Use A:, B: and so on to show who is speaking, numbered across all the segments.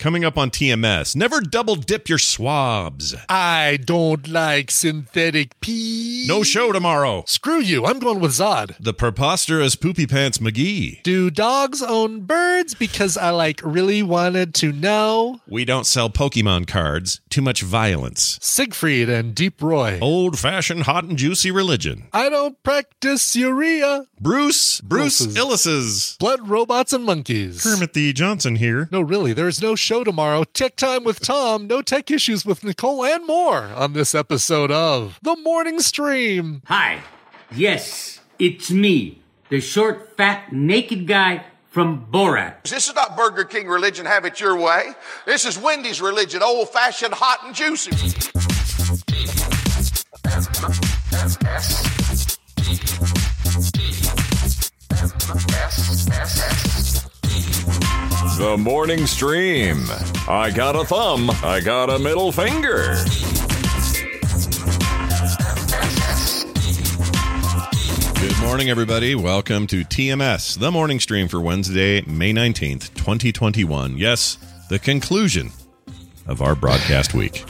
A: Coming up on TMS, never double dip your swabs.
B: I don't like synthetic pee.
A: No show tomorrow.
B: Screw you. I'm going with Zod.
A: The preposterous poopy pants McGee.
B: Do dogs own birds? Because I like really wanted to know.
A: We don't sell Pokemon cards. Too much violence.
B: Siegfried and Deep Roy.
A: Old fashioned hot and juicy religion.
B: I don't practice urea.
A: Bruce, Bruce
B: Bruce's.
A: Illis's.
B: Blood robots and monkeys.
A: Kermit the Johnson here.
B: No, really, there's no show tomorrow. Tech time with Tom, no tech issues with Nicole, and more on this episode of The Morning Stream.
C: Hi. Yes, it's me, the short, fat, naked guy from Borat.
D: This is not Burger King religion, have it your way. This is Wendy's religion, old fashioned, hot and juicy.
E: The morning stream. I got a thumb. I got a middle finger.
A: Good morning, everybody. Welcome to TMS, the morning stream for Wednesday, May 19th, 2021. Yes, the conclusion of our broadcast week.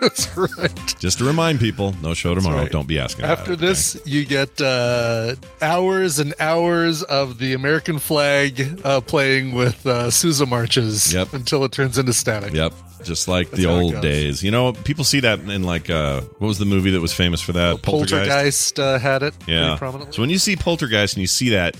B: That's right.
A: Just to remind people, no show tomorrow.
B: right.
A: Don't be asking. about
B: After
A: it, okay?
B: this, you get uh, hours and hours of the American flag uh, playing with uh, Sousa marches
A: Yep.
B: until it turns into static.
A: Yep. Just like
B: That's
A: the
B: how it
A: old
B: goes.
A: days. You know, people see that in like uh what was the movie that was famous for that?
B: Poltergeist, uh, had it
A: Yeah.
B: pretty prominently.
A: So when you see Poltergeist and you see that,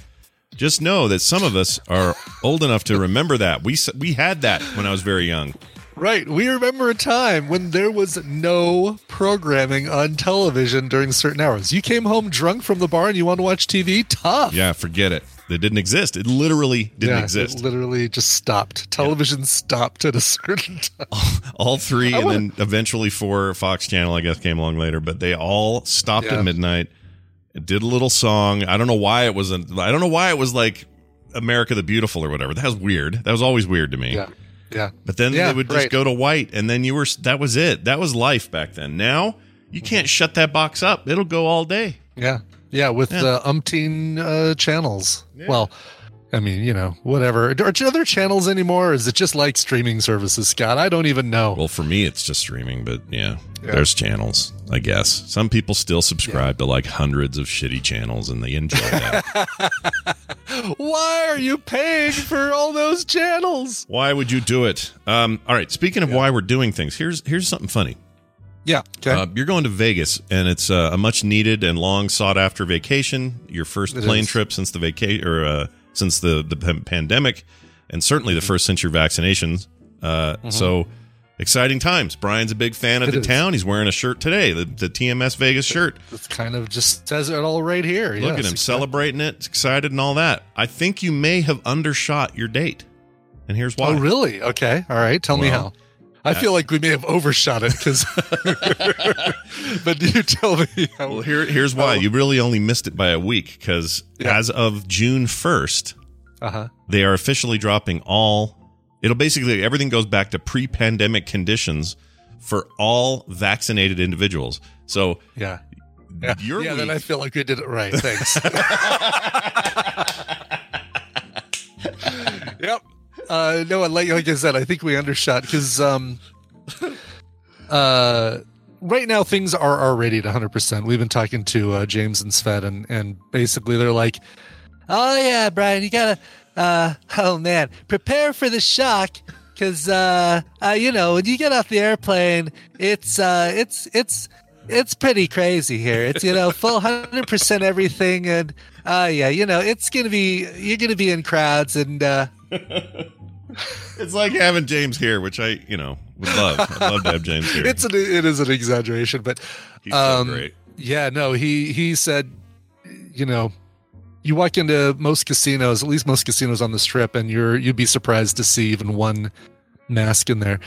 A: just know that some of us are old enough to remember that. We s- we had that when I was very young.
B: Right. We remember a time when there was no programming on television during certain hours. You came home drunk from the bar and you want to watch TV? Tough.
A: Yeah, forget it. It didn't exist. It literally didn't
B: Yeah,
A: exist.
B: It literally just stopped. Television stopped at a certain time.
A: all three,
B: I
A: and then eventually four Fox Channel, I guess, came along later. But they all stopped
B: Yeah.
A: at midnight. Did a little song. I don't know why it wasn't. I don't know why it was like America the Beautiful or whatever. That was weird. That was always weird to me.
B: Yeah. Yeah.
A: But then
B: Yeah,
A: they would just
B: right.
A: go to white, and then you were that was it. That was life back then. Now
B: Mm-hmm.
A: you can't shut that box up; it'll go all day.
B: Yeah. Yeah. With
A: Yeah.
B: uh, umpteen uh, channels. Well, I mean, you know, whatever. Are there other channels anymore? Or is it just like streaming services, Scott? I don't even know.
A: Well, for me, it's just streaming, but yeah,
B: oh. Yeah.
A: there's channels. I guess some people still subscribe to like hundreds of shitty channels, and they enjoy that.
B: Why are you paying for all those channels?
A: why would you do it? Um, all right. Speaking of why we're doing things, here's here's something funny.
B: Yeah. Okay.
A: Uh, you're going to Vegas, and it's uh, a much needed and long sought after vacation. Your first
B: It
A: plane
B: is.
A: trip since the vacation or uh, since the the pan- pandemic, and certainly
B: Mm-hmm.
A: the first since your vaccinations. Uh, So exciting times. Brian's a big fan of
B: It
A: the
B: is.
A: town. He's wearing a shirt today, the, the TMS Vegas shirt.
B: It's kind of just says it all right here.
A: Look at him celebrating it, excited and all that. I think you may have undershot your date, and here's why.
B: Oh, really? Okay. All right. Tell me
A: Well,
B: how. I feel like we may have overshot it because, but you tell me. How,
A: Well, here, here's why.
B: Oh.
A: You really only missed it by a week because
B: Yeah.
A: as of June 1st,
B: uh-huh.
A: they are officially dropping all it'll basically everything goes back to pre-pandemic conditions for all vaccinated individuals so
B: Yeah. Yeah.
A: Your
B: yeah. Then
A: week.
B: I feel like we did it right. Thanks. yep. Uh, no, and like like I said, I think we undershot because um, uh, right now things are already at 100. percent We've been talking uh, to uh, James and Sven, and and basically they're like, "Oh yeah, Brian, you gotta uh, oh man, prepare for the shock. Cause uh, uh, you know when you get off the airplane, it's uh, it's it's it's pretty crazy here. It's you know full hundred percent everything, and uh, yeah, you know it's gonna be you're gonna be in crowds, and uh,
A: It's like having James here, which I, you know, would love. I'd love to have James here.
B: it's an, it is an exaggeration, but um,
A: He's so great.
B: Yeah, no, he he said, you know, you walk into most casinos, at least most casinos on the strip, and you're you'd be surprised to see even one mask in there.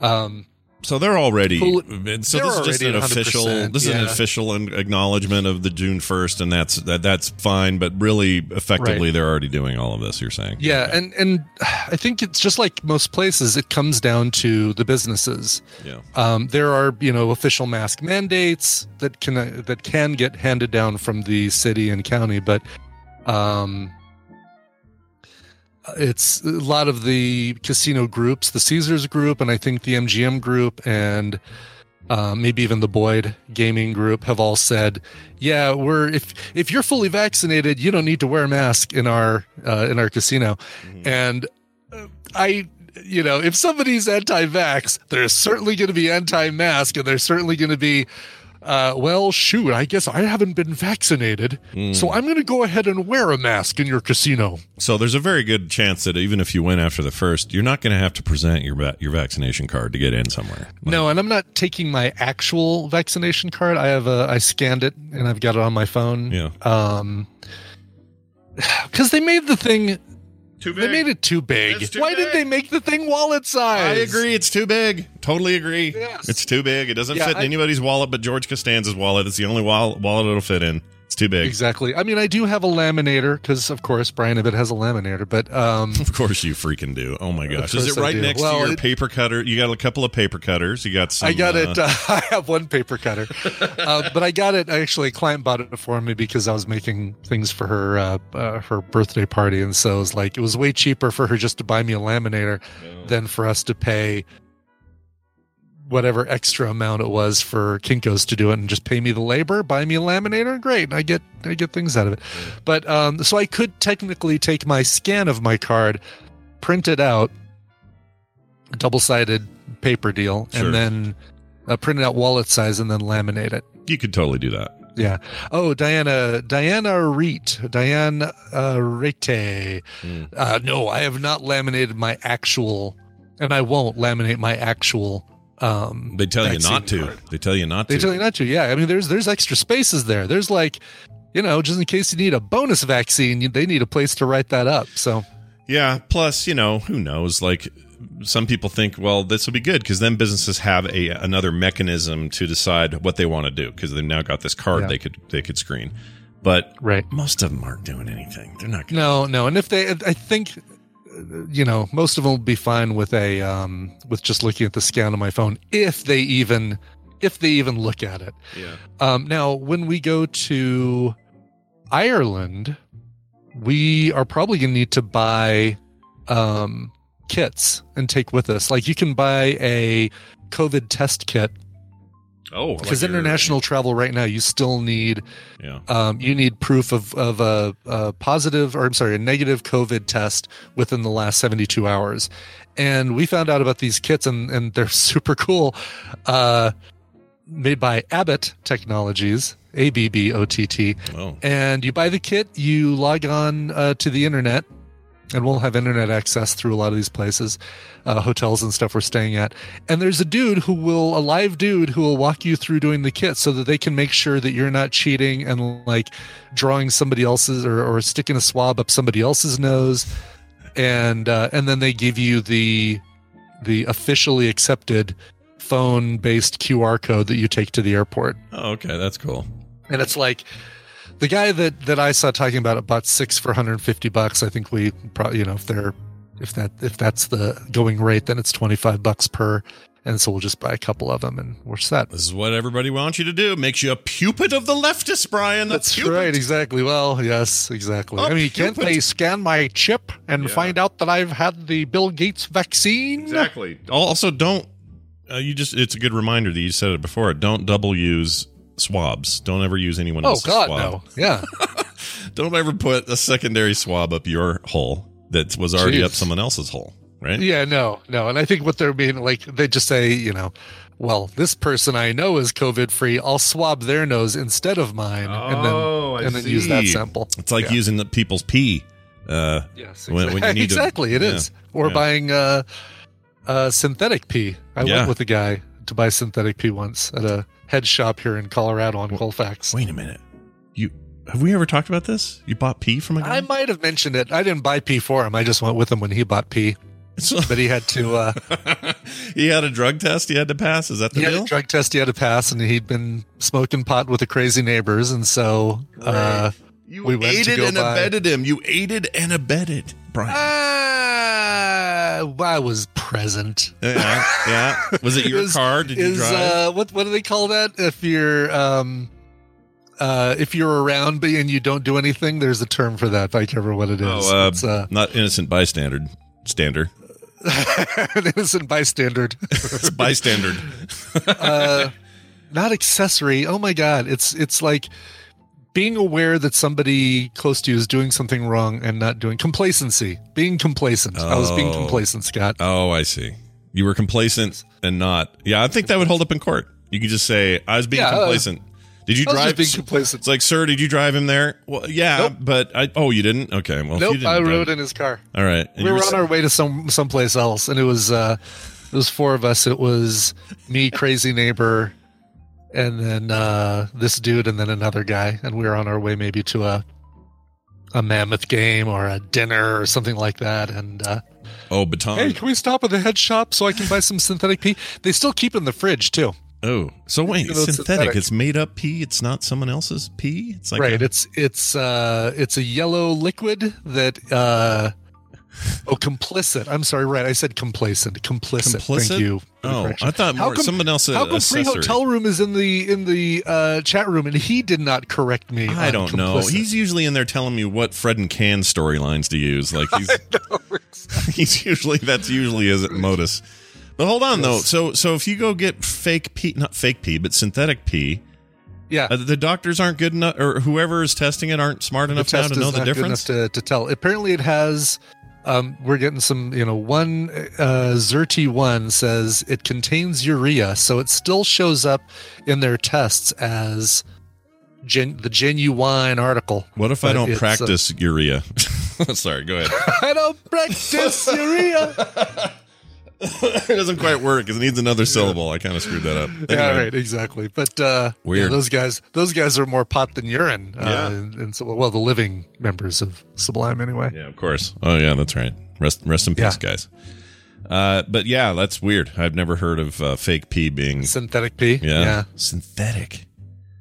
B: Um,
A: So they're already.
B: Pull-
A: and so
B: they're
A: this is just
B: already
A: an
B: 100%,
A: official. This is an
B: yeah.
A: official an- acknowledgement of the June first, and that's that. That's fine, but really, effectively,
B: Right.
A: they're already doing all of this. You're saying,
B: yeah, and and I think it's just like most places, it comes down to the businesses.
A: yeah.
B: Um, there are you know official mask mandates that can that can get handed down from the city and county, but um, it's a lot of the casino groups, the Caesars group, and I think the MGM group, and uh, maybe even the Boyd Gaming group have all said, "Yeah, we're if if you're fully vaccinated, you don't need to wear a mask in our uh, in our casino," and uh, I. You know, if somebody's anti-vax, they're certainly going to be anti-mask, and they're certainly going to be, uh, well, shoot, I guess I haven't been vaccinated, so I'm going to go ahead and wear a mask in your casino.
A: So there's a very good chance that even if you win after the first, you're not going to have to present your va- your vaccination card to get in somewhere.
B: No, and I'm not taking my actual vaccination card. I have a I scanned it and I've got it on my phone.
A: Yeah.
B: Um cuz they made the thing
A: Too
B: they made it too big.
A: It's too
B: Why did
A: big.
B: they make the thing wallet
A: I
B: size?
A: agree. It's too big. Totally agree.
B: Yes.
A: It's too big. It doesn't
B: Yeah,
A: fit in
B: I-
A: anybody's wallet but George Costanza's wallet. It's the only wall- wallet it'll fit in. It's too big.
B: Exactly. I mean, I do have a laminator cuz of course Brian Abbott has a laminator, but um
A: Of course you freaking do. Oh my gosh. Is
B: course
A: it
B: I
A: right
B: do.
A: next
B: Well,
A: to your
B: it-
A: paper cutter? You got a couple of paper cutters. You got some
B: I got
A: uh,
B: it. Uh, I have one paper cutter, uh, but I got it. Actually, a client bought it for me because I was making things for her uh, uh, her birthday party, and so it was like it was way cheaper for her just to buy me a laminator than for us to pay whatever extra amount it was for Kinkos to do it, and just pay me the labor, buy me a laminator, and great, I get I get things out of it. But um, so I could technically take my scan of my card, print it out, double sided paper deal,
A: Sure.
B: and then uh, print it out wallet size and then laminate it.
A: You could totally do that.
B: Yeah. Oh, Diana, Diana Reet, Diane uh, Rete.
A: Hmm.
B: Uh, no, I have not laminated my actual, and I won't laminate my actual. Um,
A: They tell you
B: vaccine
A: not to.
B: card.
A: They tell you not
B: They
A: to.
B: tell you not to. Yeah. I mean, there's there's extra spaces there. There's like, you know, just in case you need a bonus vaccine, you- they need a place to write that up. So
A: Yeah. Plus, you know, who knows? Like some people think, well, this will be good because then businesses have a another mechanism to decide what they want to do because they've now got this card
B: Yeah.
A: they could they could screen. But
B: right.
A: most of them aren't doing anything. They're not. Gonna,
B: No, no. And if they, I think, uh, you know, most of them will be fine with a, um, with just looking at the scan on my phone if they even, if they even look at it.
A: Yeah.
B: Um, now, when we go to Ireland, we are probably going to need to buy um, kits and take with us. Like you can buy a COVID test kit
A: Oh,
B: because
A: like your-
B: international travel right now, you still need
A: Yeah.
B: um, you need proof of, of a, a positive or I'm sorry, a negative COVID test within the last 72 hours. And we found out about these kits and, and they're super cool. Uh, made by Abbott Technologies, A B B O T T.
A: Oh.
B: And you buy the kit, you log on uh, to the internet, and we'll have internet access through a lot of these places, uh, hotels and stuff we're staying at. And there's a dude who will, a live dude who will walk you through doing the kit so that they can make sure that you're not cheating and like drawing somebody else's or, or sticking a swab up somebody else's nose. And uh, and then they give you the the officially accepted phone based QR code that you take to the airport
A: Oh, okay. That's cool.
B: and it's like the guy that that I saw talking about it bought six for 150 bucks. I think we probably you know if they're if that if that's the going rate, then it's 25 bucks per, and so we'll just buy a couple of them and we're set.
A: This is what everybody wants you to do. Makes you a pupil of the leftist, Brian.
B: That's
A: pupil.
B: right, exactly. Well, yes, exactly.
A: Oh,
B: I mean, can't
A: Cupid.
B: they scan my chip and
A: Yeah.
B: find out that I've had the Bill Gates vaccine?
A: Exactly. Also, don't uh, you just? It's a good reminder that you said it before. Don't double use swabs. Don't ever use anyone
B: Oh
A: else's
B: God,
A: swab.
B: no. Yeah,
A: Don't ever put a secondary swab up your hole. that was already
B: Jeez.
A: up someone else's hole, right?
B: Yeah, no, no. And I think what they're being like, they just say, you know, well, this person I know is COVID free. I'll swab their nose instead of mine, and then
F: Oh, I
B: and then use that
A: See,
B: sample.
A: It's like
B: Yeah.
A: using the people's pee. Uh,
B: Yes,
A: when- when you need to-
B: exactly. It is.
A: yeah,
B: Or
A: yeah.
B: buying uh, uh, synthetic pee. I
A: Yeah.
B: went with a guy to buy synthetic pee once at a head shop here in Colorado on Colfax.
A: Wait a minute. You have we ever talked about this? You bought pee from a guy?
B: I might have mentioned it. I didn't buy pee for him. I just went with him when he bought pee. but he had to. Uh,
A: he had a drug test he had to pass. Is that the
B: he had
A: deal?
B: a drug test he had to pass, and he'd been smoking pot with the crazy neighbors, and so uh,
A: you
B: we went to
A: aided
B: go
A: and
B: buy.
A: abetted him. You aided and abetted, Brian.
B: Uh, I was present.
A: yeah, yeah. Was it your
B: Is-
A: car? Did you
B: is,
A: drive?
B: Uh, what what do they call that? If you're um, uh, if you're around but and you don't do anything, there's a term for that. If I can't remember what it is.
A: oh, uh,
B: it's uh,
A: not innocent bystander. Stander.
B: an innocent bystander.
A: It's bystander.
B: uh, not accessory. Oh my god, it's it's like being aware that somebody close to you is doing something wrong and not doing complacency. Being complacent. I was being
A: Oh.
B: complacent, Scott.
A: Oh, I see. You were complacent and not. Yeah, I think that would hold up in court. You could just say, "I was being
B: Yeah, uh,
A: complacent." Did you
B: I was
A: drive?
B: just being complacent.
A: It's like, sir, did you drive him there? Well, yeah,
B: Nope.
A: but I. Oh, you didn't. Okay. Well, if you
B: Nope,
A: didn't
B: I
A: drive-
B: rode in his car.
A: All right. And
B: we
A: you
B: were
A: were
B: on our way to some someplace else, and it was uh, it was four of us. It was me, crazy neighbor, and then uh, this dude, and then another guy, and we were on our way maybe to a a mammoth game or a dinner or something like that. And uh,
A: Oh, baton.
B: hey, can we stop at the head shop so I can buy some synthetic pee? They still keep it in the fridge too.
A: Oh, so wait,
B: You know,
A: it's synthetic.
B: it's synthetic.
A: It's made up pee. It's not someone else's pee. It's like
B: right.
A: a-
B: It's it's uh it's a yellow liquid that uh oh complicit. I'm sorry, right. I said complacent. Complicit.
A: Complicit?
B: Thank you. for the
A: Oh,
B: correction.
A: I thought more- someone else said
B: How come free
A: accessory.
B: hotel room is in the in the uh chat room and he did not correct me?
A: I
B: on
A: don't know.
B: complicit?
A: He's usually in there telling me what Fred and Can storylines to use. Like he's he's usually that's usually his modus. But hold on though. So so if you go get fake pee, not fake pee, but synthetic pee,
B: yeah.
A: uh, the doctors aren't good enough, or whoever is testing it aren't smart enough now to know the
B: good
A: difference.
B: enough to, to tell. Apparently, it has. Um, we're getting some, you know, one uh, Zerti one says it contains urea, so it still shows up in their tests as gen- the genuine article.
A: what if I
B: But
A: don't
B: it's, uh,
A: practice urea? Sorry, go ahead.
B: I don't practice urea.
A: it doesn't quite work because it needs another syllable. I kind of screwed that up.
B: yeah,
A: Anyway.
B: right, exactly. But uh, yeah,
A: Weird.
B: those guys, those guys are more pot than urine. Uh,
A: Yeah.
B: and, and so, well, the living members of Sublime, anyway.
A: Yeah, of course. Oh yeah, that's right. Rest rest in peace, guys. Uh, but yeah, that's weird. I've never heard of uh, fake pee being
B: Synthetic pee.
A: yeah, synthetic.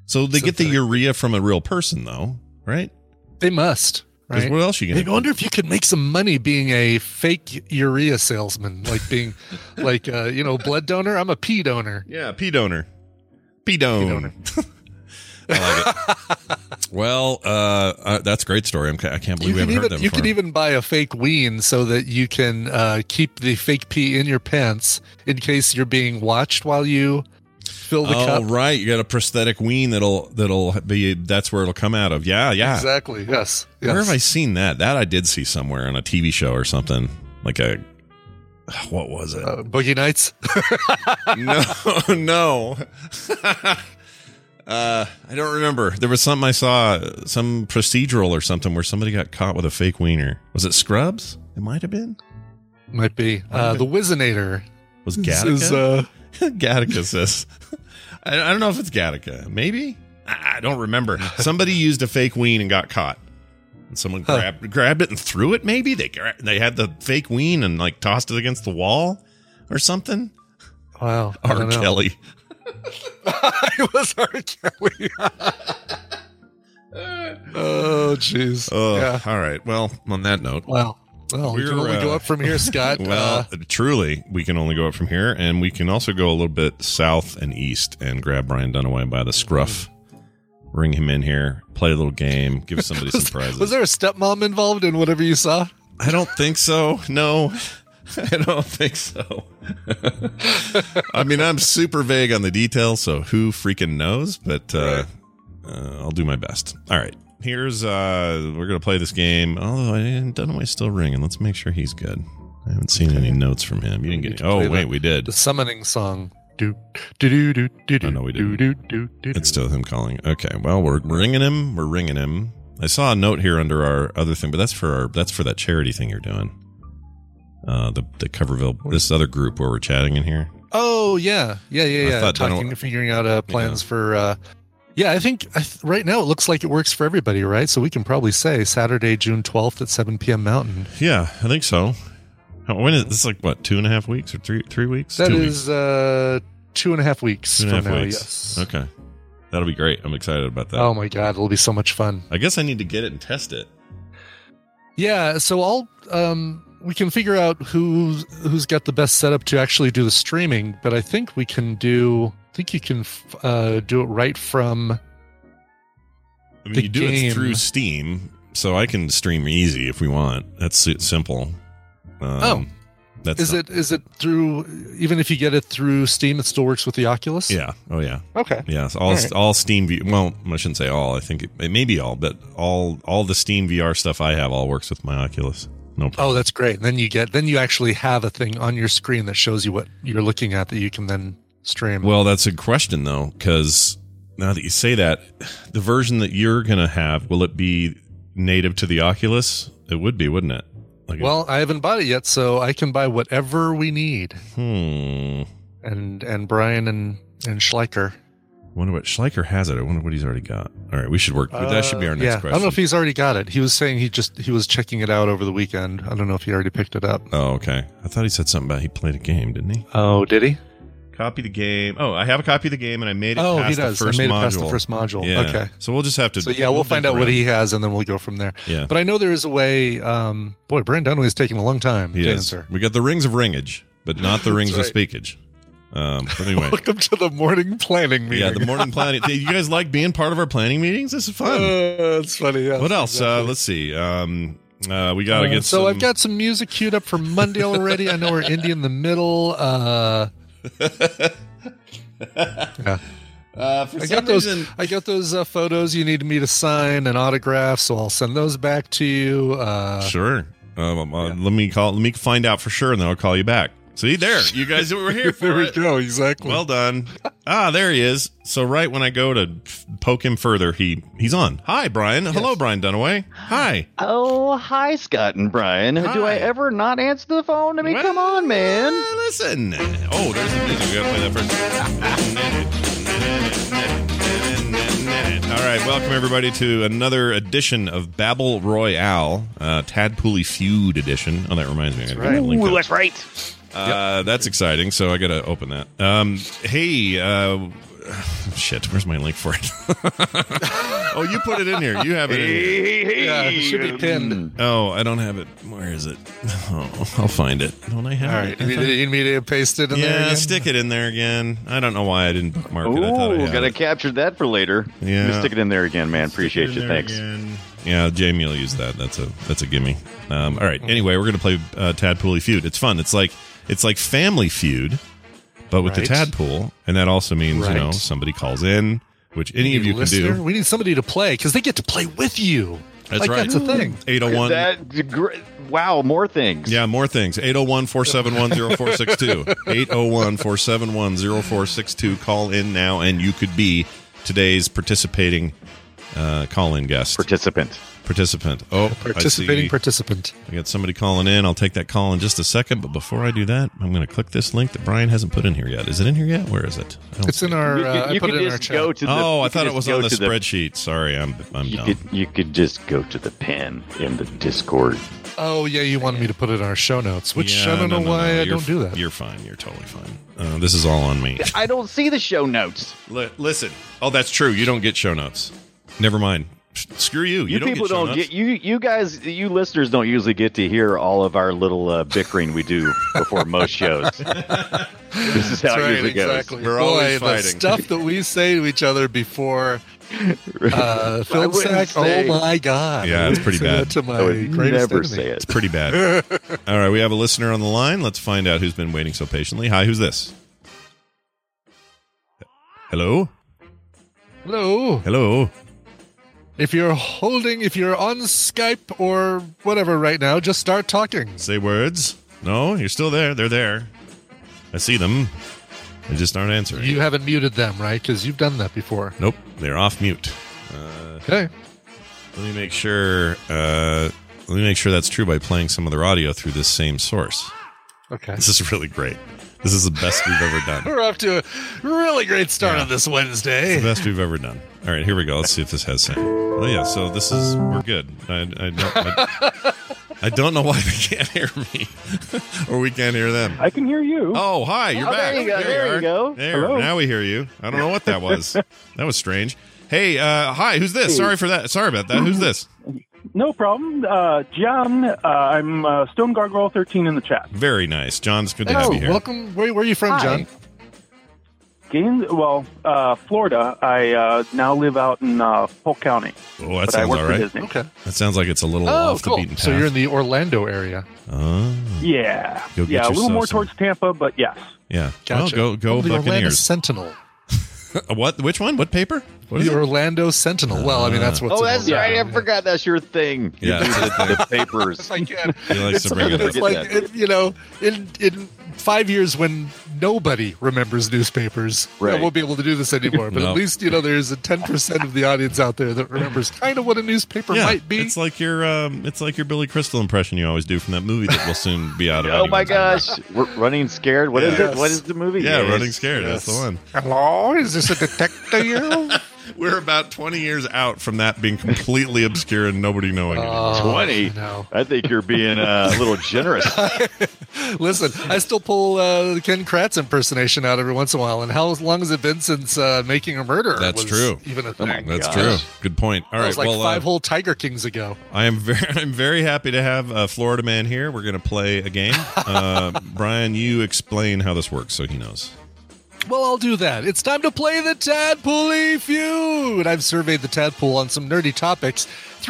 A: So they get the
B: Synthetic.
A: urea from a real person, though, right?
B: they must.
A: 'Cause
B: Right?
A: what else you
B: I
A: gonna?
B: wonder if you could make some money being a fake urea salesman, like being, like uh, you know, blood donor. I'm a pee donor.
A: Yeah, pee donor. Pee donor. I like it. well, uh, uh, that's a great story. I'm, ca- I can't believe we
B: You can
A: haven't
B: even
A: heard that
B: you
A: before.
B: can even buy a fake wean so that you can uh, keep the fake pee in your pants in case you're being watched while you fill the
A: oh
B: cup.
A: right, you got a prosthetic wean that'll that'll be that's where it'll come out of. Yeah, yeah.
B: Exactly. Yes. yes.
A: Where have I seen that? That I did see somewhere on a TV show or something. Like a what was it?
B: uh, Boogie Nights.
A: no, no. uh, I don't remember. There was something I saw, some procedural or something, where somebody got caught with a fake wiener. Was it Scrubs? It might have been.
B: Might be uh, the Wizinator.
A: Was
B: This
A: Gattaca?
B: is, uh,
A: Gattaca says. I, I don't know if it's Gattaca. Maybe I, I don't remember. Somebody used a fake ween and got caught. And someone
B: Huh.
A: grabbed grabbed it and threw it. Maybe they gra- they had the fake ween and like tossed it against the wall or something.
B: Wow. I
A: R.
B: don't know.
A: Kelly.
B: it was R. Kelly. oh jeez.
A: Oh,
B: Yeah.
A: all right. Well, on that note,
B: Wow. Well, we can
A: We're,
B: only go
A: uh,
B: up from here, Scott.
A: well,
B: Uh,
A: truly, we can only go up from here, and we can also go a little bit south and east and grab Brian Dunaway by the scruff,
B: Hmm.
A: bring him in here, play a little game, give somebody some prizes.
B: was there a stepmom involved in whatever you saw?
A: I don't think so. No, I don't think so. I mean, I'm super vague on the details, so who freaking knows? But uh, uh, I'll do my best. All right. here's uh, we're gonna play this game. Although I didn't, Dunaway's still ringing. Let's make sure he's good. I haven't seen any notes from him. You didn't get. Any. Oh wait, we did.
B: The summoning song. Do do do do do.
A: Oh, no, we
B: do do do do.
A: It's still him calling. Okay, well we're we're ringing him. We're ringing him. I saw a note here under our other thing, but that's for our that's for that charity thing you're doing. Uh, the the Coverville this other group where we're chatting in here.
B: Oh yeah, yeah, yeah,
A: I
B: yeah.
A: thought
B: Talking,
A: Donald-
B: figuring out uh, plans for. Uh, yeah, I think I th- right now it looks like it works for everybody, right? So we can probably say Saturday, June twelfth at seven p.m. Mountain.
A: Yeah, I think so. How- When is this? Like what? Two and a half weeks or three three weeks?
B: That
A: two weeks.
B: is uh, two and a half weeks
A: Two and a
B: from
A: half
B: now.
A: weeks.
B: Yes.
A: Okay, that'll be great. I'm excited about that.
B: Oh my god, it'll be so much fun.
A: I guess I need to get it and test it.
B: Yeah, so I'll um we can figure out who's who's got the best setup to actually do the streaming, but I think we can do I think you can f- uh do it right from
A: I mean,
B: The
A: you do
B: game.
A: it through Steam, so I can stream easy if we want. That's si- simple. Um,
B: Oh.
A: that's
B: Is
A: not-
B: it is it through even if you get it through Steam it still works with the Oculus?
A: Yeah. Oh yeah.
B: Okay.
A: Yeah. so all
B: All right.
A: all Steam. V- well, I shouldn't say all. I think it, it may be all, but all all the Steam VR stuff I have all works with my Oculus. No problem.
B: Oh, that's great. Then you get then you actually have a thing on your screen that shows you what you're looking at that you can then stream.
A: Well, that's a question though, because now that you say that, the version that you're gonna have will it be native to the Oculus? It would be, wouldn't it? Like,
B: well, I haven't bought it yet, so I can buy whatever we need.
A: hmm.
B: And and Brian and and Schleicher
A: Wonder what Schleicher has it. I wonder what he's already got. All right, we should work. that should be our
B: Uh,
A: next
B: yeah.
A: question.
B: I don't know if he's already got it. He was saying he just he was checking it out over the weekend. I don't know if he already picked it up.
A: oh, okay. I thought he said something about he played a game, didn't he?
B: Oh, did he?
A: Copy the game. Oh, I have a copy of the game, and I made it.
B: Oh,
A: past
B: he does.
A: The first
B: I made
A: module.
B: it past the first module.
A: Yeah.
B: Okay.
A: So we'll just have to.
B: So yeah, we'll find
A: loop
B: out what
A: around.
B: he has, and then we'll go from there.
A: Yeah.
B: But I know there is a way. Um, boy, Brian Dunaway is taking a long time
A: He
B: to
A: is.
B: answer.
A: We got the rings of ringage, but not the rings of
B: That's
A: speakage. Um. but Anyway.
B: Welcome to the morning planning meeting.
A: Yeah, the morning planning. Hey, you guys like being part of our planning meetings? This is fun.
B: Uh, it's funny. Yes,
A: what else?
B: exactly.
A: Uh, let's see. Um, uh, we gotta
B: Uh,
A: get.
B: so
A: some-
B: I've got some music queued up for Monday already. I know we're indie in the middle. Uh, yeah.
A: Uh, for
B: I
A: some
B: got those.
A: reason,
B: I got those uh, photos you need me to sign and autograph, so I'll send those back to you. Uh,
A: Sure. Um, uh, Let me call. Let me find out for sure, and then I'll call you back. See there, you guys were here for it.
B: go. Exactly.
A: Well done. Ah, there he is. So right when I go to f- poke him further, he he's on. Hi, Brian. Hello, Brian Dunaway. Hi.
F: Oh, hi, Scott and Brian. Do
A: Hi.
F: I ever not answer the phone? I mean, come
A: Well,
F: on, man.
A: uh, listen. Oh, there's the music. We gotta play that first. All right, welcome everybody to another edition of Babel Royale, uh, Tad Pooley Feud edition. Oh, that reminds me, I gotta get the link up.
F: that's right.
A: Uh, that's exciting. So I gotta open that. Um, hey, uh, shit, where's my link for it? oh, you put it in here. You have it. In here.
B: yeah, it should
F: Um,
B: be pinned.
A: Oh, I don't have it. Where is it? Oh, I'll find it. Don't I
B: All
A: have
B: right.
A: it?
B: You need, you need me to paste it in there?
A: yeah,
B: again?
A: stick it in there again. I don't know why I didn't bookmark it. I thought I
F: Ooh,
A: had
F: gotta
A: it.
F: capture that for later.
A: Yeah.
F: Just stick it in there again, man. Appreciate
A: Stick
F: you.
A: it in there
F: Thanks.
A: again. Yeah, Jamie will use that. That's a that's a gimme. Um, all right. Anyway, we're gonna play uh, Tadpooley Feud. It's fun. It's like it's like Family Feud, but with the
B: Right.
A: tadpool, and that also means
B: Right.
A: you know somebody calls in, which any of you
B: Listener,
A: can do.
B: We need somebody to play because they get to play with you.
A: That's
B: like, uh,
A: right.
B: That's a thing.
A: Eight oh one.
F: That, gr- wow, more things.
A: Yeah, more things. 801 471 0462. 801 471 0462. Call in now, and you could be today's participating uh, call in guest.
F: Participant.
A: participant. Oh, I,
B: Participating
A: see-
B: participant.
A: I got somebody calling in. I'll take that call in just a second. But before I do that, I'm going to click this link that Brian hasn't put in here yet. Is it in here yet? Where is it? I don't
B: It's
A: see
B: in
A: it.
B: our.
F: you
B: Uh,
F: could,
B: I
F: you
B: put
F: could
B: it in our
F: just
B: chat.
F: go to the.
A: Oh, I
F: you could
A: thought it
F: just
A: was
F: go
A: on the
F: to
A: spreadsheet. Sorry, I'm I'm
F: You
A: dumb.
F: could, you could just go to the pin in the Discord.
B: Oh yeah, you wanted me to put it in our show notes, which
A: Yeah,
B: I don't
A: no,
B: know
A: no,
B: why
A: no.
B: I
A: You're
B: don't do
A: f-
B: that.
A: You're fine. You're totally fine. Uh, this is all on me.
F: I don't see the show notes.
A: Li- listen. Oh, that's true. You don't get show notes. Never mind. Sh- Screw you. You,
F: you
A: don't
F: people
A: get show
F: don't
A: notes.
F: get you you guys you listeners don't usually get to hear all of our little uh, bickering we do before most shows. this is how it usually goes.
A: We're
B: Boy,
A: always
B: the
A: fighting.
B: stuff that we say to each other before uh, film
F: wouldn't
B: sack.
F: say-
B: Oh my god!
A: Yeah,
B: I
A: it's
B: wouldn't
A: pretty
B: say
A: bad.
B: that to my
F: I would
B: greatest
F: never
B: enemy.
F: say it.
A: Pretty bad. All right, we have a listener on the line. Let's find out who's been waiting so patiently. Hi, who's this? Hello?
B: Hello.
A: Hello?
B: If you're holding, if you're on Skype or whatever right now, just start talking.
A: Say words. No, you're still there. They're there. I see them. They just aren't answering.
B: You haven't muted them, right? Because you've done that before.
A: Nope, they're off mute. Uh,
B: okay.
A: Let me make sure. Uh, let me make sure that's true by playing some other audio through this same source.
B: Okay.
A: This is really great. This is the best we've ever done.
B: We're off to a really great start on this Wednesday.
A: It's the best we've ever done. All right, here we go. Let's see if this has sound. Oh yeah, so this is we're good. I, I don't. I, I don't know why they can't hear me, or we can't hear them.
G: I can hear you.
A: Oh, hi, you're
G: Oh,
A: back.
G: there you go, there you
A: are.
G: go.
A: There,
G: Hello.
A: now we hear you. I don't know what that was. that was strange. Hey, uh, hi, who's this? Sorry for that. Sorry about that. Who's this?
G: No problem. Uh, John, uh, I'm uh, Stone Gargoyle 13 in the chat.
A: Very nice. John's good to
G: Hey,
A: have you here.
B: Oh, welcome. Where, where are you from,
G: Hi.
B: John?
G: Gaines, well, uh, Florida. I uh, now live out in uh, Polk County.
A: Oh, that
G: but I
A: sounds
G: work
A: all
G: for
A: right.
G: Disney.
B: Okay.
A: That sounds like it's a little off the beaten path.
B: Oh, So you're in the Orlando area.
A: Oh,
G: Yeah.
A: Go get
G: yeah, a little
A: yourself
G: more
A: some-
G: towards Tampa, but yes.
A: yeah.
B: Gotcha.
A: Well, Oh, go go
B: From the Orlando
A: Buccaneers.
B: Sentinel.
A: what? Which one? What paper? What is
B: the
A: it? Ah.
B: Orlando Sentinel. well, I mean, that's what's
F: oh,
B: in
F: that's
B: Orlando.
F: right. I forgot that's your thing. You
A: Yeah,
F: do
A: it's
F: the, the papers.
B: I can.
A: He likes to bring it up.
B: It's like it- you know, in in five years when nobody remembers newspapers, I
F: Right.
B: won't be able to do this anymore. But
A: No.
B: at least you know there is a ten percent of the audience out there that remembers kind of what a newspaper
A: Yeah,
B: might be.
A: it's like your um, it's like your Billy Crystal impression you always do from that movie that will soon be out. of
F: Oh my
A: anyone's-
F: gosh, We're running scared. What is
A: Yeah.
F: it? What is the movie?
A: Yeah,
F: Yes.
A: running scared. That's the
B: Yes.
A: one.
B: Hello, is this a detective?
A: We're about twenty years out from that being completely obscure and nobody knowing it.
F: Uh, Twenty.
B: no.
F: I think you're being uh, a little generous.
B: Listen, I still pull uh, the Ken Kratz impersonation out every once in a while. And how long has it been since uh, Making a Murderer?
A: That's
B: was
A: true.
B: Even a
F: Oh my
B: thing.
A: That's
F: Gosh.
A: true. Good point. All
B: That
A: right.
B: was like
A: well,
B: five
A: uh,
B: whole Tiger Kings ago.
A: I am very, I'm very happy to have a Florida man here. We're going to play a game. Uh, Brian, you explain how this works so he knows.
B: Well, I'll do that. It's time to play the Tadpooly Feud. I've surveyed the tadpole on some nerdy topics.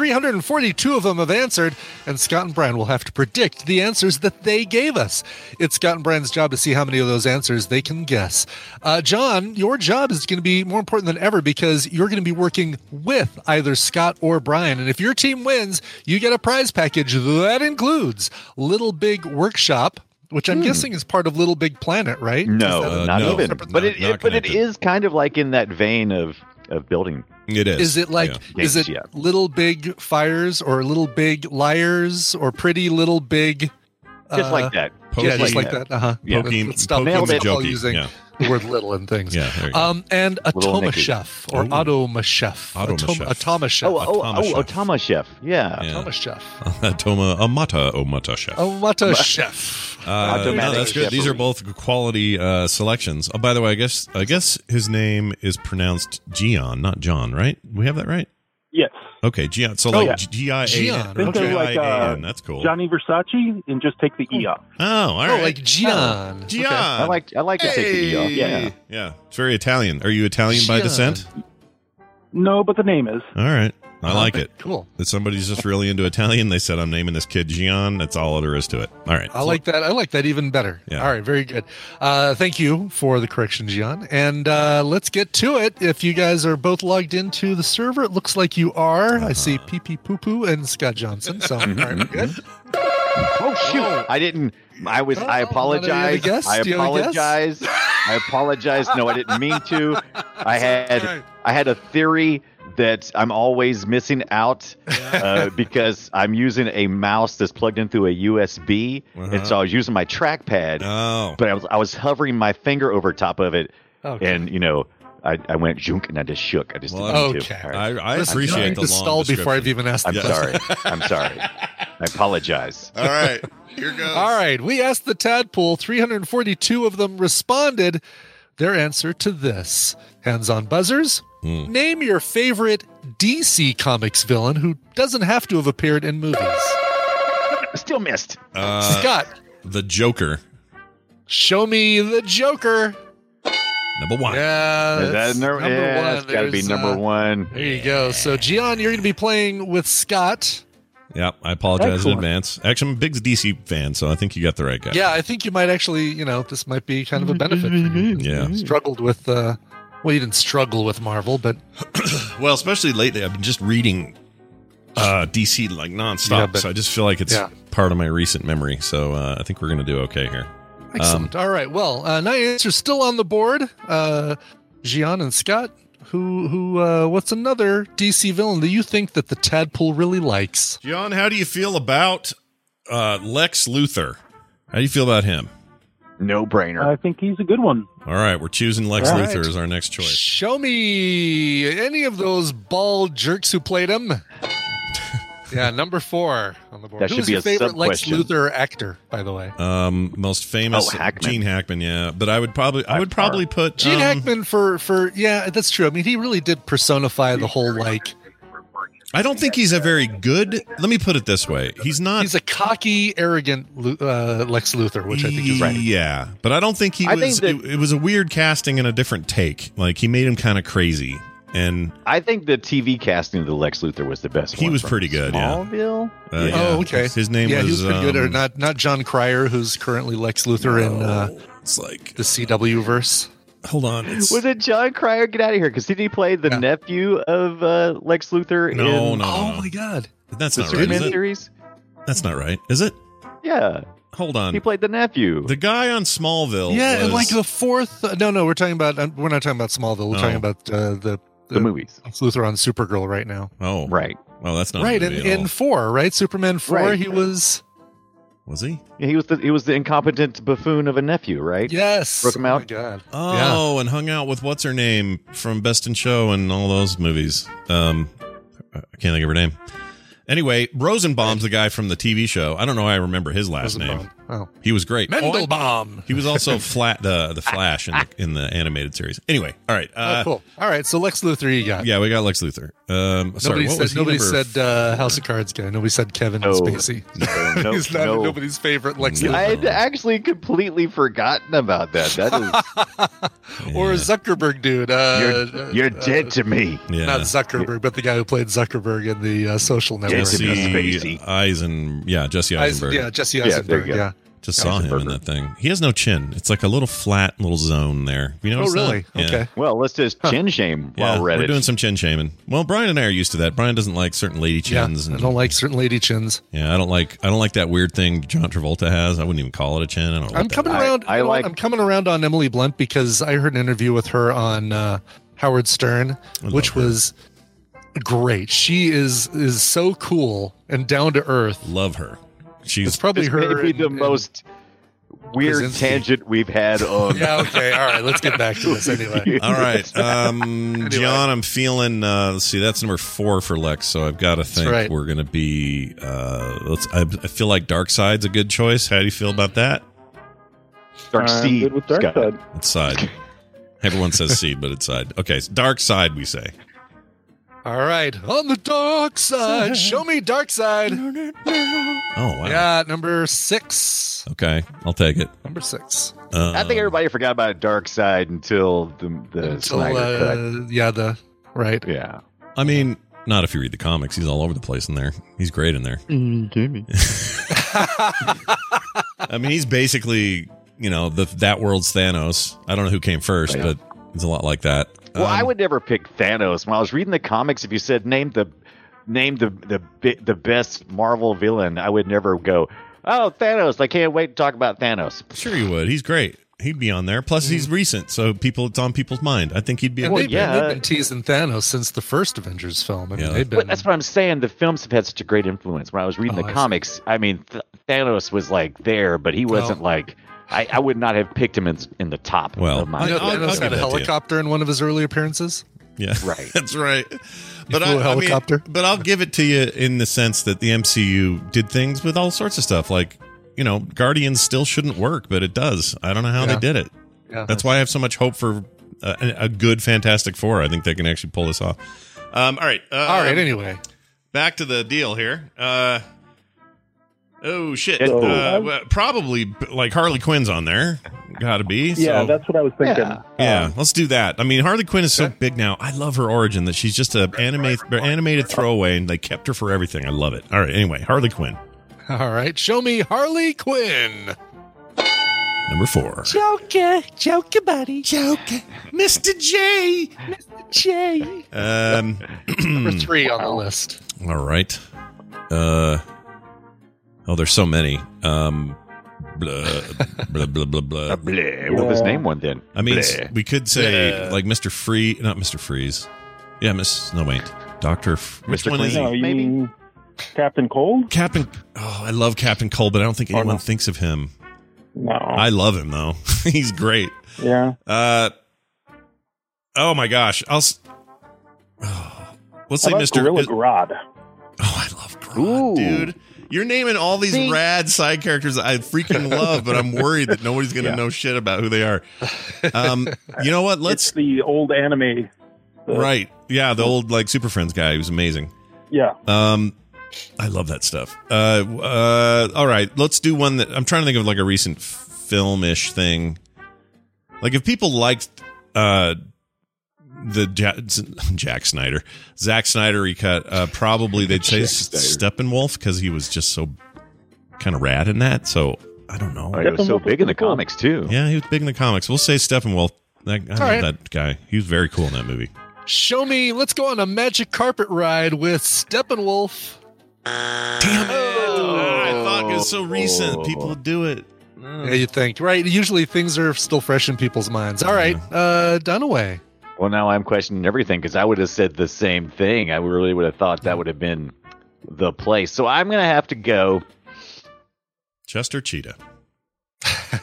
B: 342 of them have answered, and Scott and Brian will have to predict the answers that they gave us. It's Scott and Brian's job to see how many of those answers they can guess. Uh, John, your job is going to be more important than ever because you're going to be working with either Scott or Brian. And if your team wins, you get a prize package that includes Little Big Workshop. Which I'm guessing is part of Little Big Planet, right?
F: No,
B: Is that-
A: Uh,
F: not
A: no.
F: even.
A: Separate-
F: But
A: not-
F: it,
A: not
F: it- but it
A: connected.
F: is kind of like in that vein of of building.
A: It is.
B: Is it like
A: Yeah.
B: is it
F: Games, yeah.
B: little big fires or little big liars or pretty little big?
F: Just
B: uh,
F: like that.
B: yeah,
A: Pokey-
B: just like that. Uh huh.
F: Yeah.
A: Pokey-
B: let's stop
A: Pokey
B: let's
F: and
B: call
A: Jokey,
B: using
A: yeah.
B: the word little and things.
A: Yeah, there you go. Oh,
B: Um, and
F: Little
B: Atoma
F: Nicky.
B: Chef or
A: Ooh.
B: Atoma Chef.
A: Automachef.
B: Atoma Chef.
F: Oh, oh,
A: Thomas
F: oh,
A: Chef.
F: Otama Chef. Yeah.
A: Yeah.
B: Atoma Chef.
A: Toma Amata Omata Chef.
B: Omata Chef.
A: Uh,
F: Automatic
A: no, that's good. These are
F: shepherding.
A: both quality uh, selections. Oh, by the way, I guess I guess his name is pronounced Gian, not John, right? We have that right?
G: Yes.
A: Okay, Gian. So
G: Oh,
A: like
G: yeah.
A: G I A N.
B: Gian.
A: or
G: Think of like,
A: G-I-A-N.
G: uh,
A: That's cool.
G: Johnny Versace and just take the E off.
A: Oh, all right.
B: Oh, like Gian.
A: Gian.
B: Okay.
F: I like I like to take the E off. Yeah.
A: Yeah. It's very Italian. Are you Italian by
B: Gian.
A: descent?
G: No, but the name is.
A: All right. I like it.
B: Cool.
A: That somebody's just really into Italian. They said, I'm naming this kid Gian. That's all there is to it. All right.
B: I like that. I like that even better.
A: Yeah.
B: All right, very good. Uh, thank you for the correction, Gian. And uh, let's get to it. If you guys are both logged into the server, it looks like you are. I see Pee Pee Poo Poo and Scott Johnson. So all right, we're good.
F: Oh shoot! I didn't. I was. I
B: Oh, another
F: apologize.
B: guess?
F: I
B: Do you have a guess?
F: apologize. I apologize. No, I didn't mean to. I
B: right.
F: had. I had a theory that I'm always missing out uh, because I'm using a mouse that's plugged in through a USB,
A: Uh-huh.
F: and so I was using my trackpad,
A: Oh.
F: but I was I was hovering my finger over top of it,
B: Okay.
F: and you know. I, I went junk and I just shook. I just
A: Well,
F: didn't mean to.
B: okay.
F: All right.
A: I, I
B: Listen, you don't
A: appreciate
B: need
A: the
B: to
A: long
B: stall before I've
A: description.
B: even asked.
F: I'm
B: the
F: sorry. I'm sorry. I apologize.
A: All right. Here goes.
B: All right, we asked the tadpole. 342 of them responded their answer to this hands on buzzers. Name your favorite DC Comics villain who doesn't have to have appeared in movies.
F: Still missed.
A: Uh,
B: Scott,
A: the Joker.
B: show me the Joker.
A: Number one.
B: Yeah,
F: Is that
B: Uh, that's
F: number, yeah, That's got to be
B: There's,
F: number
B: uh,
F: one.
B: There you go. So, Gian, you're going to be playing with Scott.
A: Yeah, I apologize
G: Excellent.
A: in advance. Actually, I'm a big DC fan, so I think you got the right guy.
B: Yeah, I think you might actually, you know, this might be kind of a benefit. for you.
A: Yeah.
B: Struggled with uh, Well, you didn't struggle with Marvel, but
A: well, especially lately, I've been just reading uh, DC like nonstop,
B: Yeah, but-
A: so I just feel like it's
B: yeah.
A: part of my recent memory. So uh, I think we're gonna do okay here. Um,
B: Excellent. All right. Well, uh, nine answers still on the board. Uh, Gian and Scott. Who? Who? Uh, what's another DC villain that you think that the tadpole really likes?
A: John, how do you feel about uh, Lex Luthor? How do you feel about him?
F: No brainer.
G: I think he's a good one.
A: All right, we're choosing Lex
B: All
A: Luthor
B: right.
A: as our next choice.
B: Show me any of those bald jerks who played him. yeah, number four on the board.
A: That should
B: Who's
A: be
B: your
A: a
B: favorite Lex
A: sub-question.
B: Luthor actor, by the way?
A: Um, most famous
B: Oh, Hackman.
A: Gene Hackman, yeah. But I would probably, I would probably put
B: Gene
A: um,
B: Hackman for for yeah, that's true. I mean, he really did personify the whole like
A: I don't think he's a very good. Let me put it this way: he's not.
B: He's a cocky, arrogant Lu- uh, Lex Luthor, which I think is right.
A: Yeah, but I don't think he
B: I think
A: was.
B: that-
A: it, it was a weird casting and a different take. Like he made him kind of crazy, and
F: I think the TV casting of the Lex Luthor was the best.
A: he
F: one
A: was
F: from
A: pretty good. Yeah.
F: Smallville?
A: Uh, yeah.
B: Oh, okay.
A: His name
B: yeah,
A: was,
B: he was pretty good. Or
A: um,
B: not? Not John Cryer, who's currently Lex Luthor in uh,
A: it's like
B: the CW verse.
A: Hold on,
F: Was it John Cryer? Get out of here! Because did he play the nephew of uh, Lex Luthor?
A: No, no,
F: in
A: no,
B: oh
A: no.
B: my god,
A: That's
F: the
A: not right.
F: Superman
A: Is it?
F: series?
A: That's not right. Is it?
F: Yeah,
A: Hold on.
F: he played the nephew.
A: The guy on Smallville.
B: yeah,
A: was,
B: and like the fourth. No, no, we're talking about. uh, We're not talking about Smallville. We're
A: No.
B: talking about uh, the,
F: the movies.
B: Lex Luthor on Supergirl right now.
A: Oh,
F: right.
A: Well, that's not
B: right,
A: A
B: in,
A: movie
B: in
A: at
B: four, right? Superman four.
F: Right.
B: He was
A: all. was he?
F: Yeah, he was the he was the incompetent buffoon of a nephew, right?
B: yes.
F: Broke him
B: Oh my
F: out.
B: god.
A: Oh, and hung out with what's her name from Best in Show and all those movies. Um, I can't think of her name. Anyway, Rosenbaum's the guy from the TV show. I don't know. How I remember his last name.
B: Oh.
A: He was great.
B: Mendelbaum.
A: Oh, I- he was also flat the the Flash in the, in the animated series. Anyway, all right. Uh,
B: oh, cool. All right, so Lex Luthor, you got.
A: Yeah, we got Lex Luthor. Um, sorry,
B: nobody
A: what was
B: said.
A: he
B: Nobody
A: number
B: said uh, House of Cards guy. Nobody said Kevin Spacey.
A: Oh,
F: no,
B: He's not
F: no.
B: nobody's favorite Lex
F: I
B: Luthor.
F: had actually completely forgotten about that. That is,
B: or Zuckerberg dude. Uh,
F: you're, you're dead to me.
A: Yeah.
B: Not Zuckerberg, but the guy who played Zuckerberg in the uh, Social Network.
A: Jesse Eisen, yeah, Jesse
B: Eis-
A: Eisenberg.
B: yeah, Jesse Yeah, there Eisenberg, you go. yeah.
A: Just saw him in that thing. He has no chin. It's like a little flat little zone there. You know?
B: Oh, really? Okay.
F: Well, let's just chin shame
A: Yeah,
F: while we're at
A: we're
F: it.
A: doing some chin shaming. Well, Brian and I are used to that. Brian doesn't like certain lady chins,
B: Yeah, I
A: and
B: don't like certain lady chins.
A: yeah, I don't like I don't like that weird thing John Travolta has. I wouldn't even call it a chin. I don't. Know
B: I'm
A: what
B: coming
A: that is.
B: around. you know what? I'm coming around on Emily Blunt because I heard an interview with her on uh, Howard Stern, which was great. She is is so cool and down to earth.
A: Love her. She's
B: it's probably
F: This
B: her.
F: may be
B: and-
F: the
B: and-
F: most weird
B: Krasinski.
F: tangent we've had on.
B: yeah. Okay. All right. Let's get back to this anyway.
A: All right, um, John, I'm feeling. Uh, let's see, that's number four for Lex. So I've got to think
B: right.
A: we're going to be. Uh, let's. I, I feel like Dark Side's a good choice. How do you feel about that?
F: Dark
G: I'm
F: Seed.
G: good with Dark
F: Scott.
G: Side.
A: It's side. Everyone says seed, but it's side. Okay, so dark side. We say.
B: All right. On the dark side. Show me dark side.
A: Oh wow.
B: Yeah. Number six.
A: Okay, I'll take it.
B: Number six.
A: Uh,
F: I think everybody forgot about Dark Side until the the
B: Until,
F: Snyder cut.
B: uh, yeah. The right.
F: Yeah.
A: I mean, not if you read the comics. He's all over the place in there. He's great in there. I mean, he's basically you know the that world's Thanos. I don't know who came first,
F: Yeah.
A: but it's a lot like that.
F: Well,
A: Um,
F: I would never pick Thanos. When I was reading the comics, if you said name the name the the bi- the best Marvel villain, I would never go. Oh, Thanos! I can't wait to talk about Thanos.
A: Sure, you would. He's great. He'd be on there. Plus, he's recent, so people it's on people's mind. I think he'd be. a
B: And
A: good
B: they've,
A: pick.
B: been, they've
F: yeah.
B: been teasing Thanos since the first Avengers film. I mean,
A: Yeah.
B: they've
F: But
B: been.
F: that's what I'm saying. The films have had such a great influence. When I was reading
B: Oh, I
F: the
B: see.
F: comics, I mean, Th- Thanos was like there, but he wasn't like. I, I would not have picked him in, in the top
A: Well,
F: of my.
B: You know,
A: I'll- I'll
B: Thanos
A: give
B: had
A: that to
B: a
A: you.
B: helicopter in one of his early appearances.
A: Yeah,
F: Right.
A: That's right. But
B: flew a
A: I, I mean,
B: helicopter?
A: but I'll give it to you in the sense that the MCU did things with all sorts of stuff. Like you know, Guardians still shouldn't work, but it does. I don't know how
B: Yeah.
A: they did it.
B: Yeah.
A: That's why I have so much hope for uh, a, a good Fantastic Four. I think they can actually pull this off. Um, all right. Uh,
B: All right. Anyway,
A: back to the deal here. Uh, oh shit!
F: Oh.
A: Uh, well, probably like Harley Quinn's on there. Got to be.
G: Yeah,
A: so-
G: that's what I was thinking.
F: Yeah.
A: yeah, let's do that. I mean, Harley Quinn is so big now. I love her origin that she's just a anime, animated throwaway, and they kept her for everything. I love it. All right, anyway, Harley Quinn.
B: all right. Show me Harley Quinn.
A: Number four.
H: Joker, Joker buddy.
A: Joker.
H: Mr. J. Mr. J.
A: Um,
B: Number three on the list.
A: All right. Uh, oh, there's so many. Um, blah, blah, blah, blah, blah.
F: Bleh. Well, just name one then.
A: I mean,
F: Bleh.
A: we could say
F: Bleh.
A: like Mr. Free, not Mr. Freeze. Yeah, Miss. No, wait. Doctor. F- which
F: Mr.
A: one is
F: Clean.
A: he?
F: No, you- Maybe.
G: Captain Cold?
A: Captain. Oh, I love Captain Cole, but I don't think anyone thinks of him.
G: No.
A: I love him though. He's great.
G: Yeah.
A: Uh. Oh my gosh. I'll. s- Oh, let's say
G: How about
A: Mr.
G: Gorilla
A: is-
G: Grodd.
A: Grodd, dude. You're naming all these rad side characters that I freaking love, but I'm worried that nobody's going to
G: Yeah.
A: know shit about who they are. Um, you know what? Let's
G: It's the old anime. the-
A: right, yeah, the old like Super Friends guy who's amazing.
G: Yeah.
A: Um, I love that stuff. Uh, uh, all right, let's do one that I'm trying to think of like a recent filmish thing. Like if people liked uh the ja- Jack Snyder, Zack Snyder recut, uh, probably they'd say
F: Jack
A: S-
F: Snyder.
A: Steppenwolf because he was just so kind of rad in that. So I don't know.
F: Oh, he was so big in the comics too.
A: Yeah, he was big in the comics. We'll say Steppenwolf. That, I love
B: right.
A: that guy. He was very cool in that movie.
B: Show me. Let's go on a magic carpet ride with Steppenwolf.
A: Damn it!
F: Oh.
A: I thought it was so recent. People do it.
B: Yeah, you think right? Usually things are still fresh in people's minds. All right, uh, Dunaway.
F: Well, now I'm questioning everything because I would have said the same thing. I really would have thought that would have been the place. So I'm going to have to go
A: Chester Cheetah.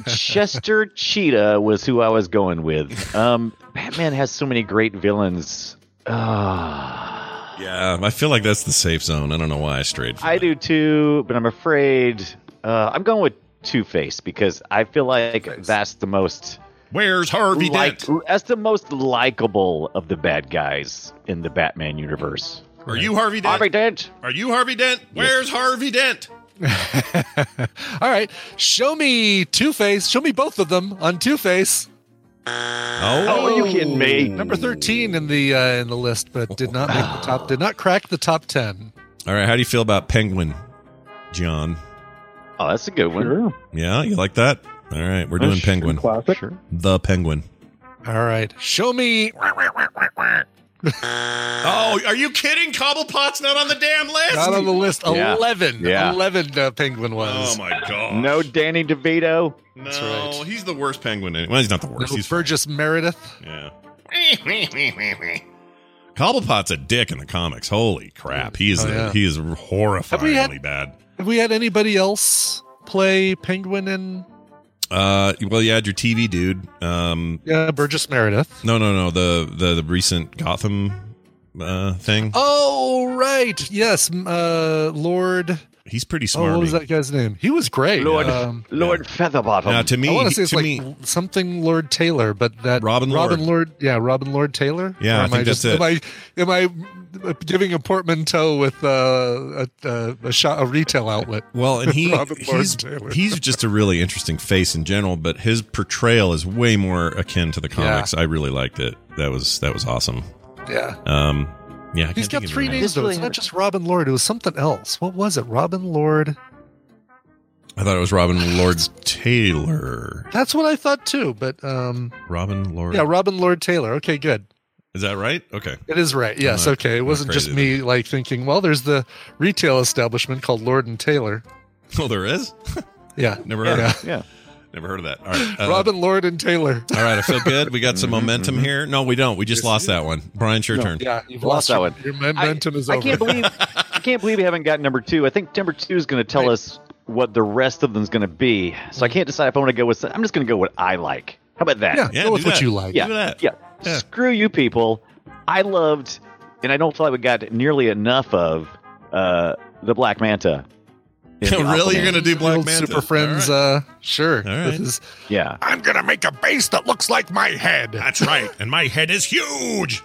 F: Chester Cheetah was who I was going with. Um, Batman has so many great villains. Ah,
A: Yeah, I feel like that's the safe zone. I don't know why I strayed.
F: I do too, but I'm afraid uh, I'm going with Two Face because I feel like that's the most.
A: Where's Harvey
F: like,
A: Dent?
F: That's the most likable of the bad guys in the Batman universe.
B: Oh,
A: Are you Harvey Dent?
F: Harvey Dent.
A: Are you Harvey Dent? Where's Harvey Dent?
B: All right, show me Two Face. Show me both of them on Two Face.
A: Oh,
F: are you kidding me?
B: Number thirteen in the uh, in the list, but did not make the top. Did not crack the top ten.
A: All right, how do you feel about Penguin, John?
F: Oh, that's a good one.
A: Yeah, you like that? All right, we're doing Penguin.
G: Classic.
A: The Penguin.
B: All right, show me.
A: Oh, are you kidding? Cobblepot's not on the damn list.
B: Not on the list.
F: Yeah.
B: Eleven.
F: Yeah.
B: Eleven. Uh, Penguin
A: Oh
B: was.
A: my god.
F: No Danny DeVito.
A: no, he's the worst Penguin. any- Well, he's not the worst.
B: No,
A: He's
B: Burgess Meredith.
A: yeah. Cobblepot's a dick in the comics. Holy crap, he is
B: Oh, yeah.
A: he is
B: Have we
A: horrifyingly
B: had-
A: bad.
B: Have we had anybody else play Penguin and
A: Uh, well, you had your TV dude. Um,
B: uh, Burgess Meredith?
A: no, no, no. The the, the recent Gotham uh thing.
B: Oh right, yes, m- uh, Lord.
A: He's pretty
B: Oh, what was
A: smarmy.
B: that guy's name? He was great.
F: Lord
B: Um,
F: Lord Featherbottom.
A: now, to me,
B: I want to
A: he-
B: say it's
A: to
B: like
A: me,
B: something Lord Taylor, but that
A: Robin Lord.
B: Robin Lord, yeah, Robin Lord Taylor.
A: Yeah,
B: Or
A: I
B: am
A: think
B: just
A: that's
B: am I am I uh, giving a portmanteau with uh, a a, a, shop, a retail outlet?
A: Well, and he
B: Robin Lord
A: he's,
B: Taylor.
A: he's just a really interesting face in general, but his portrayal is way more akin to the comics. I really liked it. That was that was awesome.
B: Yeah,
A: Um, yeah, I can't
B: he's got
A: think of
B: three
A: the
B: names. Though. It's not just Robin Lord. It was something else. What was it? Robin Lord.
A: I thought it was Robin Lord Taylor.
B: That's what I thought too. But um,
A: Robin Lord.
B: yeah, Robin Lord Taylor. Okay, good.
A: is that right? Okay.
B: It is right. Yes.
A: not-
B: okay. It
A: I'm not
B: wasn't just
A: crazy
B: me like thinking, well, there's the retail establishment called Lord and Taylor.
A: Oh, there is.
B: Yeah.
A: Never heard.
B: Yeah.
A: Of
F: Yeah.
A: it. Never heard of that. All right. uh,
B: Robin Lord and Taylor.
A: All right, I feel good. We got some
B: Mm-hmm,
A: momentum here. No, we don't. We just lost that one. Brian, it's your turn.
B: Yeah. You've
F: Lost
B: lost,
F: that
B: your,
F: one.
B: Your momentum is
F: I
B: over.
F: can't believe I can't believe we haven't gotten number two. I think number two is going to tell us what the rest of them's going to be. So I can't decide if I want to go with. I'm just going to go with I like. How about that?
B: yeah.
A: Yeah,
B: Go with
A: do
B: what
A: that.
B: you like.
F: yeah,
A: do that.
F: yeah.
A: Yeah.
F: Screw you, people. I loved, and I don't feel like we got nearly enough of uh, the Black Manta. in the
A: really? You're
F: Aquaman.
A: going to do Black
B: Old
A: Manta?
B: Super Friends.
A: All right.
B: Uh, sure.
A: All right.
B: This is-
F: Yeah.
B: I'm gonna make a base that looks like my head.
A: That's right. And my head is huge.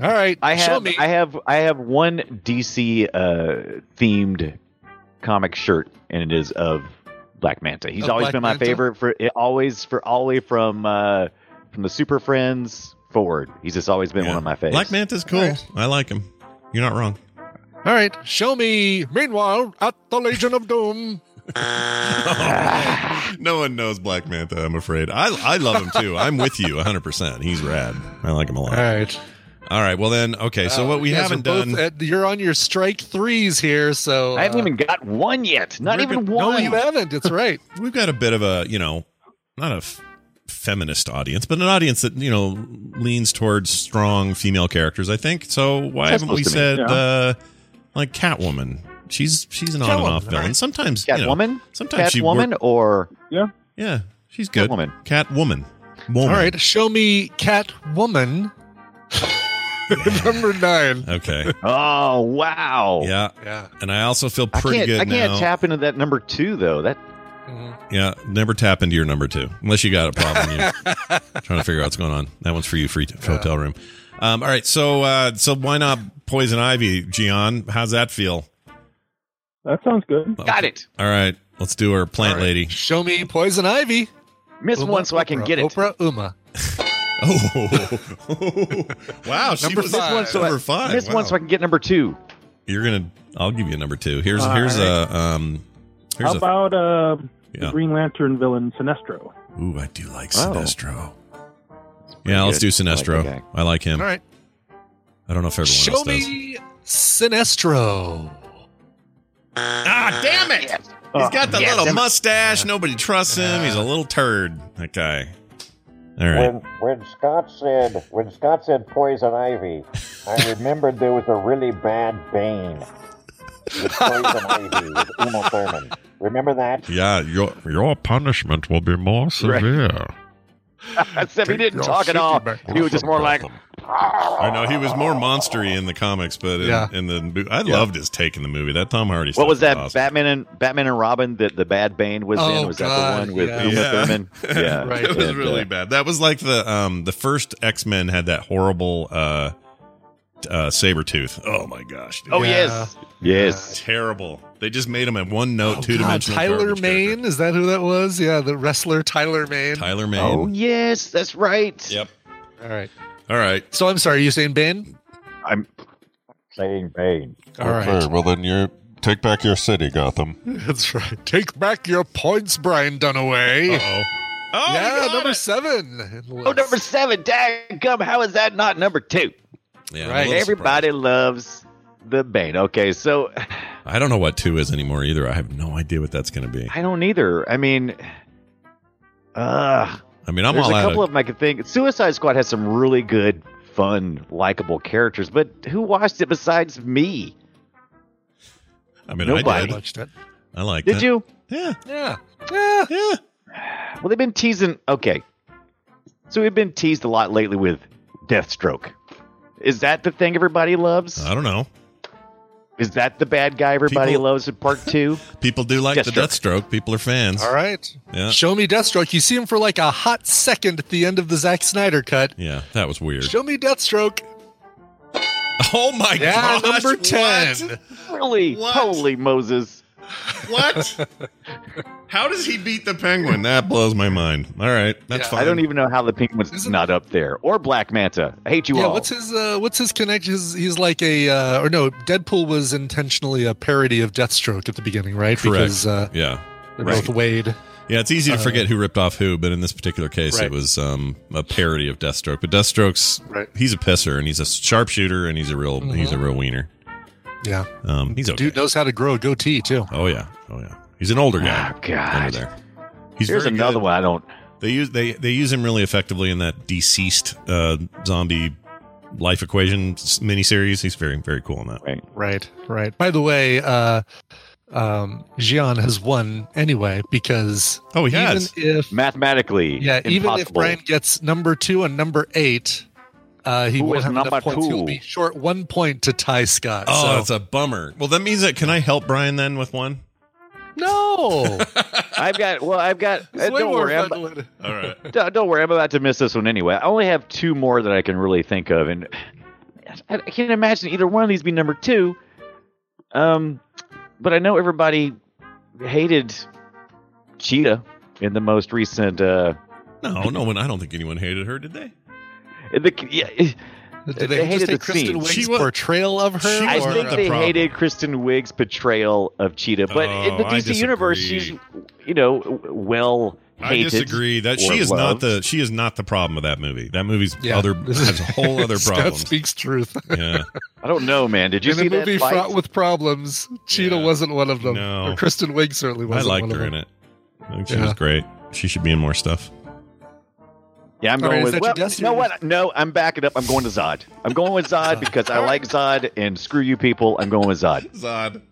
B: All right.
F: I
B: show
F: have
B: me.
F: I have I have one DC uh, themed comic shirt, and it is of Black Manta. He's
B: Of
F: always
B: Black
F: been my
B: Manta?
F: favorite for it, always for all the way from uh, from the Super Friends forward. He's just always been
A: Yeah.
F: one of my favorites.
A: Black Manta's cool.
B: Alright.
A: I like him. You're not wrong.
B: All right. Show me. Meanwhile, at the Legion of Doom.
A: no one knows Black Manta, I'm afraid. I, I love him too. I'm with you 100%. He's rad. I like him a lot. All
B: right.
A: All right. Well, then, okay. So,
B: Uh,
A: what we
B: you guys
A: haven't
B: are both
A: done.
B: at- you're on your strike threes here, so
A: I haven't
B: uh,
A: even got one yet. Not
B: we're
A: even
B: gonna- No,
A: one.
B: you haven't. It's right.
A: We've got a bit of a, you know, not a f- feminist audience, but an audience that, you know, leans towards strong female characters, I think. So, why
F: That's
A: haven't we
F: supposed to
A: said,
F: mean, yeah.
A: uh, like, Catwoman? She's she's an on and
F: Catwoman,
A: off villain.
F: alright.
A: Sometimes you know,
F: Catwoman?
A: sometimes she
F: Catwoman
A: work-
F: or yeah,
A: yeah, she's good.
F: Catwoman.
A: Catwoman. Woman.
B: All right, show me Catwoman. Number nine.
A: Okay.
F: Oh wow.
A: Yeah.
B: Yeah.
A: And I also feel
F: I
A: pretty
F: can't,
A: good
F: I can't
A: now.
F: tap into that number two though. That
A: Yeah, never tap into your number two unless you got a problem. You're trying to figure out what's going on. That one's for you, free t- hotel room. Um, all right, so uh, so why not poison ivy, Gian? How's that feel?
G: That sounds good.
F: got it.
A: All right, let's do our plant lady.
B: Show me Poison Ivy.
F: Miss
B: Uma
F: one so I can
B: Oprah.
F: get it.
B: Oprah Uma.
A: Oh, wow! She
B: Number
A: was
B: five.
A: Number
F: So I-
A: five.
F: Miss one
A: Wow.
F: so I can get number two.
A: You're gonna. I'll give you number two. Here's
G: All
A: here's
G: right.
A: a um. Here's
G: How about uh,
A: Yeah.
G: the Green Lantern villain Sinestro?
A: a. Ooh, I do like
G: Oh.
A: Sinestro. Yeah, let's do
F: good. I like
A: Sinestro.
F: that guy.
A: I like him.
B: All right,
A: I don't know if everyone
B: show
A: else does.
B: me Sinestro.
A: Ah, damn it! He's got the
F: Oh, Yeah,
A: little
F: damn it.
A: mustache. Nobody trusts him. He's a little turd. That guy. All right.
I: When when Scott said when Scott said poison ivy, I remembered there was a really bad Bane with poison ivy with Uma Thurman. Remember that?
A: Yeah, your your punishment will be more severe.
F: Except he didn't talk at all. He was just more like,
A: I know he was more monstery in the comics, but in,
B: Yeah.
A: in the mo- I
F: Yeah.
A: loved his take in the movie. That Tom Hardy.
F: what
A: stuff
F: was that?
A: awesome.
F: Batman and Batman and Robin that the Bad Bane was
B: Oh,
F: in. Was
B: God,
F: that the one with
B: yeah.
F: Uma
A: Yeah.
F: Thurman? Yeah,
B: Right.
A: It was
F: And,
A: really
F: uh,
A: bad. That was like the um the first X Men had that horrible uh uh saber tooth. Oh my gosh. dude.
F: Oh
B: Yeah.
F: yes, yes.
A: Terrible. They just made him a one note,
B: Oh,
A: two
B: God,
A: dimensional.
B: Tyler Maine. Is that who that was? Yeah, the wrestler Tyler Maine.
A: Tyler Maine.
F: Oh yes, that's right.
A: Yep.
B: All right.
A: All right.
B: So I'm sorry, you saying Bane?
F: I'm
I: Saying Bane.
B: All right.
E: well then you take back your city, Gotham.
B: That's right. Take back your points, Brian Dunaway.
A: Oh. Oh,
B: yeah,
A: yeah,
B: number seven.
F: oh number seven. Dadgum, how is that not number two?
A: yeah,
B: Right.
A: I'm a little
F: Everybody loves the Bane. Okay, so
A: surprised. I don't know what two is anymore either. I have no idea what that's going to be.
F: I don't either. I mean, uh,
A: I mean, I'm
F: there's
A: all
F: a
A: out.
F: couple of
A: Of,
F: them I could think. Suicide Squad has some really good, fun, likable characters, but who watched it besides me?
A: I mean, I
F: nobody.
A: did.
B: Watched it.
A: I like.
F: Did
A: that.
F: you?
A: Yeah.
B: Yeah. Yeah.
A: Yeah.
F: Well, they've been teasing. Okay, so we've been teased a lot lately with Deathstroke. Is that the thing everybody loves?
A: I don't know.
F: Is that the bad guy everybody
A: People-
F: loves in part two?
A: People do like the
F: Deathstroke.
A: Deathstroke. People are fans.
B: All right.
A: Yeah.
B: Show me Deathstroke. You see him for like a hot second at the end of the Zack Snyder cut.
A: Yeah. That was weird.
B: Show me Deathstroke.
A: Oh my
B: Yeah,
A: god.
B: number 10.
F: really?
A: What?
F: Holy Moses!
A: What? How does he beat the Penguin? That blows my mind. All right. That's
B: Yeah.
A: fine.
F: I don't even know how the penguin's
B: Isn't-
F: not up there, or Black Manta. I hate you
B: Yeah,
F: all.
B: what's his uh what's his connection? He's, he's like a uh or no, Deadpool was intentionally a parody of Deathstroke at the beginning, right?
A: Correct.
B: Because uh
A: yeah.
B: they're
A: Right.
B: both Wade. uh,
A: Yeah, it's easy to forget who ripped off who, but in this particular case,
B: Right.
A: it was um, a parody of Deathstroke. But Deathstroke's
B: Right. Mm-hmm.
A: he's a pisser and he's a sharpshooter and he's a real he's a real wiener.
B: Yeah.
A: Um, he's okay.
B: Dude knows how to grow a goatee too.
A: Oh yeah, oh yeah. He's an older guy.
F: Oh, God.
A: Over there. He's
F: Here's
A: very
F: another
A: good.
F: one I don't.
A: They use they they use him really effectively in that deceased uh, zombie life equation s- miniseries. He's very very cool in that.
F: Right.
B: Right, right. By the way, uh um Gian has won anyway because
A: Oh, he
B: even
A: has.
B: if
F: Mathematically,
B: yeah, even if
F: impossible.
B: Brian gets number two and number eight, uh he
F: Who
B: will
F: is
B: have enough
F: number
B: points. He'll
F: two?
B: be short one point to tie Scott.
A: Oh,
B: so.
A: that's a bummer. Well, that means that can I help Brian then with one?
B: no.
F: I've got. Well, I've got.
B: It's way
F: don't
B: more
F: worry. I'm,
B: fun to win.
A: All right.
F: don't, don't worry. I'm about to miss this one anyway. I only have two more that I can really think of, and I, I can't imagine either one of these be number two. Um, but I know everybody hated Cheetah in the most recent. Uh,
A: No, no one. I don't think anyone hated her, did they?
F: the yeah,
B: Did they, just take Kristen Wiig's portrayal of her?
F: I
B: or-
F: think they hated Kristen Wiig's portrayal of Cheetah, but in the
A: Oh, I
F: DC universe, she's
A: disagree.
F: you know w- well
A: I
F: hated.
A: disagree. That
F: or
A: she is
F: loved.
A: not the she is not the problem of that movie. That movie's other has a whole other
B: Scott
A: problem.
B: speaks truth.
A: Yeah.
F: I don't know, man. Did you
B: in
F: see
B: a
F: that
B: movie
F: fight?
B: fraught with problems, Cheetah wasn't one of them.
A: No.
B: Or Kristen Wiig certainly
A: I
B: wasn't.
A: liked
B: one
A: her
B: of
A: in
B: them.
A: it. I think she
B: Yeah.
A: was great. She should be in more stuff.
F: Yeah, I'm
A: All right,
F: going
A: is
F: with.
A: that your
F: Well, you
A: destiny?
F: know what? No, I'm backing up. I'm going to Zod. I'm going with Zod because I like Zod, and screw you people. I'm going with Zod.
A: Zod.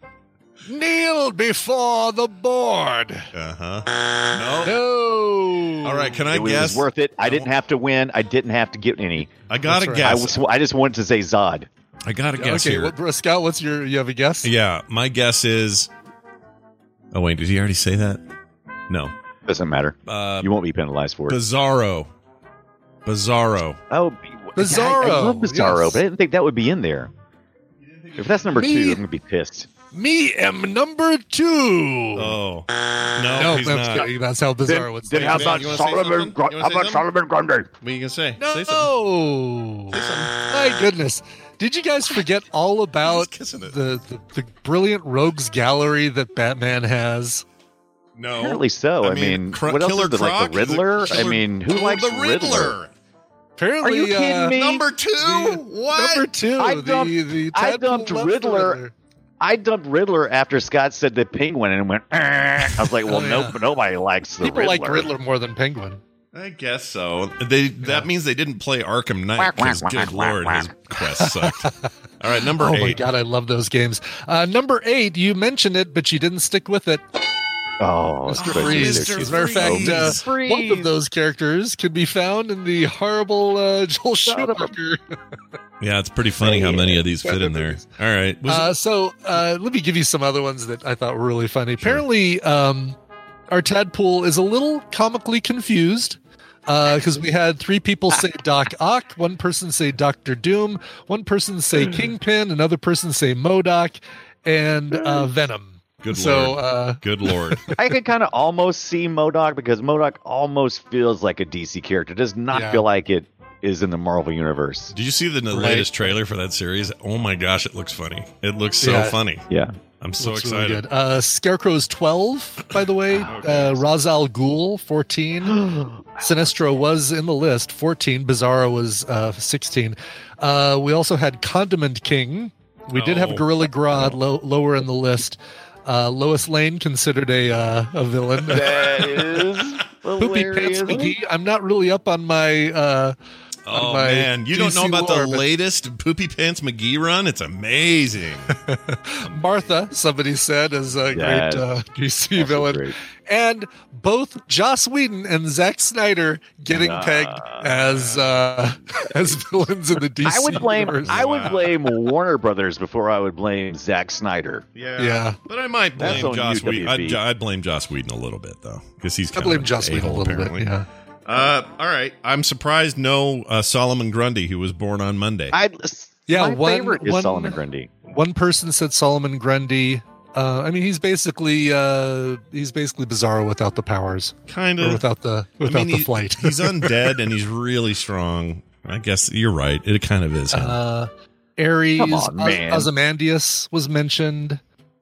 B: Kneel before the board.
A: Uh huh.
B: No.
A: All right. Can I
F: it was
A: guess?
F: worth it. I didn't have to win. I didn't have to get any.
A: I gotta That's right.
F: I,
A: guess.
F: was- I just wanted to say Zod.
A: I got to guess
B: Okay,
A: here.
B: what, bro, Scott, what's your? You have a guess?
A: Yeah, my guess is. Oh wait, did he already say that? No,
F: doesn't matter.
A: Uh,
F: you won't be penalized for it.
A: Bizarro. Bizarro.
F: Oh, Bizarro. I, I love Bizarro, but I didn't think that would be in there. If that's number
B: Me-
F: two, I'm gonna be pissed.
B: Me am number two.
A: Oh
B: no,
A: he's
B: I'm
A: not.
B: just kidding. That's how bizarre. What's
A: then how about You wanna say Solomon something? Gro- You wanna how say about something? Solomon
F: Grundy?
A: What are you gonna say?
B: No. Oh, My goodness. Did you guys forget all about the, the, the brilliant rogues gallery that Batman has?
A: No.
F: Apparently so. Oh, I, mean,
B: Cro-
F: what else
B: Killer
F: is there, like
B: Croc
F: the
B: is a
F: Riddler? I
B: killer-
F: mean, who
B: Oh,
F: likes
B: the
F: Riddler?
B: Riddler. Apparently,
F: Are you kidding
B: uh,
F: me?
B: Number
A: two.
B: what? Number two.
F: I
B: the-
F: dumped,
B: the
F: I
B: tadpole
F: dumped
B: loves
F: Riddler.
B: Riddler.
F: I dumped Riddler after Scott said the penguin and went. "Eh." I was like, well,
B: Oh, yeah.
F: no, nobody likes the
B: People
F: Riddler.
B: like Riddler more than Penguin.
A: I guess so. They that means they didn't play Arkham Knight
B: Whack, whack,
A: because good
B: whack,
A: lord,
B: whack,
A: his quest sucked. All right, number
B: oh
A: eight.
B: my god, I love those games. Uh, number eight, you mentioned it, but you didn't stick with it.
F: Oh,
B: Mr.
F: especially
B: Freeze.
F: their
B: As a matter of fact,
F: kids.
B: uh,
F: Oh,
B: both of those characters can be found in the horrible uh, Joel Schumacher.
A: Yeah, it's pretty funny how many of these fit in there. All right. Was
B: Uh, so uh, let me give you some other ones that I thought were really funny. Apparently, um, our tadpole is a little comically confused because we had three people say Doc Ock, one person say Doctor Doom, one person say Kingpin, another person say Modoc, and uh, Venom.
A: Good
B: so,
A: lord.
B: Uh,
A: good lord.
F: I could kind of almost see Modoc because Modoc almost feels like a DC character. Does not
A: Yeah.
F: feel like it is in the Marvel universe.
A: Did you see the, the
F: Right.
A: latest trailer for that series? Oh my gosh, it looks funny. It looks so
B: Yeah.
A: funny.
F: Yeah.
A: I'm so
B: Looks really
A: excited.
B: good. Uh, Scarecrow's 12, by the way. Uh, Ra's al Ghul, 14. Sinestro was in the list, 14. Bizarro was uh, 16. Uh, we also had Condiment King. We did
A: Oh.
B: have Gorilla Grodd low, lower in the list. Uh, Lois Lane considered a uh, a villain.
F: That is
B: Poopy Pants
F: hilarious.
B: McGee. I'm not really up on my. Uh, on
A: Oh
B: my
A: man, you don't
B: DC
A: know about
B: lore,
A: the
B: but
A: latest Poopy Pants McGee run? It's amazing.
B: Martha, somebody said, is a
A: Yes.
B: great uh, DC villain. And both Joss Whedon and Zack Snyder getting
F: Nah.
B: pegged as uh, as villains in the DC.
F: I would blame
B: universe.
F: I would blame Warner Brothers before I would blame Zack Snyder.
A: Yeah.
B: Yeah.
A: But I might
F: That's
A: blame
F: on
A: Joss
F: UWB.
A: Whedon. I'd, I'd blame Joss Whedon a little bit though, because he's.
B: I
A: kind
B: blame
A: of
B: Joss Whedon a
A: a-hole,
B: little
A: apparently.
B: bit. Yeah.
A: Uh, all right. I'm surprised no uh, Solomon Grundy, who was born on Monday.
F: I
B: Yeah,
F: my
B: one-
F: favorite is
B: one-
F: Solomon Grundy.
B: One person said Solomon Grundy. Uh, I mean, he's basically uh, he's basically Bizarro without the powers,
A: Kinda.
B: Or without the
A: I
B: without
A: mean,
B: the
A: he-
B: flight.
A: he's undead and he's really strong. I guess you're right. It kind of is. him.
B: uh, Ares,
A: Come on,
B: Oz-
A: man.
B: Ozymandias was mentioned.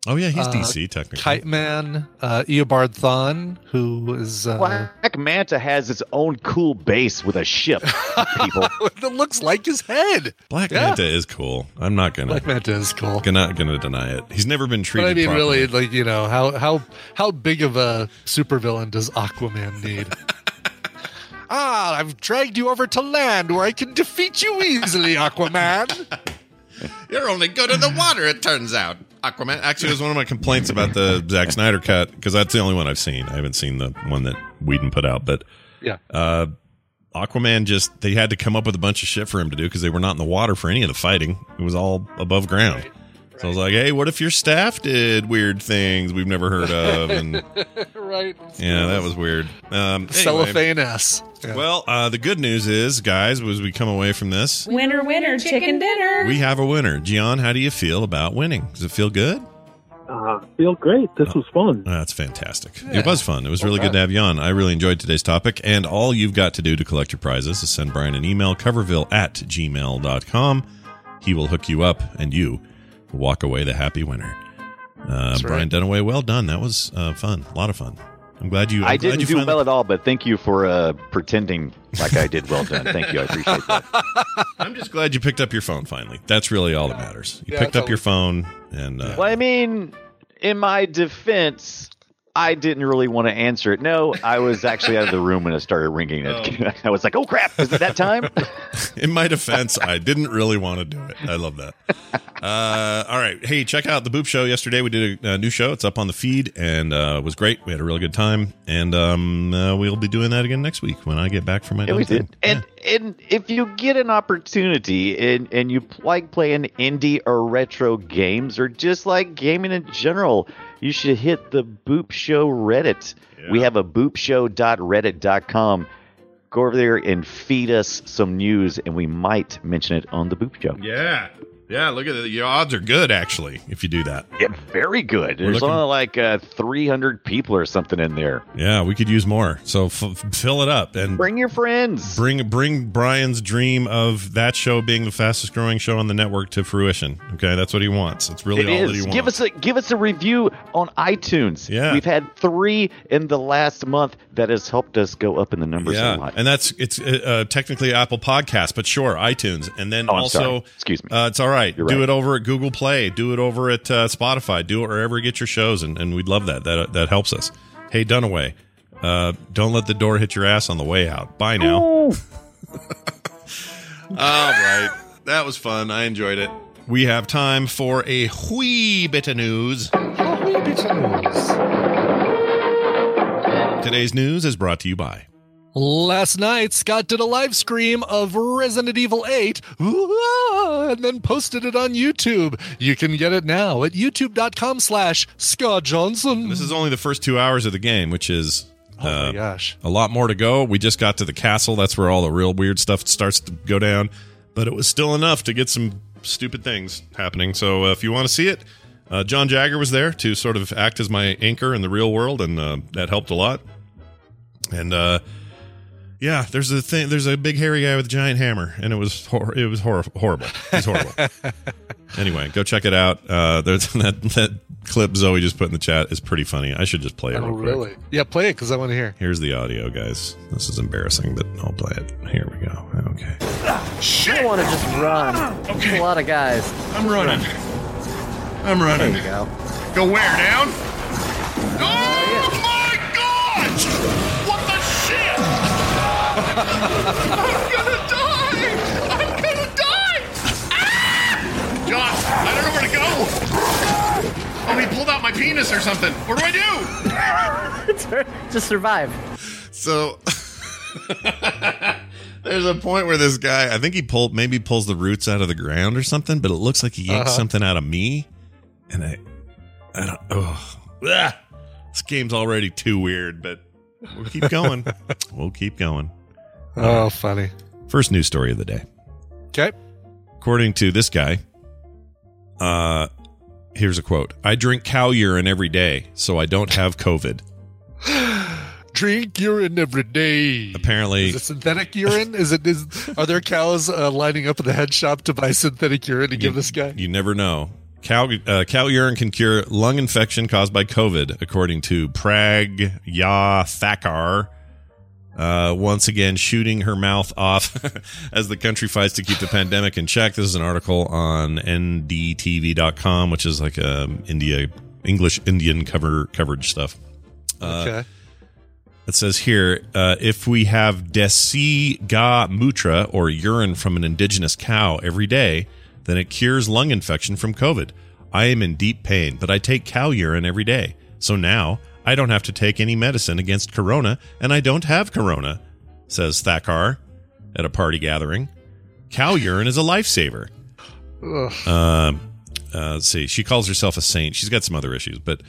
A: oh yeah, he's
B: uh,
A: DC technically.
B: Kite Man, uh, Eobard Thawne, who is uh,
A: Uh-huh.
F: Black Manta has its own cool base with a ship. People,
B: that looks like his head.
A: Black
B: Yeah.
A: Manta is cool. I'm not gonna.
B: Black Manta is cool.
A: Gonna gonna deny it. He's never been
B: But
A: treated.
B: I mean,
A: properly.
B: really, like you know, how how how big of a supervillain does Aquaman need? ah, I've dragged you over to land where I can defeat you easily, Aquaman.
A: You're only good in the water, it turns out. Aquaman. Actually, it was one of my complaints about the Zack Snyder cut because that's the only one I've seen. I haven't seen the one that Whedon put out, but
B: Yeah.
A: uh, Aquaman just they had to come up with a bunch of shit for him to do because they were not in the water for any of the fighting. It was all above ground. So I was like, hey, what if your staff did weird things we've never heard of? And
B: right.
A: yeah, that was weird. Um, anyway.
B: Cellophane S.
A: Well, uh, the good news is, guys, was we come away from this,
J: Winner, winner, chicken dinner.
A: we have a winner. Gian, how do you feel about winning? Does it feel good?
F: Uh-huh.
G: Uh, feel great. This was fun.
A: That's fantastic. It was fun. It was really good to have you on. I really enjoyed today's topic. And all you've got to do to collect your prizes is send Brian an email, coverville at gmail.com. He will hook you up, and you will walk away the happy winner. Uh,
F: That's right.
A: Brian Dunaway, well done. That was uh, fun. A lot of fun. I'm glad you. I'm
F: I
A: glad
F: didn't
A: you
F: do
A: finally-
F: well at all, but thank you for uh, pretending like I did well done. Thank you. I appreciate that.
A: I'm just glad you picked up your phone finally. That's really all that matters. You
F: Yeah,
A: picked
F: that's
A: up your phone, and uh,
F: Well, I mean, in my defense, I didn't really want to answer it. No, I was actually out of the room when it started ringing. It, I was like, oh, crap. Is it that time?
A: in my defense, I didn't really want to do it. I love that. Uh, all right. Hey, check out the Boop Show yesterday. We did a, a new show. It's up on the feed and uh, it was great. We had a really good time. And um, uh, we'll be doing that again next week when I get back from my
F: Yeah, we
A: downtime.
F: did. And and if you get an opportunity and and you like playing indie or retro games or just like gaming in general, you should hit the Boop Show Reddit. We have a boopshow.reddit.com. Go over there and feed us some news, and we might mention it on the Boop Show.
A: Yeah. Yeah, look at it. Your odds are good, actually, if you do that.
F: Yeah, very good.
A: We're
F: There's
A: looking-
F: only like uh, 300 people or something in there.
A: Yeah, we could use more. So f- f- fill it up and
F: Bring your friends.
A: bring bring Brian's dream of that show being the fastest growing show on the network to fruition. Okay, that's what he wants. That's really
F: It
A: all
F: is.
A: that he wants.
F: Give us a give us a review on iTunes.
A: Yeah.
F: We've had three in the last month that has helped us go up in the numbers a
A: yeah,
F: lot.
A: and that's it's uh, uh, technically Apple Podcast, but sure, iTunes, and then
F: Oh, I'm
A: also
F: sorry. excuse me.
A: Uh, it's all right.
F: You're
A: do
F: right.
A: it over at Google Play. Do it over at uh, Spotify. Do it wherever you get your shows, and, and we'd love that. That that helps us. Hey, Dunaway, uh, don't let the door hit your ass on the way out. Bye now. all right, that was fun. I enjoyed it. We have time for a wee bit of news. Today's news is brought to you by.
B: Last night, Scott did a live stream of Resident Evil 8 wah, and then posted it on YouTube. You can get it now at youtube.com slash Scott Uh, Johnson. Oh
A: This is only the first two hours of the game, which is uh,
B: gosh.
A: a lot more to go. We just got to the castle. That's where all the real weird stuff starts to go down. But it was still enough to get some stupid things happening. So uh, if you want to see it, uh, John Jagger was there to sort of act as my anchor in the real world, and uh, that helped a lot. And uh, yeah, there's a thing. There's a big hairy guy with a giant hammer, and it was hor- it was hor- horrible. It's horrible. anyway, go check it out. Uh, there's that, that clip Zoe just put in the chat is pretty funny. I should just play it.
B: Oh,
A: real quick.
B: really? Yeah, play it because I want to hear.
A: Here's the audio, guys. This is embarrassing, but I'll play it. Here we go. Okay.
J: Shit. I want to just run. There's a lot of guys.
A: I'm running. I'm running.
J: There you go.
E: Go where? Down?
J: Oh,
E: my God! What the shit? I'm gonna die! I'm gonna die! Ah! Josh, I don't know where to go. Oh, he pulled out my penis or something. What do I do?
J: just survive.
A: So there's a point where this guy, I think he pulled, maybe pulls the roots out of the ground or something, but it looks like he yanked
E: Uh-huh.
A: something out of me, and I, I don't. Oh, this game's already too weird, but we'll keep going. we'll keep going.
B: Oh, funny.
A: First news story of the day.
B: Okay.
A: According to this guy, uh, here's a quote: "I drink cow urine every day, so I don't have COVID."
B: Drink urine every day.
A: Apparently,
B: Is it synthetic urine? Is it? Is, are there cows uh, lining up at the head shop to buy synthetic urine to give this guy?
A: You never know. Cow, uh, cow urine can cure lung infection caused by COVID, according to Prag Ya Thakar. Uh, once again, shooting her mouth off as the country fights to keep the pandemic in check. This is an article on ndtv.com, which is like um, India English Indian cover coverage stuff. Uh,
B: okay.
A: it says here uh, if we have desi ga mutra or urine from an indigenous cow every day, then it cures lung infection from COVID. I am in deep pain, but I take cow urine every day. So now I don't have to take any medicine against corona, and I don't have corona, says Thakar at a party gathering. Cow urine is a lifesaver.
B: Ugh.
A: Um, uh, let's see. She calls herself a saint. She's got some other issues, but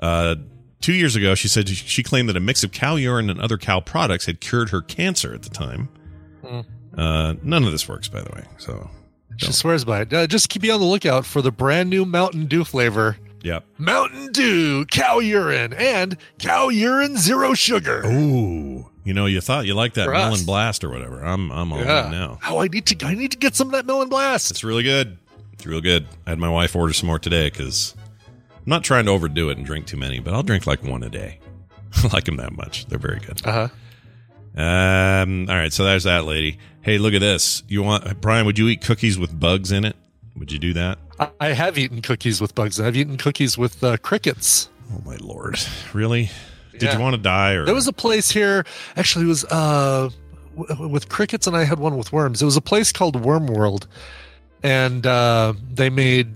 A: uh, two years ago, she said she claimed that a mix of cow urine and other cow products had cured her cancer at the time. Uh, none of this works, by the way. So
B: She swears by it. Uh, just keep be on the lookout for the brand new Mountain Dew flavor
A: Yep.
B: Mountain Dew, cow urine, and cow urine zero sugar.
A: Ooh. You know, you thought you liked that
B: For us.
A: melon blast or whatever. I'm I'm all
B: Yeah.
A: in now.
B: Oh, I need to I need to get some of that melon blast.
A: It's really good. It's real good. I had my wife order some more today because I'm not trying to overdo it and drink too many, but I'll drink like one a day. I like them that much. They're very good.
B: Uh huh.
A: Um. All right. So there's that lady. Hey, look at this. You want Brian? Would you eat cookies with bugs in it? Would you do that?
B: I, I have eaten cookies with bugs. I've eaten cookies with uh, crickets.
A: Oh my lord! Really? Did
B: Yeah.
A: you want to die or?
B: There was a place here. Actually, it was uh, w- with crickets, and I had one with worms. It was a place called Worm World, and uh, they made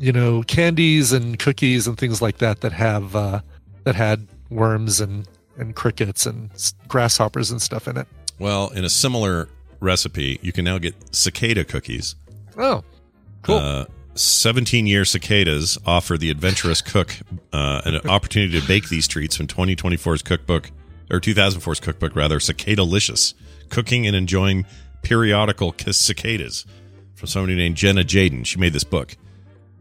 B: you know candies and cookies and things like that that have uh, that had worms and and crickets and s- grasshoppers and stuff in it.
A: well, in a similar recipe, you can now get cicada cookies.
B: Oh, Cool.
A: Uh, 17 year cicadas offer the adventurous cook uh, an opportunity to bake these treats from 2024's cookbook, or 2004's cookbook, rather, Cicada Licious Cooking and Enjoying Periodical Kiss Cicadas from somebody named Jenna Jaden. She made this book.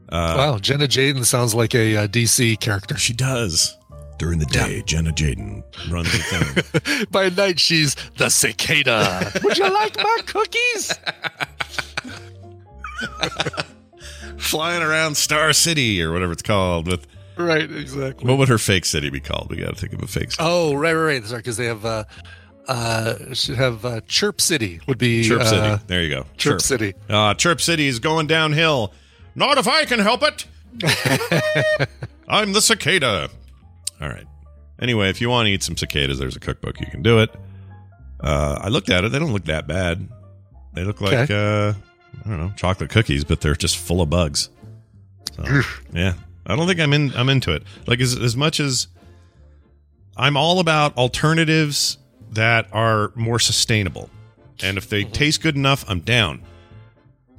A: Uh,
B: wow, Jenna Jaden sounds like a, uh DC character.
A: She does. During the day, Jenna Jaden runs the thing.
B: By night, she's the cicada. Would you like more cookies?
A: Flying around Star City or whatever it's called. With
B: right, exactly.
A: What would her fake city be called? We got to think of a fake city.
B: Oh, right, right, right. Sorry, because they have uh, uh, should have uh, Chirp City would be
A: Chirp City.
B: uh,
A: there you go.
B: Chirp City.
A: Uh, Chirp City is going downhill. Not if I can help it. I'm the cicada. All right. Anyway, if you want to eat some cicadas, there's a cookbook. You can do it. Uh, I looked at it. They don't look that bad. They look like, uh, I don't know, chocolate cookies, but they're just full of bugs. So, yeah. I don't think I'm in. I'm into it. Like as as much as I'm all about alternatives that are more sustainable. And if they taste good enough, I'm down.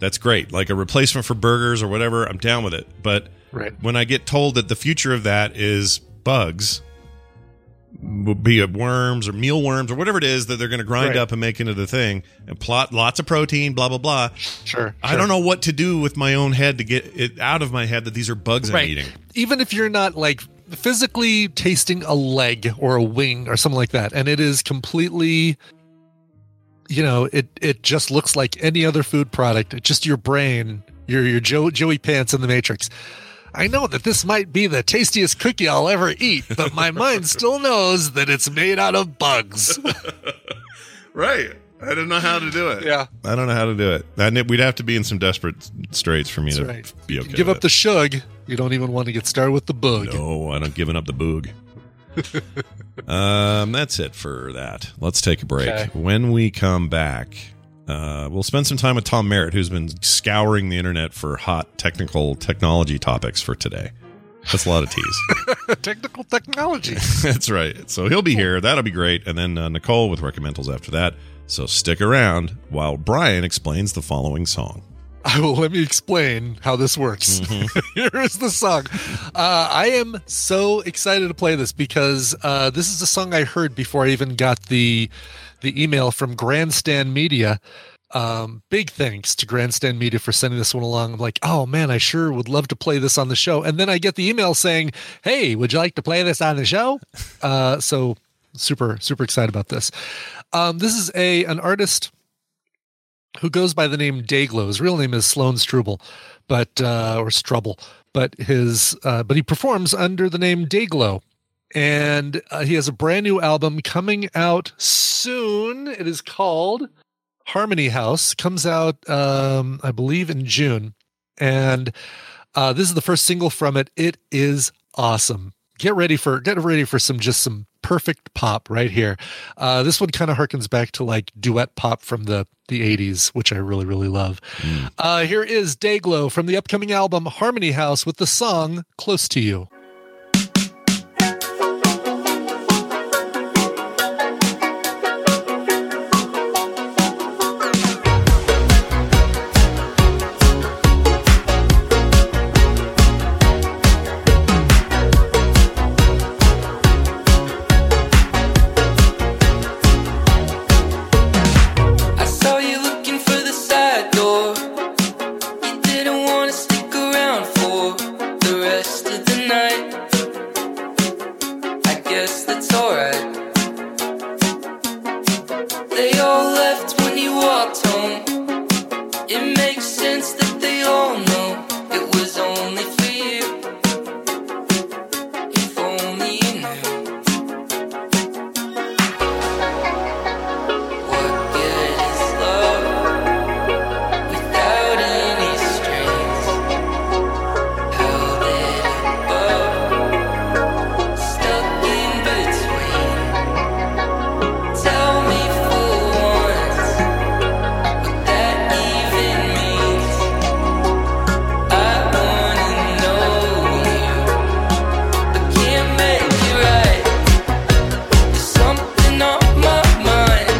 A: That's great. Like a replacement for burgers or whatever, I'm down with it. But
B: Right.
A: when I get told that the future of that is bugs, w- be it worms or mealworms or whatever it is that they're going to grind
B: Right.
A: up and make into the thing and plot lots of protein, blah, blah, blah.
B: Sure.
A: I
B: sure.
A: don't know what to do with my own head to get it out of my head that these are bugs
B: Right.
A: I'm eating.
B: Even if you're not like physically tasting a leg or a wing or something like that, and it is completely, you know, it it just looks like any other food product. It's just your brain, your your Joe, Joey pants in the Matrix. I know that this might be the tastiest cookie I'll ever eat, but my mind still knows that it's made out of bugs.
A: Right. I don't know how to do it.
B: Yeah.
A: I don't know how to do it. And we'd have to be in some desperate straits for me
B: That's
A: to
B: right.
A: be okay.
B: Give
A: with
B: up the shug. You don't even want to get started with the bug.
A: it. No, I'm not giving up the boog. um, that's it for that. Let's take a break.
B: Okay.
A: When we come back, uh, we'll spend some time with Tom Merritt, who's been scouring the internet for hot technical technology topics for today. That's a lot of teas.
B: Technical technology.
A: That's right. So he'll be here. That'll be great. And then uh, Nicole with recommendals after that. So stick around while Brian explains the following song.
B: I will let me explain how this works. Here is the song. Uh, I am so excited to play this because uh, this is a song I heard before I even got the the email from Grandstand Media. Um, big thanks to Grandstand Media for sending this one along. I'm like, oh man, I sure would love to play this on the show. And then I get the email saying, hey, would you like to play this on the show? Uh, so super super excited about this. Um, this is a an artist who goes by the name Dayglow. His real name is Sloan Struble, but uh, or Strubble, but his uh, but he performs under the name Dayglow, and uh, he has a brand new album coming out soon. It is called Harmony House. Comes out, um, I believe, in June, and uh, this is the first single from it. It is awesome. Get ready for get ready for some just some perfect pop right here. Uh, this one kind of harkens back to like duet pop from the the '80s, which I really really love. Uh, here is Dayglow from the upcoming album Harmony House with the song "Close to You."
K: I saw you looking for the side door. You didn't wanna stick around for the rest They all left when you walked home. It makes sense that they all know it was only for you. If only you knew. What good is love without any strings? Held it above, stuck in between. Tell me for once what that even means. I wanna know you, but can't make it right. There's something on my mind.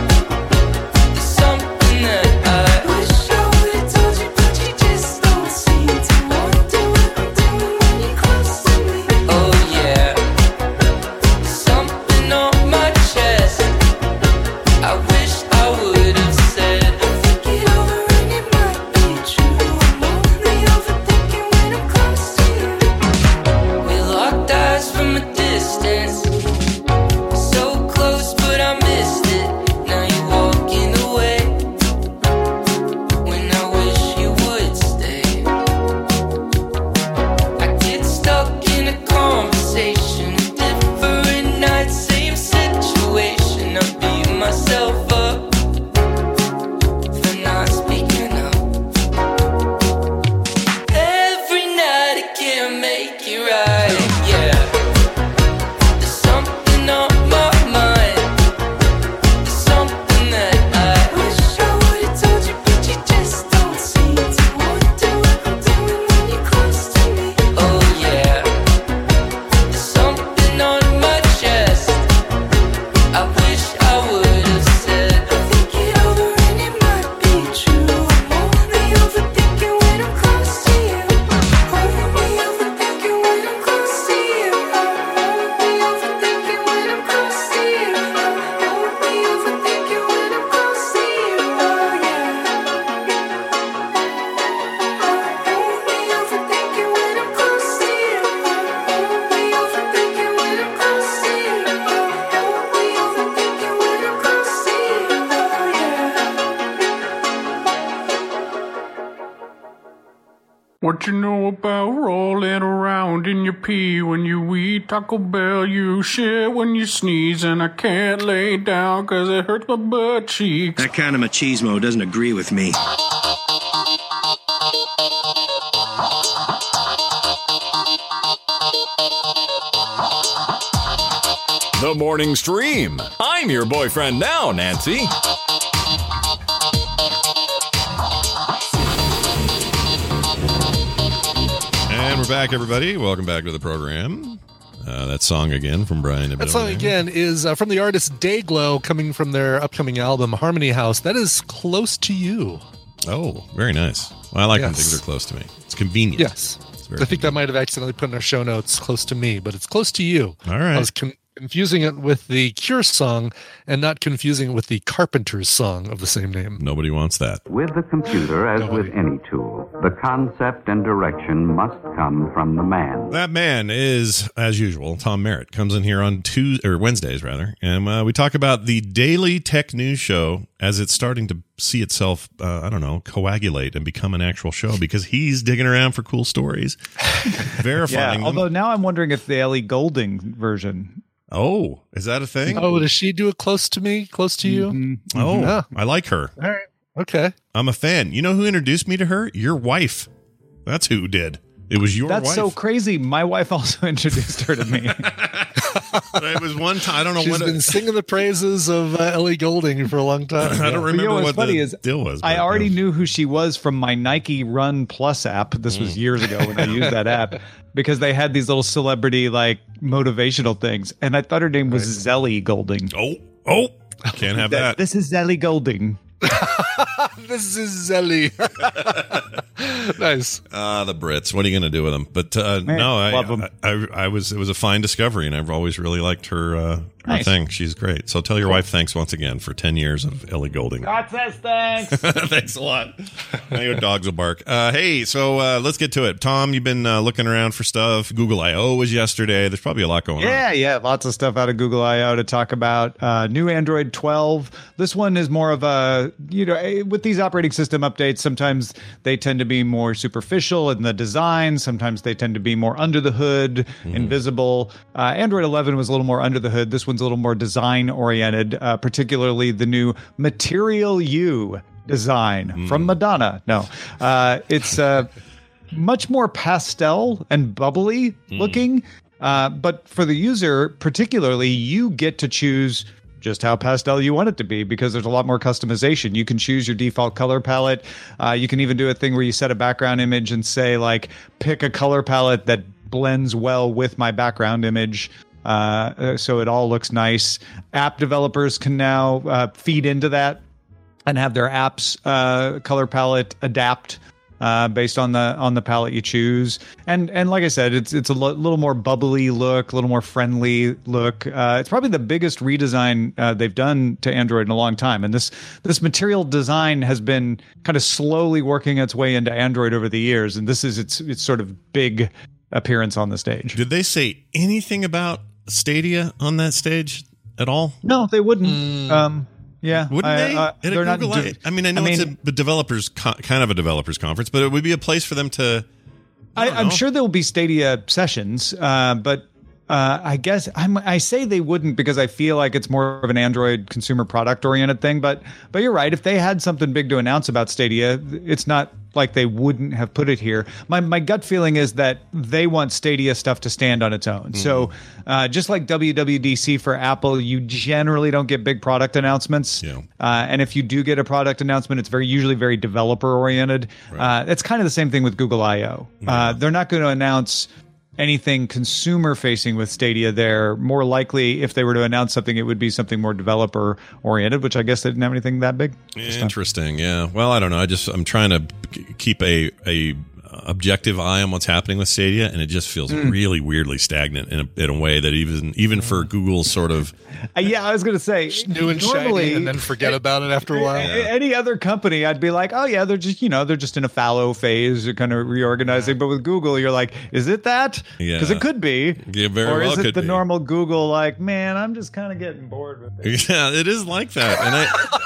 K: There's something that I wish I would've told you, but you just don't seem to want to. I'm doing when you're close to me. Oh yeah, something on my chest. I wish I would have said I think it over and it might be true. I'm only overthinking when I'm close to you. We locked eyes from a distance, so close but I missed it. Now you're walking away when I wish you would stay. I get stuck in a conversation, different night, same situation. I beat myself up for not speaking up. Every night I can't make it right. Yeah, there's something on my mind. There's something that I wish I would've told you, but you just don't seem to want to. I'm doing when you're close to me. Oh yeah, there's something on my chest. I wish I would've said. I think it over and it might be true. I'm only overthinking when I'm close to you. Only overthinking when I'm close to you. Only overthinking when I'm close to you. Only overthinking when I'm close to you. Oh yeah. Only overthinking when I'm close to you. Only overthinking when I'm close to you. Only overthinking when I'm close to you. Oh yeah.
L: What you know about rolling around in your pee when you eat Taco Bell? You shit when you sneeze, and I can't lay down 'cause it hurts my butt cheeks.
M: That kind of machismo doesn't agree with me.
N: The morning stream. I'm your boyfriend now, Nancy.
A: And we're back, everybody. Welcome back to the program. Uh, that song again from Brian.
B: That song again is uh, from the artist Dayglow, coming from their upcoming album Harmony House. That is close to you.
A: Oh, very nice. Well, I like when
B: Yes.
A: things are close to me. It's convenient.
B: Yes,
A: It's
B: I
A: very
B: think that might have accidentally put in our show notes close to me, but it's close to you.
A: All right.
B: I was con- confusing it with the Cure song and not confusing it with the Carpenters song of the same name.
A: Nobody wants that.
O: With the computer, as with any tool, the concept and direction must come from the man.
A: That man is, as usual, Tom Merritt. Comes in here on Tuesday or Wednesdays rather, and uh, we talk about the daily tech news show as it's starting to see itself. Uh, I don't know, coagulate and become an actual show because he's digging around for cool stories, verifying.
P: Yeah,
A: them.
P: although now I'm wondering if the Ellie Golding version.
A: Oh, is that a thing?
B: Oh, does she do it close to me? Close to you?
A: Oh,
B: Yeah.
A: I like her.
B: Mm-hmm. All right. Okay.
A: I'm a fan. You know who introduced me to her? Your wife. That's who did. It was your
P: That's
A: wife.
P: so crazy. My wife also introduced her to me.
A: it was one time. I don't know
B: She's
A: what.
B: been singing the praises of uh, Ellie Golding for a long time.
A: I don't
P: But you know
A: remember
P: what's
A: what
P: funny
A: the
P: is
A: deal was.
P: I
A: but,
P: already knew who she was from my Nike Run Plus app. This
A: Mm.
P: was years ago when I used that app because they had these little celebrity like motivational things, and I thought her name was Zelly Golding.
A: Oh, oh, can't have that.
P: This is Zelly Golding.
B: this is Ellie. nice.
A: Ah, the Brits. What are you going to do with them? But uh,
B: Man,
A: no, I,
B: love 'em.
A: I, I, I was. It was a fine discovery, and I've always really liked her uh, Our
F: Nice.
A: thing. She's great. So tell your wife thanks once again for 10 years of Ellie Golding.
F: God says thanks.
A: Thanks a lot. now your dogs will bark. Uh, hey, so uh, let's get to it. Tom, you've been uh, looking around for stuff. Google I/O was yesterday. There's probably a lot going on.
P: Yeah, yeah, lots of stuff out of Google I/O to talk about. Uh, new Android 12. This one is more of a you know eh, with these operating system updates, sometimes they tend to be more superficial in the design. Sometimes they tend to be more under the hood, invisible. Uh, Android 11 was a little more under the hood. This one's a little more design oriented, uh, particularly the new Material U design from Madonna. No, uh, it's. Uh, much more pastel and bubbly looking. Uh, but for the user, particularly, you get to choose just how pastel you want it to be because there's a lot more customization. You can choose your default color palette. Uh, you can even do a thing where you set a background image and say, like, pick a color palette that blends well with my background image. Uh, uh, so it all looks nice. App developers can now uh, feed into that and have their apps uh, color palette adapt uh, based on the on the palette you choose. And and like I said, it's it's a lo- little more bubbly look, a little more friendly look. Uh, it's probably the biggest redesign uh, they've done to Android in a long time. And this this material design has been kind of slowly working its way into Android over the years. And this is its its sort of big appearance on the stage.
A: Did they say anything about Stadia on that stage at all?
P: No, they wouldn't. Um, yeah,
A: Mm. Wouldn't
P: I-
A: they?
P: I-
A: At a
P: they're not
A: Google
P: do-
A: I- I mean, I know it's a b- developers co- kind of a developers conference, but it would be a place for them to.
P: I, I'm sure there will be Stadia sessions, uh, but uh, I guess I'm, I say they wouldn't because I feel like it's more of an Android consumer product oriented thing. But but you're right. If they had something big to announce about Stadia, it's not like they wouldn't have put it here. My my gut feeling is that they want Stadia stuff to stand on its own. So uh, just like WWDC for Apple, you generally don't get big product announcements. Yeah. Uh, and if you do get a product announcement, it's very usually very developer oriented. Uh, it's kind of the same thing with Google I/O. Uh, they're not going to announce anything consumer facing with Stadia. There, more likely, if they were to announce something, it would be something more developer oriented. Which I guess they didn't have anything that big.
A: Interesting. Yeah. Well, I don't know. I just I'm trying to k- keep a a uh, objective eye on what's happening with Stadia, and it just feels
B: Hmm.
P: Mm.
A: really weirdly stagnant in a, in a way that even even for Google's sort of
P: Uh, yeah, I was going to say
B: new and shiny and then forget about it after a while.
P: A- Any other company, I'd be like, oh yeah, they're just you know they're just in a fallow phase, they're kind of reorganizing. But with Google, you're like, is it that? because
A: Yeah.
P: it could be.
A: Yeah, very
P: or
A: well
P: is it
A: could
P: the
A: be.
P: normal Google? Like, man, I'm just kind of getting bored with.
A: Yeah, it is like that. And I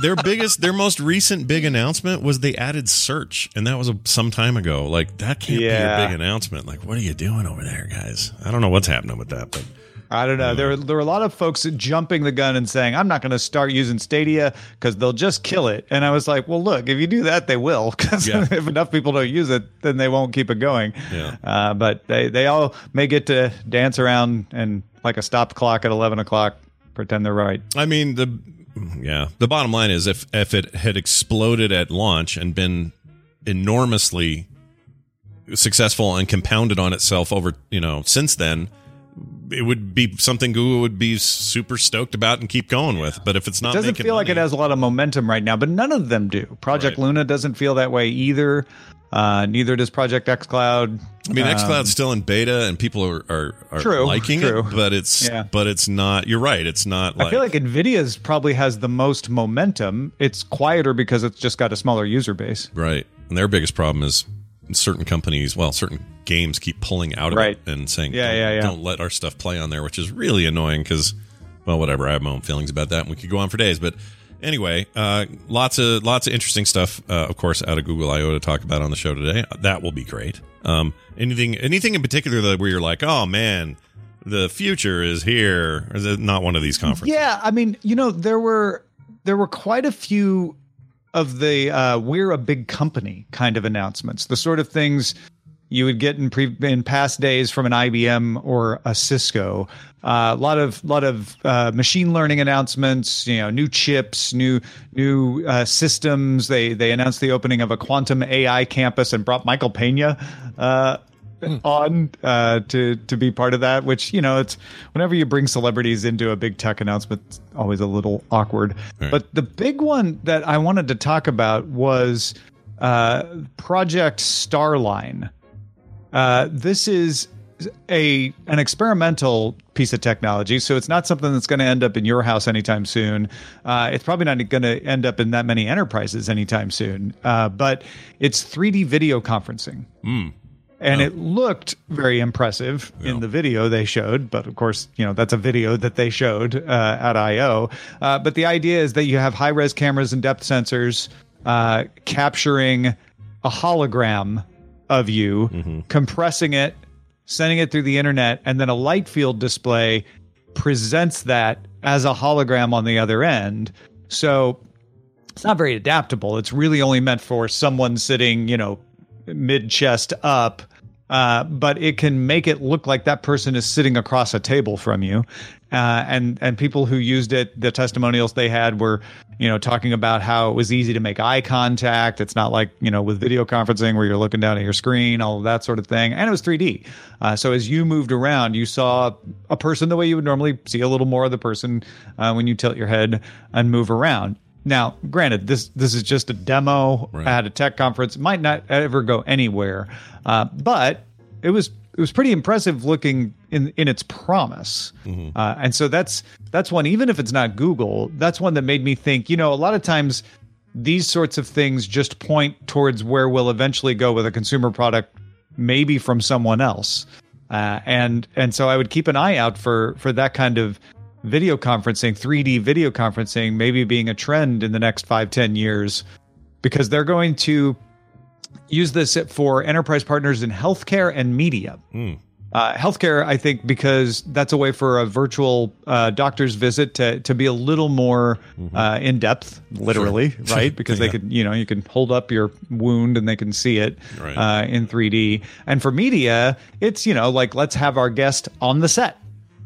A: their biggest their most recent big announcement was they added search and that was a, some time ago. Like that can't be
P: Yeah.
A: your big announcement. Like what are you doing over there, guys? I don't know what's happening with that, but
P: I don't know. There, were- there were a lot of folks jumping the gun and saying, "I'm not going to start using Stadia because they'll just kill it." And I was like, "Well, look, if you do that, they will. Because
A: Yeah.
P: if enough people don't use it, then they won't keep it going."
A: Yeah.
P: Uh, but they, they all may get to dance around and like a stop clock at eleven o'clock, pretend they're right.
A: I mean the yeah, the bottom line is if if it had exploded at launch and been enormously successful and compounded on itself over, you know, since then, it would be something Google would be super stoked about and keep going with. But if it's not
P: it doesn't
A: making
P: feel like it has a lot of momentum right now, but none of them do. Project Luna doesn't feel that way either. Uh, neither does Project X Cloud.
A: I mean,
P: Um,
A: XCloud's still in beta, and people are are, are
P: True,
A: liking
P: true.
A: it, but it's
P: Yeah.
A: but it's not. You're right. It's not like,
P: I feel like Nvidia's probably has the most momentum. It's quieter because it's just got a smaller user base.
A: right. And their biggest problem is certain companies, well, certain games keep pulling out of
P: Right.
A: it and saying,
P: Yeah,
A: don't,
P: yeah, yeah.
A: don't let our stuff play on there," which is really annoying because, well, whatever. I have my own feelings about that, and we could go on for days, but. Anyway, uh, lots of lots of interesting stuff, uh, of course, out of Google I/O to talk about on the show today. That will be great. Um, anything anything in particular that where you're like, oh man, the future is here. Or is it not one of these conferences?
P: Yeah, I mean, you know, there were there were quite a few of the uh, "we're a big company" kind of announcements, the sort of things you would get in pre- in past days from an IBM or a Cisco. Uh, A lot of lot of uh, machine learning announcements, you know, new chips, new new uh, systems. They they announced the opening of a quantum AI campus and brought Michael Pena. Uh, on uh, to to be part of that, which you know, it's whenever you bring celebrities into a big tech announcement, it's always a little awkward. But the big one that I wanted to talk about was uh, Project Starline. Uh, this is a an experimental piece of technology, so it's not something that's going to end up in your house anytime soon. Uh, it's probably not going to end up in that many enterprises anytime soon. Uh, but it's 3D video conferencing. And it looked very impressive in the video they showed, but of course, you know that's a video that they showed uh, at I/O. Uh, but the idea is that you have high-res cameras and depth sensors uh, capturing a hologram of you, compressing it, sending it through the internet, and then a light field display presents that as a hologram on the other end. So it's not very adaptable. It's really only meant for someone sitting, you know, mid chest up. Uh, but it can make it look like that person is sitting across a table from you, uh, and and people who used it, the testimonials they had were, you know, talking about how it was easy to make eye contact. It's not like you know with video conferencing where you're looking down at your screen, all of that sort of thing. And it was 3D, uh, so as you moved around, you saw a person the way you would normally see a little more of the person uh, when you tilt your head and move around. Now, granted, this this is just a demo at a tech conference. Might not ever go anywhere, uh, but it was it was pretty impressive looking in in its promise. Uh, and so that's that's one. Even if it's not Google, that's one that made me think. You know, a lot of times these sorts of things just point towards where we'll eventually go with a consumer product, maybe from someone else. Uh, and and so I would keep an eye out for for that kind of video conferencing, 3D video conferencing, maybe being a trend in the next five, 10 years, because they're going to use this for enterprise partners in healthcare and media.
A: Hmm.
P: Uh, healthcare, I think, because that's a way for a virtual uh, doctor's visit to, to be a little more uh, in depth, literally,
A: Mm-hmm. Sure.
P: right? Because they
A: Yeah.
P: could, you know, you can hold up your wound and they can see it
A: Right.
P: uh, in 3D. And for media, it's, you know, like let's have our guest on the set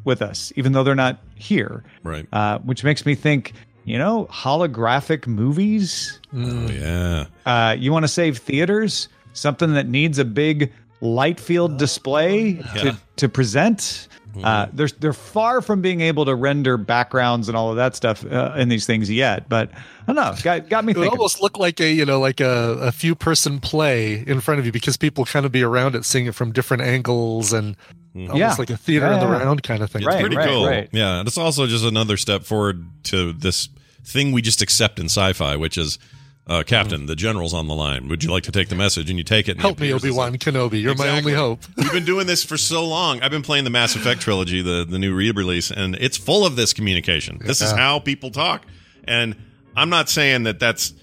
P: with us, even though they're not here.
A: Right.
P: Uh, which makes me think, you know, holographic movies.
A: Oh, yeah.
P: Uh, you want to save theaters? Something that needs a big light field display
A: Yeah. Mm-hmm.
P: to, to present. Uh, they're they're far from being able to render backgrounds and all of that stuff uh, in these things yet. But I don't know. Got got me
B: It would
P: thinking.
B: almost look like a you know like a, a few person play in front of you because people kind of be around it, seeing it from different angles and almost
A: Yeah.
B: like a theater in the
A: Yeah.
B: round kind of thing.
A: Mm-hmm. It's pretty cool. Yeah, and it's also just another step forward to this thing we just accept in sci-fi, which is, uh, Captain, the general's on the line. Would you like to take the message? And you take it. And it
B: Help me,
A: appears
B: Obi
A: as
B: Wan Kenobi. You're my
A: Exactly.
B: only hope.
A: We've been doing this for so long. I've been playing the Mass Effect trilogy, the the new re-release, and it's full of this communication. This is
B: Yeah.
A: how people talk. And I'm not saying that that's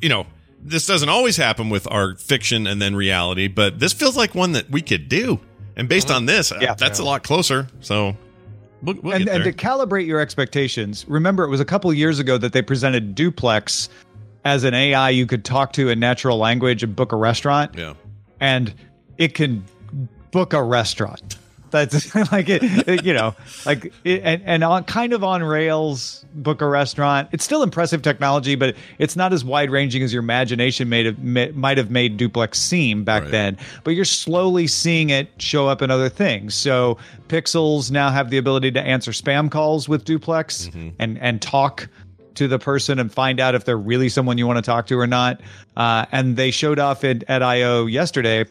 A: you know, this doesn't always happen with our fiction and then reality, but this feels like one that we could do. And based
B: Mm-hmm.
A: on this, uh, that's a lot closer. So we'll, we'll
P: and,
A: get
P: and
A: there.
P: to calibrate your expectations, remember it was a couple years ago that they presented Duplex as an AI you could talk to in natural language and book a restaurant.
A: Yeah.
P: And it can book a restaurant. That's like it, it- you know, like it, and and on kind of on rails book a restaurant. It's still impressive technology, but it's not as wide ranging as your imagination made have, ma- might have made Duplex seem back then. But you're slowly seeing it show up in other things. So Pixels now have the ability to answer spam calls with Duplex and and talk to the person and find out if they're really someone you want to talk to or not. Uh, and they showed off it at I/O yesterday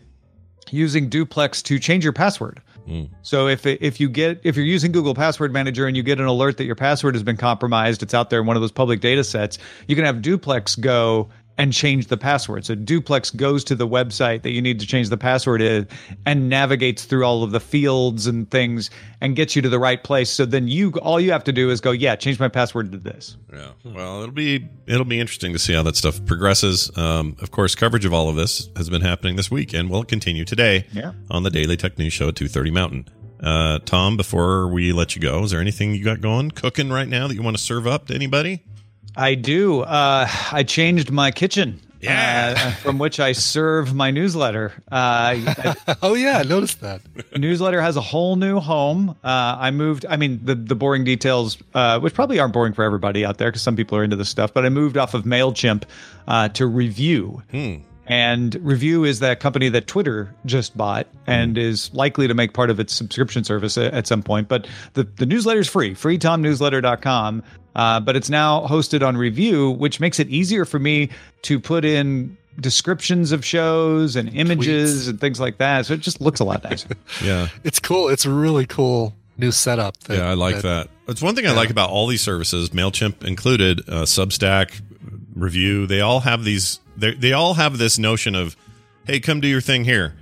P: using Duplex to change your password.
A: Mm.
P: So if it, if you get if you're using Google Password Manager and you get an alert that your password has been compromised, it's out there in one of those public data sets, you can have Duplex go and change the password. So Duplex goes to the website that you need to change the password in and navigates through all of the fields and things and gets you to the right place. So then you all you have to do is go, yeah, change my password to this.
A: Yeah. Well, it'll be it'll be interesting to see how that stuff progresses. Um, of course, coverage of all of this has been happening this week and will continue today
P: Yeah.
A: on the Daily Tech News Show at 2:30 Mountain. Uh, Tom, before we let you go, is there anything you got going cooking right now that you want to serve up to anybody?
P: I do. Uh, I changed my kitchen. uh, from which I serve my newsletter. Uh,
B: oh yeah, I noticed that.
P: newsletter has a whole new home. Uh, I moved. I mean, the the boring details, uh, which probably aren't boring for everybody out there, because some people are into this stuff. But I moved off of Mailchimp uh, to Review.
B: Hmm.
P: And Review is that company that Twitter just bought and
B: Mm-hmm.
P: is likely to make part of its subscription service a- at some point. But the, the newsletter is free, freetomnewsletter.com. Uh, but it's now hosted on Review, which makes it easier for me to put in descriptions of shows and images and things like that. So it just looks a lot nicer.
A: Yeah.
B: It's cool. It's a really cool new setup. that-
A: yeah, I like that. It's one thing I like about all these services, Mailchimp included, uh, Substack, Review. They all have these. they- They all have this notion of, hey, come do your thing here.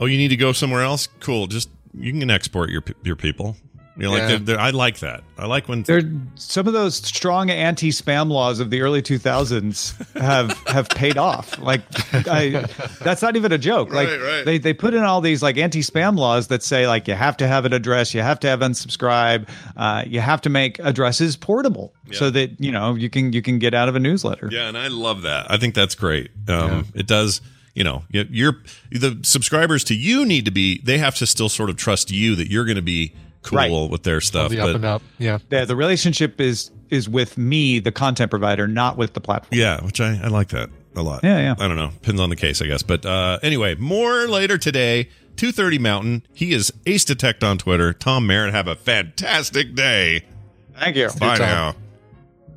A: Oh, you need to go somewhere else. Cool. Just you can export your pe- your people. You know, like
P: Yeah.
A: they're, they're, I like that. I like when
P: There, some of those strong anti-spam laws of the early 2000s have have paid off. Like, I, that's not even a joke. Like,
A: Right, right.
P: they they put in all these like anti-spam laws that say like you have to have an address, you have to have unsubscribe, uh, you have to make addresses portable so that you know you can you can get out of a newsletter.
A: Yeah, and I love that. I think that's great. Um, It does, you know, y- you're the subscribers to you need to be. They have to still sort of trust you that you're going to be cool
P: Right.
A: with their stuff.
P: the up and
B: up. Yeah.
P: The, the relationship is is with me, the content provider, not with the platform.
A: Yeah, which I, I like that a lot.
P: Yeah, yeah.
A: I don't know. Depends on the case, I guess. But uh, anyway, more later today, 2.30 Mountain. He is Ace Detect on Twitter. Tom Merritt, have a fantastic day.
P: Thank you.
A: Bye
P: Good
A: now.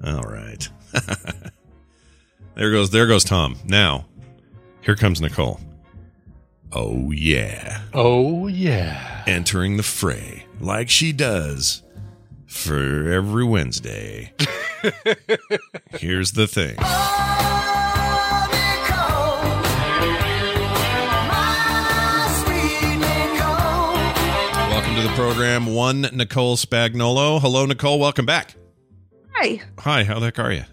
P: time.
A: All right. there goes there goes Tom. Now, here comes Nicole. Oh yeah.
B: Oh yeah.
A: Entering the fray like she does for every Wednesday. Here's the thing. Welcome to the program, one Nicole Spagnolo. Hello, Nicole. Welcome back.
Q: Hi.
A: Hi, how the heck are you?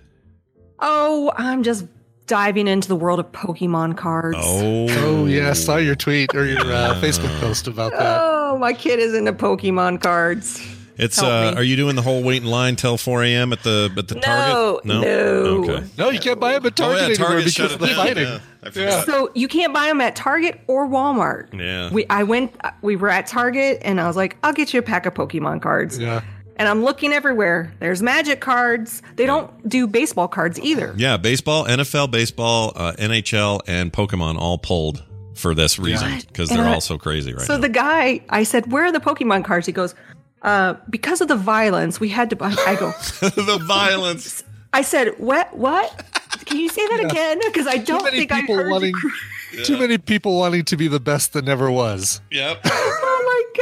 Q: Oh, I'm just diving into the world of Pokemon cards.
A: Oh,
B: oh yeah. I saw your tweet or your uh, Facebook post about that.
Q: Oh, my kid is into Pokemon cards.
A: It's
Q: Help
A: uh,
Q: me.
A: are you doing the whole wait in line till 4 a.m. at the at the Target?
Q: no.
A: okay.
B: No, you can't buy them at
A: Oh, yeah,
B: Target anymore
A: Target shut
B: because
A: it
B: of the
A: down.
B: fighting.
A: Yeah, I
B: Yeah.
Q: So you can't buy them at Target or Walmart.
A: Yeah.
Q: We I went uh, we were at Target and I was like, I'll get you a pack of Pokemon cards.
A: Yeah.
Q: And I'm looking everywhere. There's magic cards. They don't do baseball cards either.
A: Yeah, baseball, NFL, baseball, uh, NHL, and Pokemon all pulled for this reason because
Q: And
A: they're
Q: I-
A: all so crazy right
Q: Uh, so
A: now.
Q: the guy, I said, "Where are the Pokemon cards?" He goes, uh, "Because of the violence, we had to buy." I go,
A: "The violence."
Q: I said, "What? What? Can you say that again? Because I don't
B: many
Q: think I
B: people
Q: heard."
B: wanting-
Q: you.
B: Too many people wanting to be the best that never was.
A: Yep.
Q: oh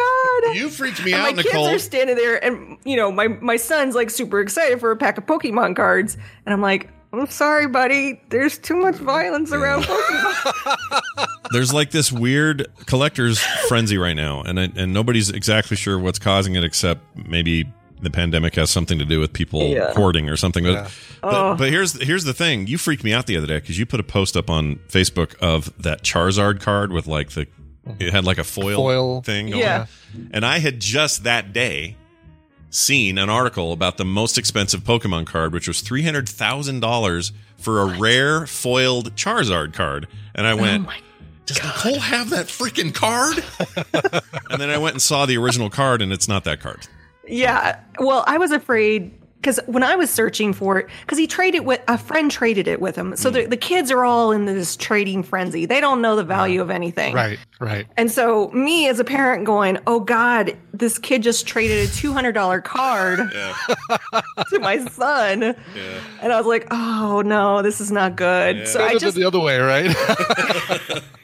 Q: my god!
A: You freaked me
Q: and
A: out,
Q: My
A: Nicole.
Q: kids are standing there, and you know, my my son's like super excited for a pack of Pokemon cards, and I'm like, "I'm sorry, buddy. There's too much violence around Pokemon."
A: There's like this weird collector's frenzy right now, and I- and nobody's exactly sure what's causing it except maybe the pandemic has something to do with people
R: Yeah.
A: hoarding or something. But,
R: Yeah.
A: but,
R: Oh.
A: but here's here's the thing: you freaked me out the other day because you put a post up on Facebook of that Charizard card with like the it had like a foil,
B: Foil.
A: thing, going
B: Yeah.
A: on. and I had just that day seen an article about the most expensive Pokemon card, which was three hundred thousand dollars for a rare foiled Charizard card, and
R: Oh
A: I went. Does Nicole have that freaking card? and then I went and saw the original card, and it's not that card.
Q: yeah. Well, I was afraid because when I was searching for it, because he traded with a friend traded it with him, so
B: Mm.
Q: the, the kids are all in this trading frenzy. They don't know the value of anything.
B: Right. Right.
Q: And so, me as a parent going, oh God, this kid just traded a $200 card to my son. And I was like, oh no, this is not good.
A: Yeah.
Q: So,
A: Should've
Q: I
A: been
Q: just,
B: the other way, right?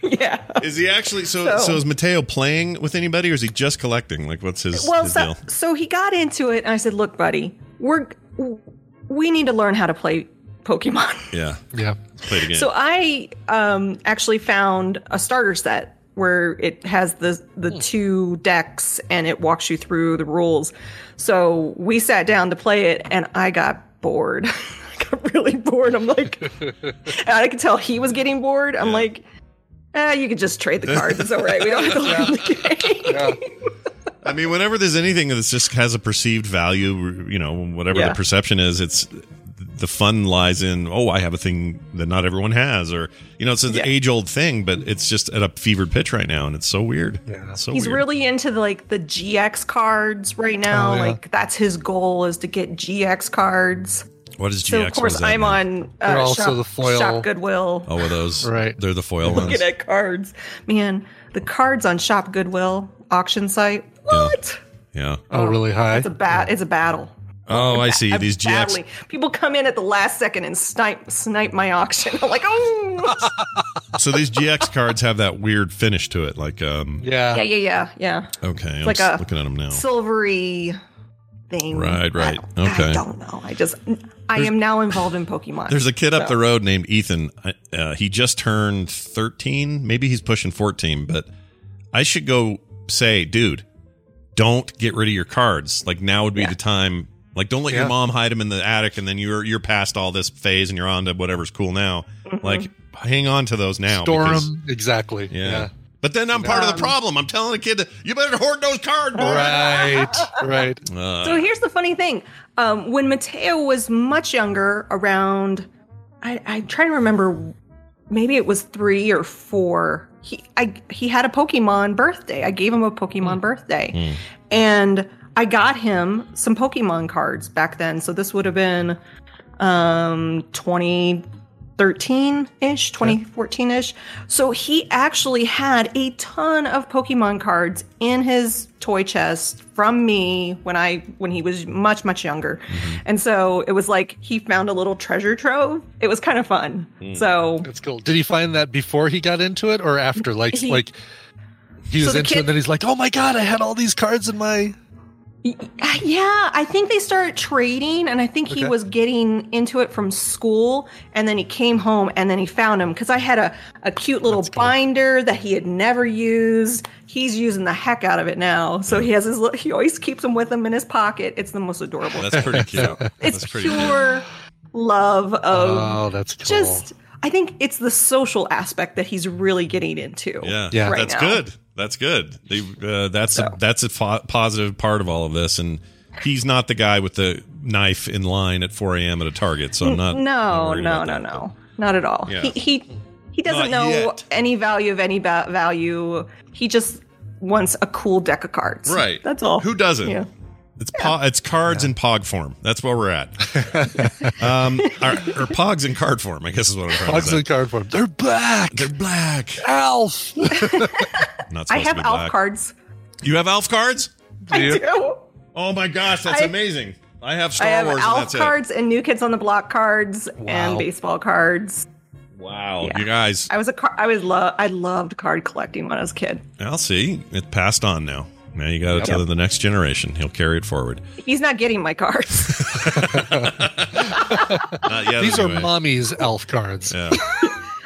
Q: yeah.
A: Is he actually so? So,
Q: So-
A: is Mateo playing with anybody, or is he just collecting? Like, what's his,
Q: Well,
A: his
Q: so,
A: deal?
Q: so he got into it. And I said, look, buddy, we're, we need to learn how to play Pokemon.
A: Yeah,
B: yeah.
A: Play the game.
Q: So I um, actually found a starter set where it has the the two decks and it walks you through the rules. So we sat down to play it, and I got bored. I got really bored. I'm like, and I could tell he was getting bored. I'm like, eh, you could just trade the cards. It's all right. We don't have to learn the game.
A: I mean, whenever there's anything that just has a perceived value, you know, whatever
Q: Yeah.
A: the perception is, it's the fun lies in. Oh, I have a thing that not everyone has, or you know, it's an age old thing, but it's just at a fevered pitch right now, and it's so weird. Yeah, so
Q: He's
A: weird.
Q: really into the, like the GX cards right now.
A: Oh, yeah.
Q: Like that's his goal is to get GX cards.
A: What is GX?
Q: So of
A: What
Q: course
A: does that
Q: I'm
A: mean?
Q: on uh,
A: They're also
Q: shop,
A: the foil-
Q: shop Goodwill.
A: Oh, are those right? They're the foil ones.
Q: Looking at cards, man. The cards on Shop Goodwill auction site.
A: What? Yeah.
B: Oh, really high?
Q: It's a bat. It's a battle.
A: Oh, I see.
Q: I've
A: These GX.
Q: badly- People come in at the last second and snipe snipe my auction. I'm like, oh,
A: So these GX cards have that weird finish to it, like um.
Q: yeah, yeah, yeah, yeah.
A: Okay, I'm
Q: like
A: just
Q: a
A: looking at them now.
Q: Silvery thing.
A: Right, right. okay.
Q: I don't know. I just I am now involved in Pokemon.
A: There's a kid up
Q: so.
A: the road named Ethan. I- Uh, he just turned 13. Maybe he's pushing 14, but I should go say, dude, don't get rid of your cards. Like now would be the time. Like don't let
S: Yeah.
A: your mom hide them in the attic, and then you're you're past all this phase, and you're on to whatever's cool now.
Q: Mm-hmm.
A: Like hang on to those now.
B: Store
A: because-
B: 'em. exactly.
A: Yeah.
B: yeah.
A: But then I'm part of
Q: Um,
A: the problem. I'm telling a kid, to, you better hoard those cards.
B: Right, right.
A: Uh,
Q: So here's the funny thing. Um, when Mateo was much younger, around, I, I try to remember, maybe it was three or four. He, I, he had a Pokemon birthday. I gave him a Pokemon
A: Hmm.
Q: birthday, and I got him some Pokemon cards back then. So this would have been, um, 2013 ish, 2014 ish. So he actually had a ton of Pokemon cards in his toy chest from me when I when he was much much younger, and so it was like he found a little treasure trove. It was kind of fun.
A: Hmm.
B: Mm.
Q: So
B: That's cool. Did he find that before he got into it or after? Like
Q: He-
B: like he
Q: So
B: was
Q: the
B: into it
Q: kid-
B: and then he's like, Oh my god, I had all these cards in my
Q: Uh, Yeah, I think they started trading, and I think he
B: Okay.
Q: was getting into it from school, and then he came home, and then he found him because I had a, a cute little binder that he had never used. He's using the heck out of it now, so he has his. li- He always keeps them with him in his pocket. It's the most adorable.
A: that's pretty cute.
Q: it's
A: that's pretty
Q: pure love of
B: Oh, that's cool.
Q: just. I think it's the social aspect that he's really getting into.
A: Yeah,
Q: right
A: that's
Q: now.
A: good. That's good. They, uh, that's a, that's a fo- positive part of all of this, and he's not the guy with the knife in line at 4 a.m. at a Target. So I'm not.
Q: no,
A: worried
Q: no,
A: about
Q: no,
A: that,
Q: no, not at all.
A: Yeah.
Q: He he he
A: Not
Q: doesn't know
A: yet.
Q: any value of any ba- value. He just wants a cool deck of cards.
A: Right.
Q: That's all.
A: Who doesn't?
Q: Yeah.
A: It's po- it's cards in pog form. That's where we're at. um, or, or pogs in card form. I guess is what I'm trying to
B: Pugs
A: say.
B: in card form. They're black.
A: They're black.
B: Alf.
A: Not supposed
Q: I
A: to
Q: have
A: be
Q: elf
A: black.
Q: cards.
A: You have elf cards?
Q: I do.
A: Oh my gosh, that's
Q: I-
A: amazing. I have Star
Q: I have
A: Wars. and
Q: elf
A: that's it.
Q: cards and New Kids on the Block cards
A: Wow.
Q: and baseball cards.
A: Wow, Oh, you guys.
Q: I was a car- I was love I loved card collecting when I was a kid.
A: I'll see. It passed on now. Now you got to
Q: Yep.
A: tell the next generation. He'll carry it forward.
Q: He's not getting my cards.
A: Not yet,
B: These are
A: anyway.
B: mommy's elf cards.
A: Yeah.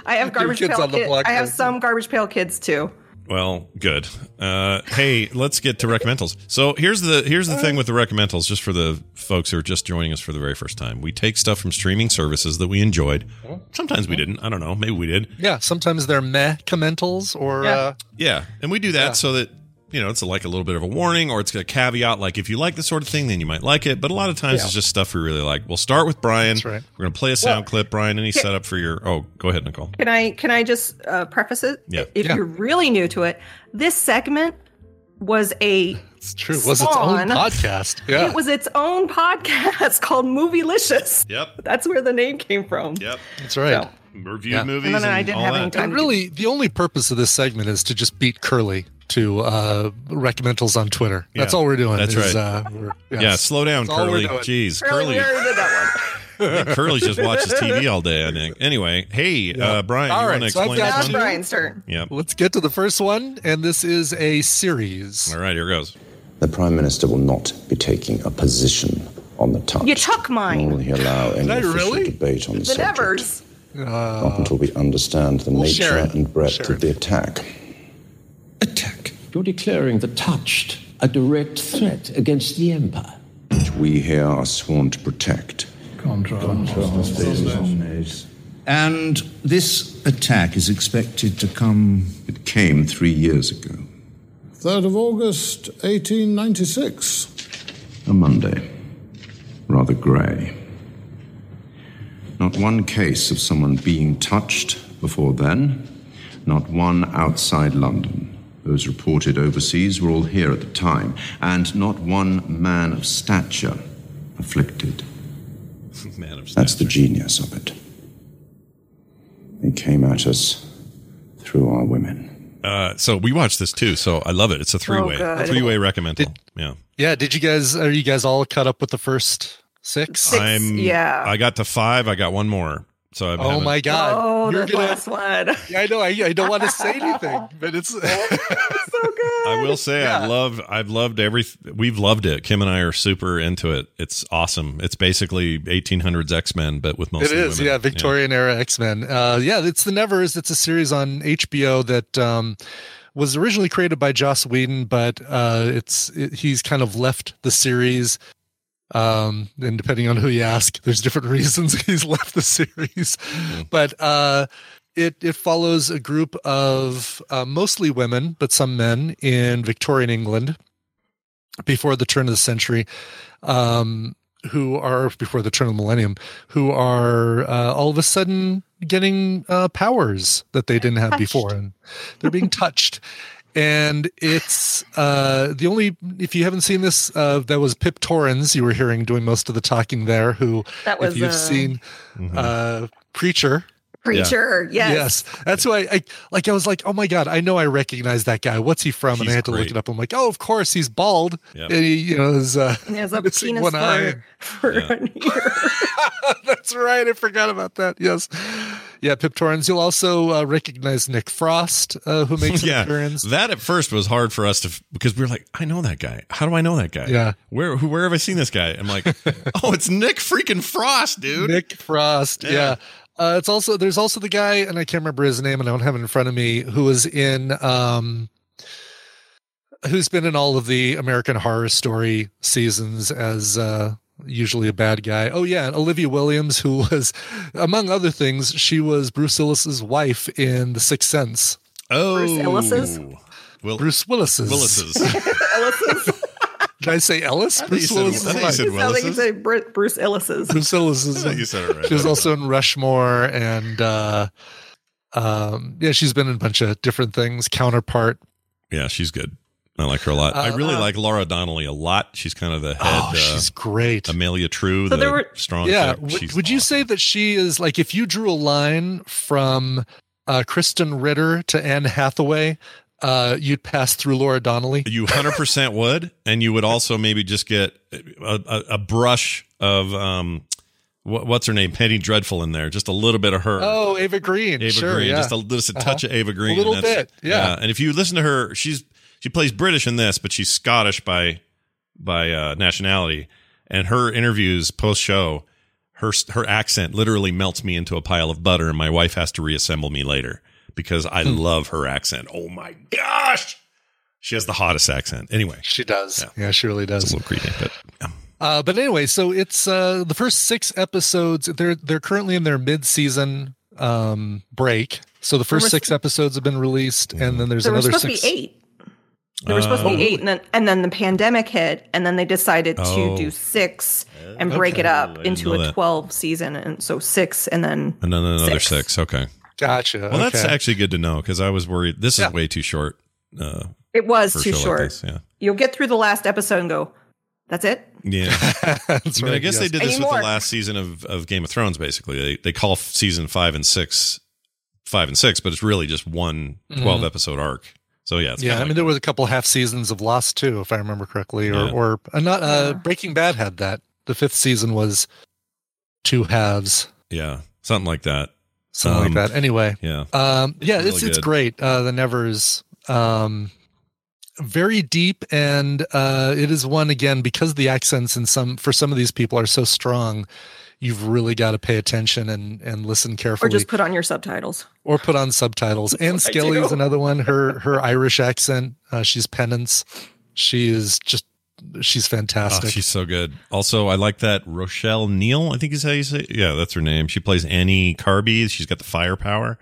Q: I have
B: New
Q: garbage
B: Kids
Q: pail
B: on the
Q: Kid-
B: Block
Q: I have
B: cards.
Q: some garbage pail kids too.
A: Well, good. Uh, hey, let's get to recommendals. So here's the here's the thing with the recommendals, just for the folks who are just joining us for the very first time. We take stuff from streaming services that we enjoyed. Sometimes we didn't. I don't know. Maybe we did.
B: Yeah, sometimes they're meh commentals or
A: Yeah.
B: uh
A: Yeah, and we do that so that you know it's like a little bit of a warning or it's a caveat. Like if you like this sort of thing, then you might like it. But a lot of times
B: Yeah.
A: it's just stuff we really like. We'll start with Brian.
B: That's right.
A: We're gonna play a sound clip. Brian, any setup for your? Oh, go ahead, Nicole.
Q: Can I can I just uh, preface it?
A: Yeah.
Q: If
A: Yeah.
Q: you're really new to it, this segment was a
B: it's true. It was its own
Q: Spawn.
B: podcast. Yeah.
Q: it was its own podcast called Movielicious.
A: Yep.
Q: That's where the name came from.
A: Yep.
B: That's right.
A: Reviewed
B: Yeah.
A: movies.
Q: No, no, no, I
A: and
Q: didn't
A: all
Q: have
A: that.
Q: any time
B: And
Q: to
B: really, the only purpose of this segment is to just beat Curly to uh, recommendals on Twitter. That's
A: Yeah.
B: all we're doing.
A: That's
B: is,
A: right.
B: Uh, we're-
A: Yeah, slow down,
B: That's all we're
A: Curly.
B: doing.
A: Jeez,
Q: Curly,
A: Curly.
Q: we already did that
A: I think Curly's just watches TV all day. I think. Anyway, hey, uh, Brian,
B: All
A: you
B: right,
A: want to
B: so I've
A: explain
B: got
A: this one?
Q: one. Now Brian's turn.
A: Yep.
B: Let's get to the first one, and this is a series.
A: All right, here goes.
R: The Prime Minister will not be taking a position on the touch.
Q: You took mine.
R: Nor will he allow any
Q: I
R: official
Q: really?
R: debate on the,
Q: The
R: subject.
Q: Nevers.
R: Not until we understand the Uh, We'll nature share it. and breadth We'll share of the attack.
T: You're declaring the touched a direct threat against the Empire.
R: Which we here are sworn to protect.
T: And this attack is expected to come.
R: It came three years ago,
U: 3rd of August, 1896.
R: a Monday. Rather grey. Not one case of someone being touched before then, not one outside London. Those reported overseas were all here at the time, and not one man of stature afflicted.
A: Man of
R: That's the genius of it. They came at us through our women.
A: Uh, so we watched this too. So I love it. It's a three way,
R: good.
A: three way recommendal. yeah.
B: Yeah. Did you guys, are you guys all caught up with the first 6
A: I'm, yeah. I got to five. I got one more. So I
B: oh
A: haven't-
B: my God.
Q: Oh,
B: You're
Q: the
B: gonna-
Q: last one.
B: Yeah, I know. I, I don't want to say anything, but it's.
A: I will say I love I've loved every we've loved it. Kim and I are super into it. It's awesome. It's basically 1800s X-Men but with mostly
B: it is
A: women.
B: yeah victorian era x-men uh yeah it's the nevers it's a series on hbo that um was originally created by joss whedon but uh it's it, he's kind of left the series um and depending on who you ask there's different reasons he's left the series but uh it it follows a group of uh, mostly women but some men in victorian england before the turn of the century um who are before the turn of the millennium who are uh, all of a sudden getting uh, powers that they didn't have before and they're being touched and it's uh the only if you haven't seen this uh that was pip torrens you were hearing doing most of the talking there who
Q: That was,
B: if you've
Q: uh,
B: seen
A: Mm-hmm.
B: uh preacher
Q: Preacher, yes.
B: that's why I like. I was like, "Oh my god, I know I recognize that guy. What's he from?" and I had to look
A: great.
B: it up. I'm like, "Oh, of course, he's bald.
A: Yep.
B: And he, you know, is uh,
Q: And has a
B: missing
Q: penis
B: one
Q: for-
B: eye.
Q: for an ear.
B: That's right. I forgot about that. Yes. Yeah, Pip Torrens. You'll also uh, recognize Nick Frost, uh, who makes an
A: yeah.
B: appearance.
A: That at first was hard for us to f- because we were like, I know that guy. How do I know that guy?
B: Yeah.
A: Where who where have I seen this guy? I'm like, oh, it's Nick freaking Frost, dude.
B: Nick Frost. Yeah. Uh, it's also there's also the guy, and I can't remember his name, and I don't have it in front of me, who was in um, who's been in all of the American Horror Story seasons as uh, usually a bad guy. Oh yeah, and Olivia Williams, who was, among other things, she was Bruce Willis's wife in The Sixth Sense.
A: Oh,
Q: Bruce Ellis's?
A: Will-
B: Bruce Willis's.
A: Willis's.
B: Did I say Ellis?
Q: I thought
B: Bruce
A: you said-
B: Willis's
A: I thought you
B: wife.
A: said
Q: I think you said Bru- Bruce Ellis's.
B: Bruce Ellis is.
A: I thought you said it right.
B: She was also in Rushmore, and uh, um, yeah, she's been in a bunch of different things. Counterpart.
A: Yeah, she's good. I like her a lot. I
B: Uh,
A: really
B: uh,
A: like Laura Donnelly a lot. She's kind of the head.
B: Oh,
A: uh,
B: she's great.
A: Amelia True, the strong.
B: Yeah.
A: chick.
B: Would,
A: She's-
B: would you say that she is like if you drew a line from uh, Kristen Ritter to Anne Hathaway, uh, you'd pass through Laura Donnelly?
A: you 100% would, and you would also maybe just get a, a, a brush of um, what, what's her name, Penny Dreadful, in there, just a little bit of her.
B: Oh, Ava Green.
A: Ava
B: sure,
A: Green,
B: yeah.
A: just a, just a
B: Uh-huh.
A: touch of Ava Green,
B: A little
A: and that's-
B: bit, yeah.
A: And if you listen to her, she's she plays British in this, but she's Scottish by by uh, nationality. And her interviews post show, her her accent literally melts me into a pile of butter, and my wife has to reassemble me later because I
B: Hmm.
A: love her accent. Oh my gosh, she has the hottest accent. Anyway,
B: she does. Yeah, she really does.
A: It's a little creepy, but
B: Uh, but anyway, so it's uh, the first six episodes. They're they're currently in their mid season um, break. So the
Q: There
B: first
Q: was-
B: six episodes have been released, and then there's
Q: there were
B: another
Q: supposed
B: six.
Q: to be eight. There were supposed to
B: Oh,
Q: be eight, and then, and then the pandemic hit, and then they decided
A: Oh. Eh,
Q: to do six and break it up
A: didn't
Q: into
A: know
Q: a
A: that.
Q: twelve season, and so six, and then
A: and then another
Q: Six.
A: six. Okay,
B: Gotcha.
A: well, that's
B: okay.
A: actually good to know because I was worried this is way too short. Uh,
Q: it was
A: for a
Q: too
A: show like
Q: short.
A: this, yeah.
Q: You'll get through the last episode and go, "That's it."
A: Yeah. I, mean, I
B: right,
A: guess they
B: yes.
A: did this with
Q: Anymore.
A: the last season of, of Game of Thrones, basically. They, they call f- season five and six five and six, but it's really just one 12
B: Mhm.
A: episode arc. So, yeah. It's
B: yeah, I
A: kinda
B: mean, there was a couple half seasons of Lost too, if I remember correctly, or
A: Yeah.
B: or uh, not. Uh, Breaking Bad had that. The fifth season was two halves,
A: like- yeah, something like that.
B: something
A: Um,
B: like that. Anyway,
A: Yeah.
B: Um, yeah,
A: really
B: it's it's
A: good.
B: great. Uh, the Nevers, um, very deep, and uh, it is one again because the accents in some for some of these people are so strong. You've really got to pay attention and and listen
Q: Or
B: carefully,
Q: just put on your subtitles.
B: Or put on subtitles. And
Q: what I
B: Skelly is
Q: do.
B: another one. Her her Irish accent. Uh, she's penance. She is just she's
A: Oh,
B: fantastic.
A: she's so good. Also, I like that Rochelle Neal, I think is how you say Yeah, that's her name. She plays Annie Carby. She's got the firepower.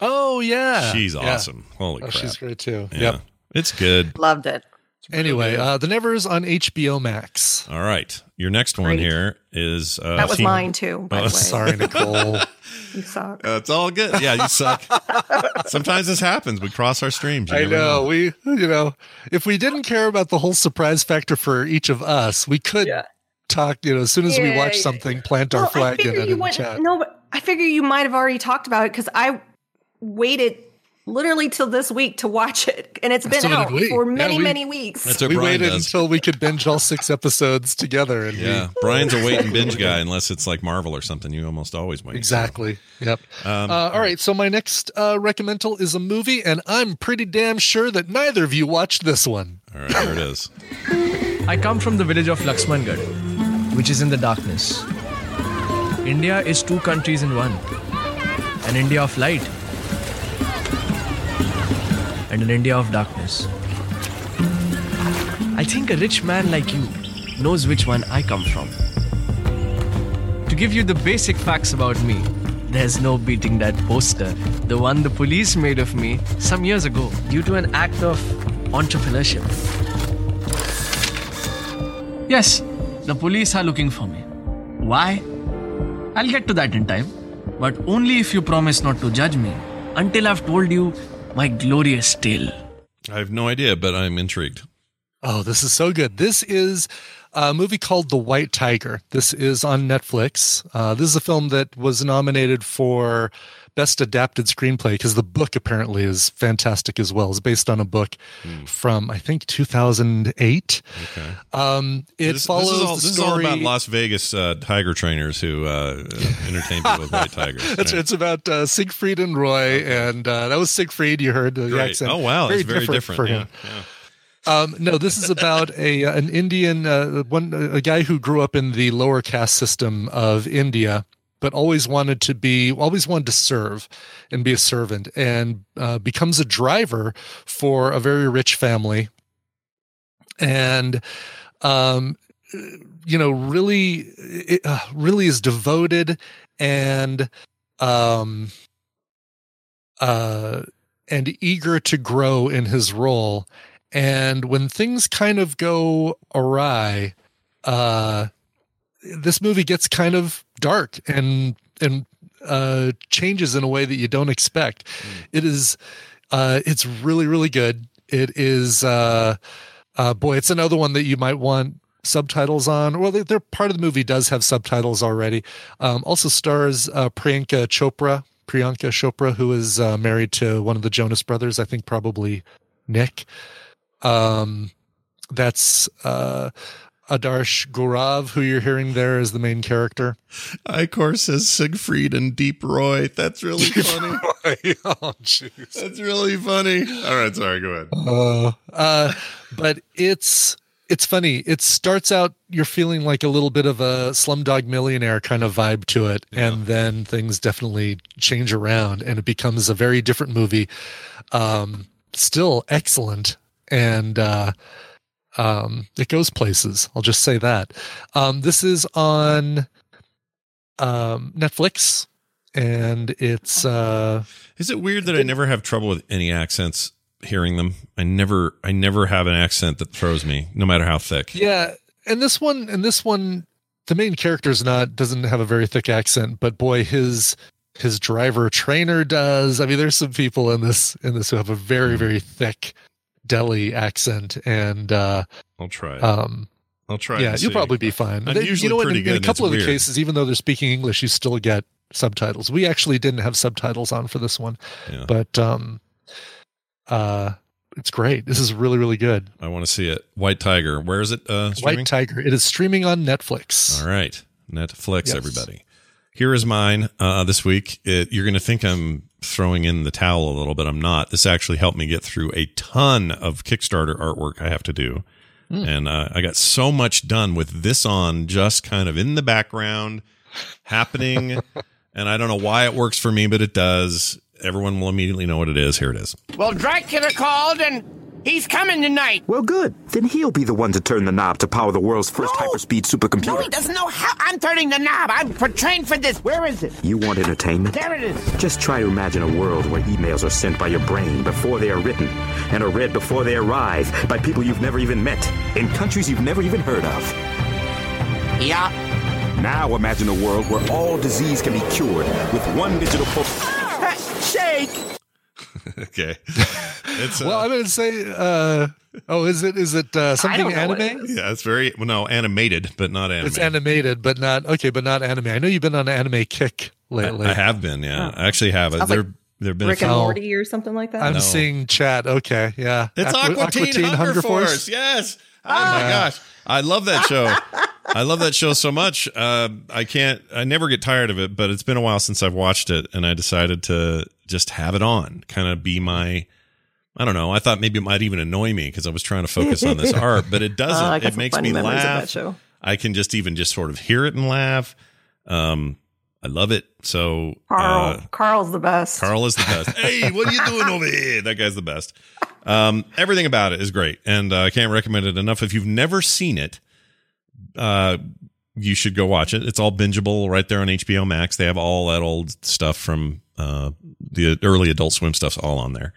B: oh yeah,
A: she's
B: Yeah.
A: awesome. Holy
B: Oh,
A: crap.
B: she's great too.
A: Yeah.
B: Yep.
A: It's good.
Q: Loved it.
B: Anyway, uh, the Nevers on HBO Max.
A: All right. Your next one
Q: Great.
A: here is. Uh,
Q: That was
A: Teen-
Q: mine too. By
A: Oh,
Q: the way,
B: Sorry, Nicole.
Q: you suck.
A: Uh, it's all good. Yeah, you suck. Sometimes this happens. We cross our streams. You
B: I
A: never
B: know. We, you know, if we didn't care about the whole surprise factor for each of us, we could talk, you know, as soon as we
Q: Yeah,
B: watch
Q: yeah,
B: something, plant our
Q: Well, I
B: flag in
Q: figure
B: it
Q: you
B: in the
Q: wouldn't.
B: chat.
Q: No, but I figure you might have already talked about it because I waited literally till this week to watch it, and it's been
B: So did
Q: out
B: we.
Q: for
B: Yeah,
Q: many,
B: we-
Q: many weeks.
B: we
A: Brian
B: waited
A: does.
B: until we could binge all six episodes together. And
A: Yeah,
B: we-
A: Brian's a wait and binge guy unless it's like Marvel or something. You almost always wait.
B: Exactly. Yep.
A: Um,
B: uh, all right. So my next uh, recommendal is a movie, and I'm pretty damn sure that neither of you watched this one.
A: All right, here it is.
S: I come from the village of Laxmangarh, which is in the darkness. India is two countries in one an India of light and an India of darkness. I think a rich man like you knows which one I come from. To give you the basic facts about me, there's no beating that poster, the one the police made of me some years ago due to an act of entrepreneurship. Yes, the police are looking for me. Why? I'll get to that in time. But only if you promise not to judge me until I've told you my glorious tale.
A: I have no idea, but I'm intrigued.
B: Oh, this is so good. This is a movie called The White Tiger. This is on Netflix. Uh, this is a film that was nominated for Best Adapted Screenplay because the book apparently is fantastic as well. It's based on a book from, I think, 2008.
A: Okay.
B: Um, it
A: this,
B: follows
A: this is, all,
B: the
A: this is all
B: story.
A: about Las Vegas uh, tiger trainers who uh, entertain people with white tigers.
B: It's,
A: right?
B: it's about uh, Siegfried and Roy, and uh, that was Siegfried. You heard uh, the
A: Great.
B: accent.
A: Oh wow, that's very different.
B: for
A: yeah,
B: him. Um, no, this is about a uh, an Indian uh, one a guy who grew up in the lower caste system of India, but always wanted to be always wanted to serve and be a servant, and uh, becomes a driver for a very rich family, and um, you know really it, uh, really is devoted and um uh and eager to grow in his role and when things kind of go awry uh this movie gets kind of dark and and uh changes in a way that you don't expect it is uh it's really really good it is uh uh boy it's another one that you might want subtitles on well they- they're part of the movie does have subtitles already um also stars uh priyanka chopra priyanka chopra who is uh, married to one of the jonas brothers i think probably nick um, that's uh, Adarsh Gurav, who you're hearing there is the main character.
A: Icor says Siegfried and Deep Roy. That's really funny.
B: oh, jeez.
A: That's really funny. All right, sorry, go ahead.
B: Uh, uh, but it's it's funny. It starts out you're feeling like a little bit of a Slumdog Millionaire kind of vibe to it, and then things definitely change around, and it becomes a very different movie. Um, still excellent, and uh, um, it goes places. I'll just say that. Um, this is on um, Netflix, and it's uh,
A: Is it weird that I never have trouble with any accents hearing them? I never I never have an accent that throws me, no matter how thick.
B: Yeah, and this one, and this one, the main character's not doesn't have a very thick accent, but boy, his his driver trainer does. I mean, there's some people in this in this who have a
A: Hmm.
B: very very thick Delhi accent, and uh,
A: I'll try. it.
B: um,
A: I'll try.
B: yeah,
A: and
B: you'll
A: see.
B: probably be fine.
A: I'm
B: They-
A: usually
B: what,
A: pretty
B: in,
A: good.
B: in
A: and
B: a
A: it's
B: couple of the
A: weird.
B: cases, even though they're speaking English, you still get subtitles. We actually didn't have subtitles on for this one,
A: Yeah.
B: but um, uh, it's great. This is really really good.
A: I want to see it. White Tiger. Where is it? Uh, streaming?
B: White Tiger. It is streaming on Netflix.
A: All right, Netflix.
B: Yes.
A: Everybody. Here is mine uh, this week. It, you're going to think I'm throwing in the towel a little, but I'm not. This actually helped me get through a ton of Kickstarter artwork I have to do.
N: Hmm.
A: And uh, I got so much done with this on just kind of in the background happening. and I don't know why it works for me, but it does. Everyone will immediately know what it is. Here it is.
V: Well, Dracula called and he's coming tonight.
W: Well, good. Then he'll be the one to turn the knob to power the world's first hyperspeed
V: No,
W: supercomputer.
V: he doesn't know how I'm turning the knob. I'm for- trained for this. Where is it?
W: You want entertainment?
V: There it is.
W: Just try to imagine a world where emails are sent by your brain before they are written and are read before they arrive by people you've never even met in countries you've never even heard of.
V: Yeah.
W: Now imagine a world where all disease can be cured with one digital po-
V: Shake.
A: okay. It's,
B: well, I'm gonna say, uh, oh, is it is it uh, something anime?
A: Yeah, it's very well, no animated, but not anime.
B: It's animated, but not okay, but not anime. I know you've been on an anime kick
A: I-
B: lately.
A: I have been, yeah. I actually have.
B: Sounds
A: There
B: like
A: There have been
Q: Rick
A: a
Q: and
A: few.
Q: Morty or something like that.
B: I'm seeing chat. Okay, yeah.
A: It's Aqua, Teen Hunger, Force. Yes.
Q: Ah,
A: Oh my gosh. I love that show. I love that show so much. Uh, I can't, I never get tired of it, but it's been a while since I've watched it and I decided to just have it on, kind of be my, I don't know. I thought maybe it might even annoy me because I was trying to focus on this art, but it doesn't.
Q: Oh, I got
A: it
Q: some
A: makes
Q: funny
A: me
Q: memories of
A: laugh.
Q: that show.
A: I can just even just sort of hear it and laugh. Um, I love it. So,
Q: Carl.
A: uh,
Q: Carl's the best.
A: Carl is the best. hey, what are you doing over here? That guy's the best. Um, everything about it is great, and uh, I can't recommend it enough. If you've never seen it, uh, you should go watch it. It's all bingeable right there on HBO Max. They have all that old stuff from uh, the early Adult Swim stuff's all on there.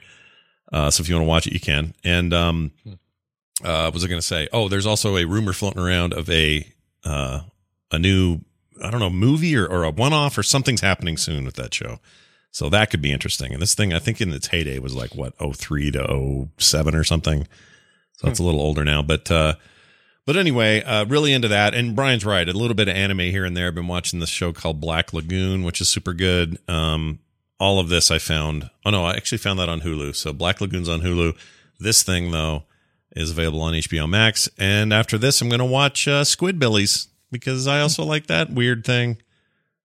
A: Uh, so if you want to watch it, you can. And um, uh, what was I going to say? Oh, there's also a rumor floating around of a uh, a new I don't know movie or, or a one off or something's happening soon with that show. So that could be interesting. And this thing, I think in its heyday was like what 03 to 07 or something. So it's a little older now, but uh, but anyway, uh, really into that. And Brian's right, a little bit of anime here and there. I've been watching this show called Black Lagoon, which is super good. Um, all of this I found. Oh no, I actually found that on Hulu. So Black Lagoon's on Hulu. This thing though is available on HBO Max. And after this, I'm going to watch uh, Squidbillies because I also like that weird thing.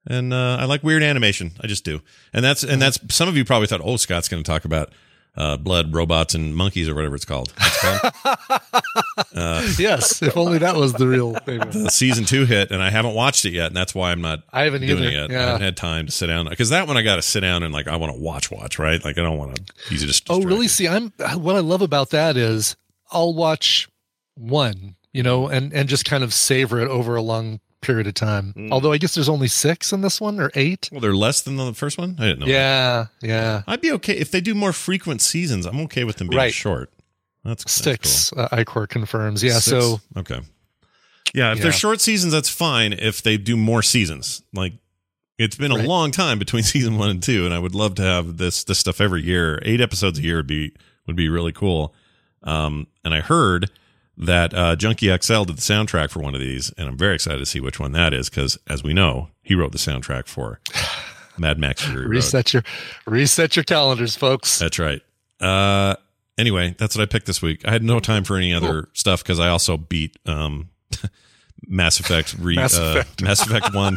A: And uh, I like weird animation. I just do. And that's and that's some of you probably thought, oh, Scott's going to talk about uh, blood, robots, and monkeys or whatever it's called. It's called. uh,
B: yes, if only that was the real thing.
A: the season two hit, and I haven't watched it yet, and that's why I'm not.
B: I haven't
A: doing
B: either,
A: it yet.
B: yeah.
A: I haven't had time to sit down because that one I got to sit down and like I want to watch, watch, right? Like I don't want to. He's just
B: Oh, really? See, I'm what I love about that is I'll watch one, you know, and and just kind of savor it over a long period of time.
A: Mm.
B: Although I guess there's only six in this one or eight.
A: well, they're less than the first one. I didn't know. that.
B: yeah, uh, yeah.
A: I'd be okay if they do more frequent seasons. I'm okay with them being
B: Right.
A: short. That's
B: Six. Uh, Icor confirms. Yeah.
A: Six?
B: So
A: okay, yeah. If
B: Yeah.
A: they're short seasons, that's fine. If they do more seasons, like it's been a
B: Right.
A: long time between season one and two, and I would love to have this this stuff every year. Eight episodes a year would be would be really cool. Um, and I heard that uh, Junkie XL did the soundtrack for one of these, and I'm very excited to see which one that is because, as we know, he wrote the soundtrack for Mad Max Fury Road.
B: reset your reset your calendars, folks.
A: That's right. Uh, anyway, that's what I picked this week. I had no time for any other stuff because I also beat um, Mass Effect re
B: Mass
A: uh,
B: Effect.
A: Mass Effect One,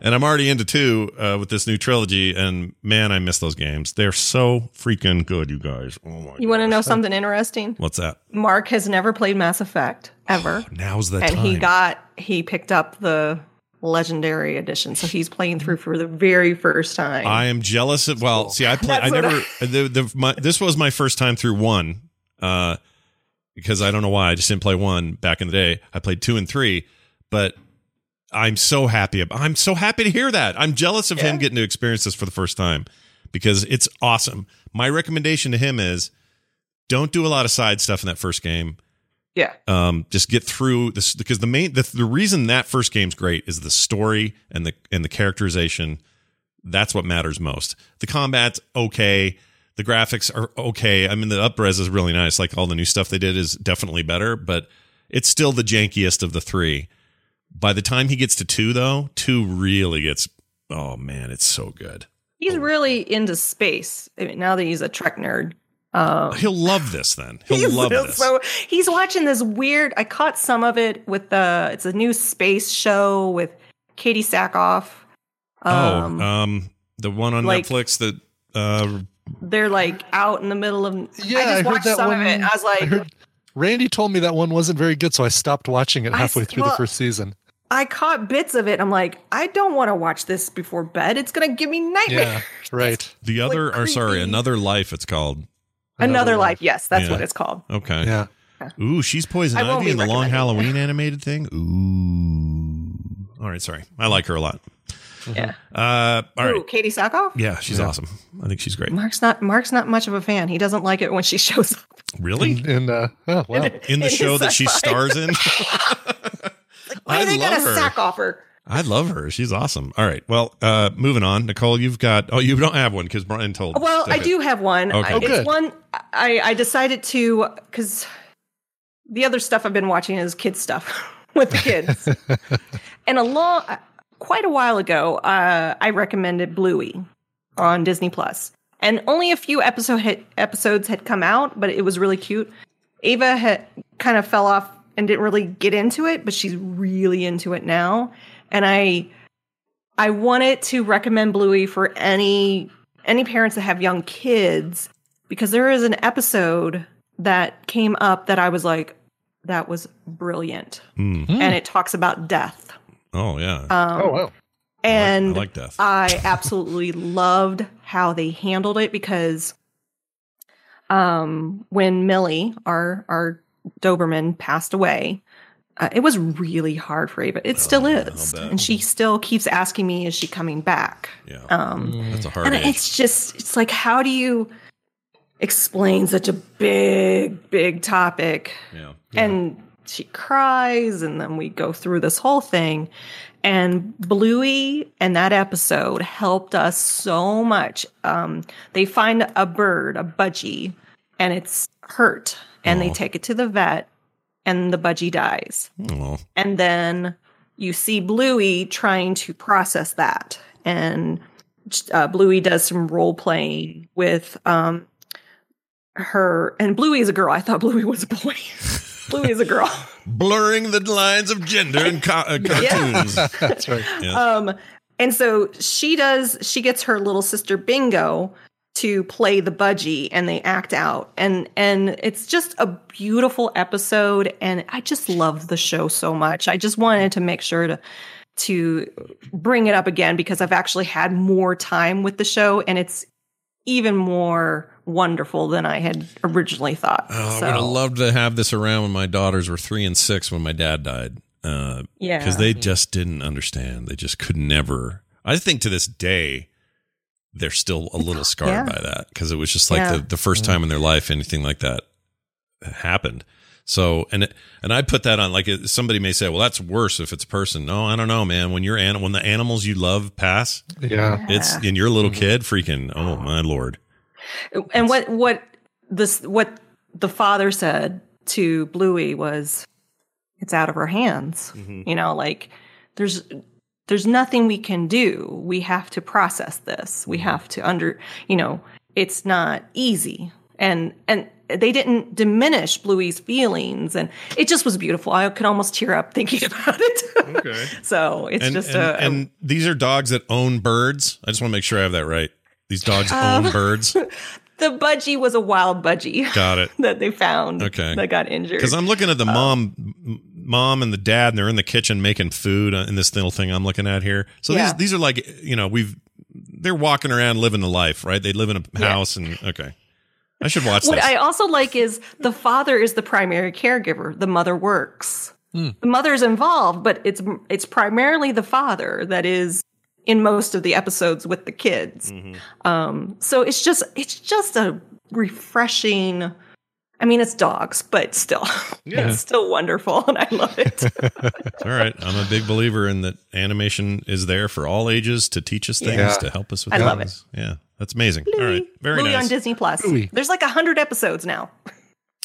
A: and I'm already into two uh, with this new trilogy. And man, I miss those games. They're so freaking good, you guys. Oh my!
Q: You want to know something interesting?
A: What's that?
Q: Mark has never played Mass Effect ever.
A: Now's Oh, the
Q: and
A: time.
Q: he got he picked up the legendary edition, so he's playing through for the very first time.
A: I am jealous of. Well, see, I play. I
Q: That's what
A: never. the, the, my, this was my first time through one, uh, because I don't know why I just didn't play one back in the day. I played two and three, but I'm so happy. ab- I'm so happy to hear that. I'm jealous of him getting to experience this for the first time because it's awesome. My recommendation to him is don't do a lot of side stuff in that first game
Q: yeah,
A: um, just get through this because the main the, the reason that first game's great is the story and the and the characterization that's what matters most the combat's okay the graphics are okay i mean the upres is really nice like all the new stuff they did is definitely better but it's still the jankiest of the three by the time he gets to two though two really gets oh man it's so good
Q: he's really into space. I mean, now that he's a Trek nerd, um,
A: he'll love this then he'll
Q: He's
A: love
Q: still
A: this
Q: So he's watching this weird. I caught some of it with the. It's a new space show with Katie Sackhoff. Um,
A: oh um the one on
Q: like-
A: netflix that uh
Q: they're like out in the middle of.
B: Yeah,
Q: I
B: I
Q: just
B: heard
Q: watched
B: that
Q: some of
B: one-
Q: it. I was like,
B: I heard Randy told me that one wasn't very good, so I stopped watching it
Q: I
B: halfway
Q: s-
B: through
Q: well-
B: the first season.
Q: I caught bits of it. I'm like, I don't want to watch this before bed. It's gonna give me nightmares.
B: Yeah, right.
A: The other, or sorry, another life. It's called.
Q: Another, life. Yes, that's
A: Yeah.
Q: what it's called.
A: Okay.
B: Yeah.
A: Ooh, she's poison
Q: I won't
A: ivy
Q: be
A: in the long
Q: recommending
A: Halloween animated thing. Ooh. All right. Sorry, I like her a lot.
Q: Yeah.
B: Mm-hmm.
A: Uh. All right.
Q: Ooh, Katie Sackhoff.
A: Yeah, she's awesome. I think she's great.
Q: Mark's not Mark's not much of a fan. He doesn't like it when she shows up.
A: Really?
B: In, in, uh, oh, wow.
A: In the
Q: It is
A: show that she
Q: sci-fi.
A: stars in.
Q: Why
A: I
Q: they got
A: love
Q: a
A: her.
Q: sack offer?
A: I love her. She's awesome. All right. Well, uh, moving on. Nicole, you've got. Oh, you don't have one because Brian told.
Q: Well, I
A: Okay.
Q: do have one.
A: Oh, Okay.
Q: I,
A: Oh,
Q: it's
A: good.
Q: one I, I decided to because the other stuff I've been watching is kids stuff with the kids. and a long, uh, quite a while ago, uh, I recommended Bluey on Disney Plus, and only a few episode had, episodes had come out, but it was really cute. Ava had kind of fell off and didn't really get into it, but she's really into it now. And I I wanted to recommend Bluey for any any parents that have young kids because there is an episode that came up that I was like that was brilliant.
A: Mm.
X: Mm-hmm.
Q: And it talks about death.
A: Oh yeah.
Q: Um,
A: oh wow.
Q: And
A: I like death.
Q: I absolutely loved how they handled it because um, when Millie, our our Doberman, passed away, uh, it was really hard for Ava. It still is, and she still keeps asking me, "Is she coming back?"
A: Mm-hmm. Yeah.
Q: Um,
A: That's a hard
Q: and
A: age.
Q: it's just, it's like, how do you explain such a big, big topic?
A: Yeah.
Q: And she cries, and then we go through this whole thing. And Bluey and that episode helped us so much. Um, they find a bird, a budgie, and it's hurt, and they
A: Aw.
Q: take it to the vet, and the budgie dies.
A: Oh.
Q: And then you see Bluey trying to process that. And uh, Bluey does some role playing with um, her. And Bluey is a girl. I thought Bluey was a boy. Bluey is a girl.
A: Blurring the lines of gender in ca- uh, cartoons. That's right.
Q: Um, and so she does, she gets her little sister Bingo to play the budgie and they act out and and it's just a beautiful episode and I just love the show so much. I just wanted to make sure to to bring it up again because I've actually had more time with the show and it's even more wonderful than I had originally thought.
A: Oh,
Q: So-
A: I would have loved to have this around when my daughters were three and six when my dad died. Uh,
Q: Yeah.
A: Because they just didn't understand. They just could never. I think to this day, they're still a little scarred
Q: Yeah.
A: by that because it was just like
Q: Yeah.
A: the, the first time in their life anything like that happened. So and it, and I put that on like it, somebody may say, well, that's worse if it's a person. No, I don't know, man. When your an, when the animals you love pass,
B: Yeah.
A: it's and you're a little kid, freaking, oh my lord,
Q: and what what this what the father said to Bluey was it's out of her hands
A: Mm-hmm.
Q: you know like there's there's nothing we can do we have to process this
A: Mm-hmm.
Q: we have to under you know it's not easy and and they didn't diminish Bluey's feelings and it just was beautiful i could almost tear up thinking about it
A: okay
Q: so it's
A: and,
Q: just
A: and,
Q: a, a
A: and these are dogs that own birds. I just want to make sure I have that right. These dogs own
Q: Um,
A: birds.
Q: the budgie was a wild budgie
A: Got it.
Q: that they found
A: Okay.
Q: that got injured Um,
A: Because I'm looking at the mom, m- mom and the dad, and they're in the kitchen making food uh, in this little thing I'm looking at here. So
Q: Yeah.
A: these these are like you know we've they're walking around living the life, right? They live in a house and okay. I should watch
Q: what
A: this.
Q: I also like is the father is the primary caregiver. The mother works.
A: Hmm.
Q: The mother's involved, but it's it's primarily the father that is in most of the episodes with the kids.
A: Mm-hmm.
Q: Um, so it's just it's just a refreshing. I mean, it's dogs, but still,
A: Yeah.
Q: it's still wonderful, and I love it.
A: all right, I'm a big believer in that animation is there for all ages to teach us things,
Q: Yeah.
A: to help us with
Q: I
A: things.
Q: love
A: Yeah, that's amazing. All right, very
Q: Bluey
A: nice.
Q: on Disney Plus.
A: Bluey.
Q: There's like a hundred episodes now.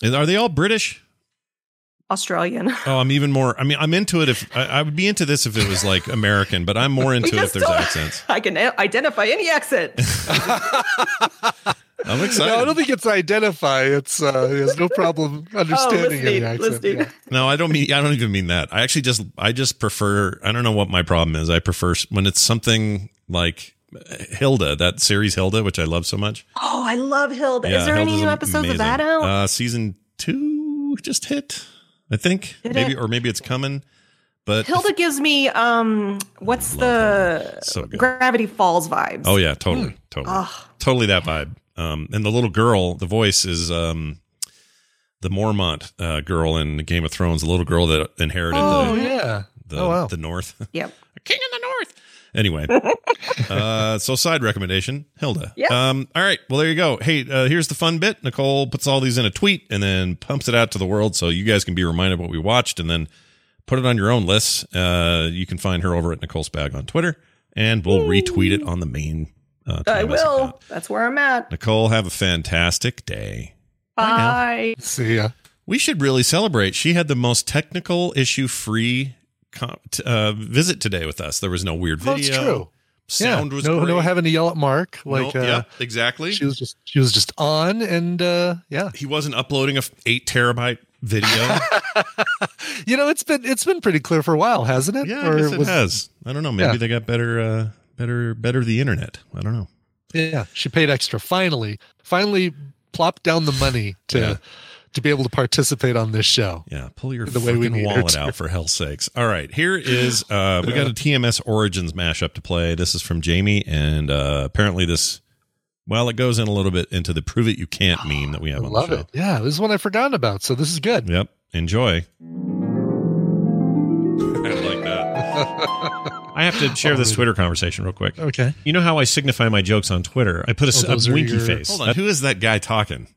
A: And Are they all British?
Q: Australian.
A: Oh, I'm even more. I mean, I'm into it if I, I would be into this if it was like American, but I'm more into it if
Q: just
A: there's
Q: don't-
A: accents.
Q: I can identify any accent.
A: I'm excited. Oh,
B: No, I don't think it's identify. It's uh, he has no problem understanding any
Q: listening,
B: accent.
Q: listening.
B: Yeah.
A: No, I don't mean. I don't even mean that. I actually just. I just prefer. I don't know what my problem is. I prefer s- when it's something like Hilda, that series Hilda, which I love so much.
Q: Oh, I love Hilda.
A: Yeah,
Q: is there any
A: Hilda's
Q: new episodes
A: amazing.
Q: of that out?
A: Uh, season two just hit, I think.
Q: Did
A: maybe
Q: it?
A: or maybe it's coming. But
Q: Hilda gives me um, what's the
A: So good.
Q: Gravity Falls vibes?
A: oh yeah, totally, totally,
Q: Ah.
A: totally that vibe. Um, and the little girl, the voice is um, the Mormont uh, girl in Game of Thrones, the little girl that inherited
B: Oh,
A: the,
B: yeah.
A: the,
B: Oh, wow.
A: the North.
Q: Yep.
A: King in the North. Anyway, uh, so side recommendation, Hilda.
Q: Yeah.
A: Um, all right. Well, there you go. Hey, uh, here's the fun bit. Nicole puts all these in a tweet and then pumps it out to the world so you guys can be reminded what we watched and then put it on your own lists. Uh, you can find her over at Nicole's Bag on Twitter and we'll retweet it on the main. Uh,
Q: I
A: Thomas account.
Q: will. That's where I'm at.
A: Nicole, have a fantastic day.
Q: Bye.
B: See ya.
A: We should really celebrate. She had the most technical issue free com- t- uh, visit today with us. There was no weird
B: That's
A: video.
B: true.
A: Sound
B: yeah.
A: was
B: no
A: great.
B: no having to yell at Mark like
A: No,
B: uh,
A: yeah, exactly.
B: She was just she was just on and uh, yeah.
A: He wasn't uploading a f- eight terabyte video.
B: You know, it's been it's been pretty clear for a while, hasn't it?
A: yeah, I guess it has. I don't know. Maybe they got better, uh, better, better the internet. I don't know.
B: Yeah, she paid extra. Finally, finally, plopped down the money to
A: Yeah.
B: to be able to participate on this show.
A: Yeah, pull your
B: the way we
A: fucking
B: need her
A: wallet
B: to.
A: out for hell's sakes. All right, here is uh, we got a TMS Origins mashup to play. This is from Jamie, and uh, apparently this. Well, it goes in a little bit into the "prove it you can't" meme that we have on
B: Love
A: the show.
B: it. Yeah, this is one I forgot about. So this is good.
A: Yep. Enjoy. I like that. I have to share
B: Oh,
A: this Twitter conversation real quick.
B: Okay.
A: You know how I signify my jokes on Twitter? I put a, s-
B: Oh, those
A: a
B: are
A: winky
B: your-
A: face.
B: Hold on, who
A: is that guy talking?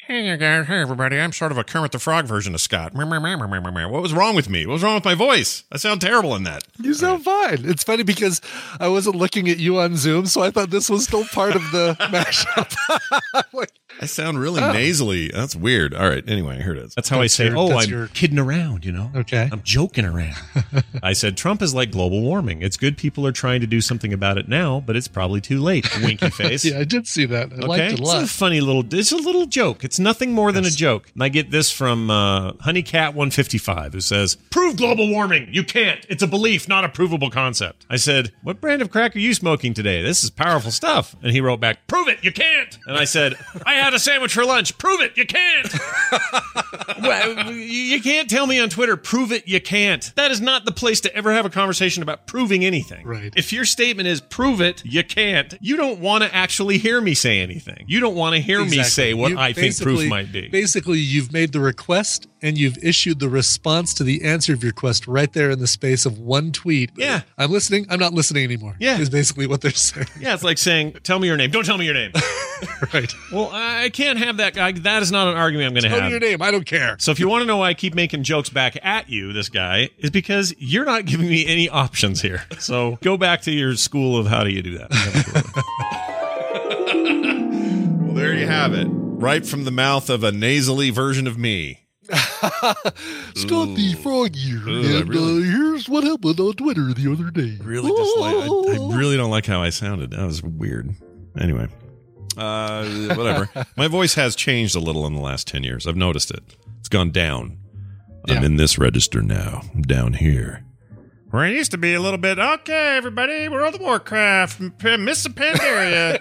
A: Hey you guys, hey everybody! I'm sort of a Kermit the Frog version of Scott. Meow, meow, meow, meow, meow, meow, meow. What was wrong with me? What was wrong with my voice? I sound terrible in that.
B: You sound fine. It's funny because I wasn't looking at you on Zoom, so I thought this was still part of the mashup.
A: I sound really
B: Oh.
A: nasally. That's weird. All right. Anyway, here it is. That's how
B: That's
A: I say,
B: your-
A: "Oh,
B: that's
A: I'm
B: your-
A: kidding around," you know.
B: Okay.
A: I'm joking around. I said Trump is like global warming. It's good people are trying to do something about it now, but it's probably too late. Winky face.
B: yeah, I did see that. I liked it a lot.
A: It's a funny little. It's a little joke. It's nothing more than a joke. And I get this from uh, Honeycat155, who says, "Prove global warming. You can't. It's a belief, not a provable concept." I said, "What brand of crack are you smoking today? This is powerful stuff." And he wrote back, "Prove it. You can't." And I said, "I had a sandwich for lunch. Prove it. You can't." well, you- you can't tell me on Twitter, prove it, you can't. That is not the place to ever have a conversation about proving anything. Right. If your statement is prove it, you can't, you don't want to actually hear me say anything. You don't want to hear me
B: Exactly.
A: say what
B: You
A: I think proof
B: basically-
A: might be.
B: Basically, you've made the request and you've issued the response to the answer of your request right there in the space of one tweet. Yeah. I'm listening. I'm not listening anymore. Yeah. Is basically what they're saying.
A: Yeah, it's like saying, tell me your name. Don't tell me your name.
B: right.
A: Well, I can't have that. I, that is not an argument I'm going to
B: Tell
A: have.
B: me your name. I don't care.
A: So if you want to know why I keep making jokes back at you, this guy, is because you're not giving me any options here. So go back to your school of how do you do that. well, there you have it. Right from the mouth of a nasally version of me.
B: Scott the Frog here.
A: Ooh, I
B: and
A: really-
B: uh, here's what happened on Twitter the other day.
A: Really dislike. I, I really don't like how I sounded. That was weird. Anyway, uh, whatever. My voice has changed a little in the last 10 years. I've noticed it. It's gone down. I'm in this register now. I'm down here. Where I used to be a little bit, okay, everybody, World of Warcraft, M- P- Mr. Pandaria.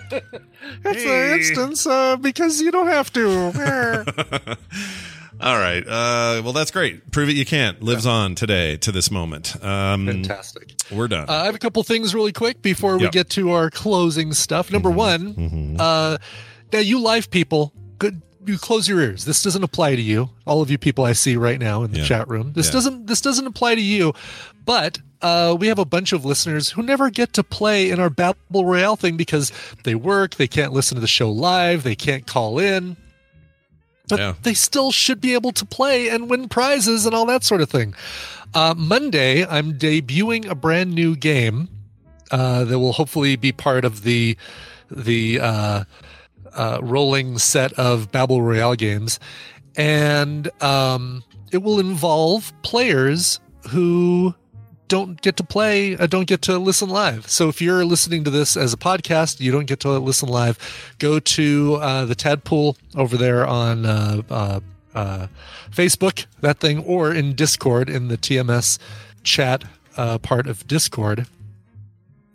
B: That's an instance uh, because you don't have to.
A: All right. Uh, well, that's great. Prove it you can't. Lives on today to this moment. Um,
B: Fantastic.
A: We're done.
B: Uh, I have a couple things really quick before we
A: Yep.
B: get to our closing stuff. Number one, uh, now you live people, good, you close your ears. This doesn't apply to you. All of you people I see right now Oh, in the
H: Yeah.
B: chat room. This
H: Yeah.
B: doesn't this doesn't apply to you, but. Uh, we have a bunch of listeners who never get to play in our Battle Royale thing because they work, they can't listen to the show live, they can't call in but they still should be able to play and win prizes and all that sort of thing. Uh, Monday, I'm debuting a brand new game uh, that will hopefully be part of the the uh, uh, rolling set of Battle Royale games, and um, it will involve players who don't get to play, uh, don't get to listen live. So if you're listening to this as a podcast, you don't get to listen live. Go to uh, the Tadpool over there on uh, uh, uh, Facebook, that thing, or in Discord in the TMS chat uh, part of Discord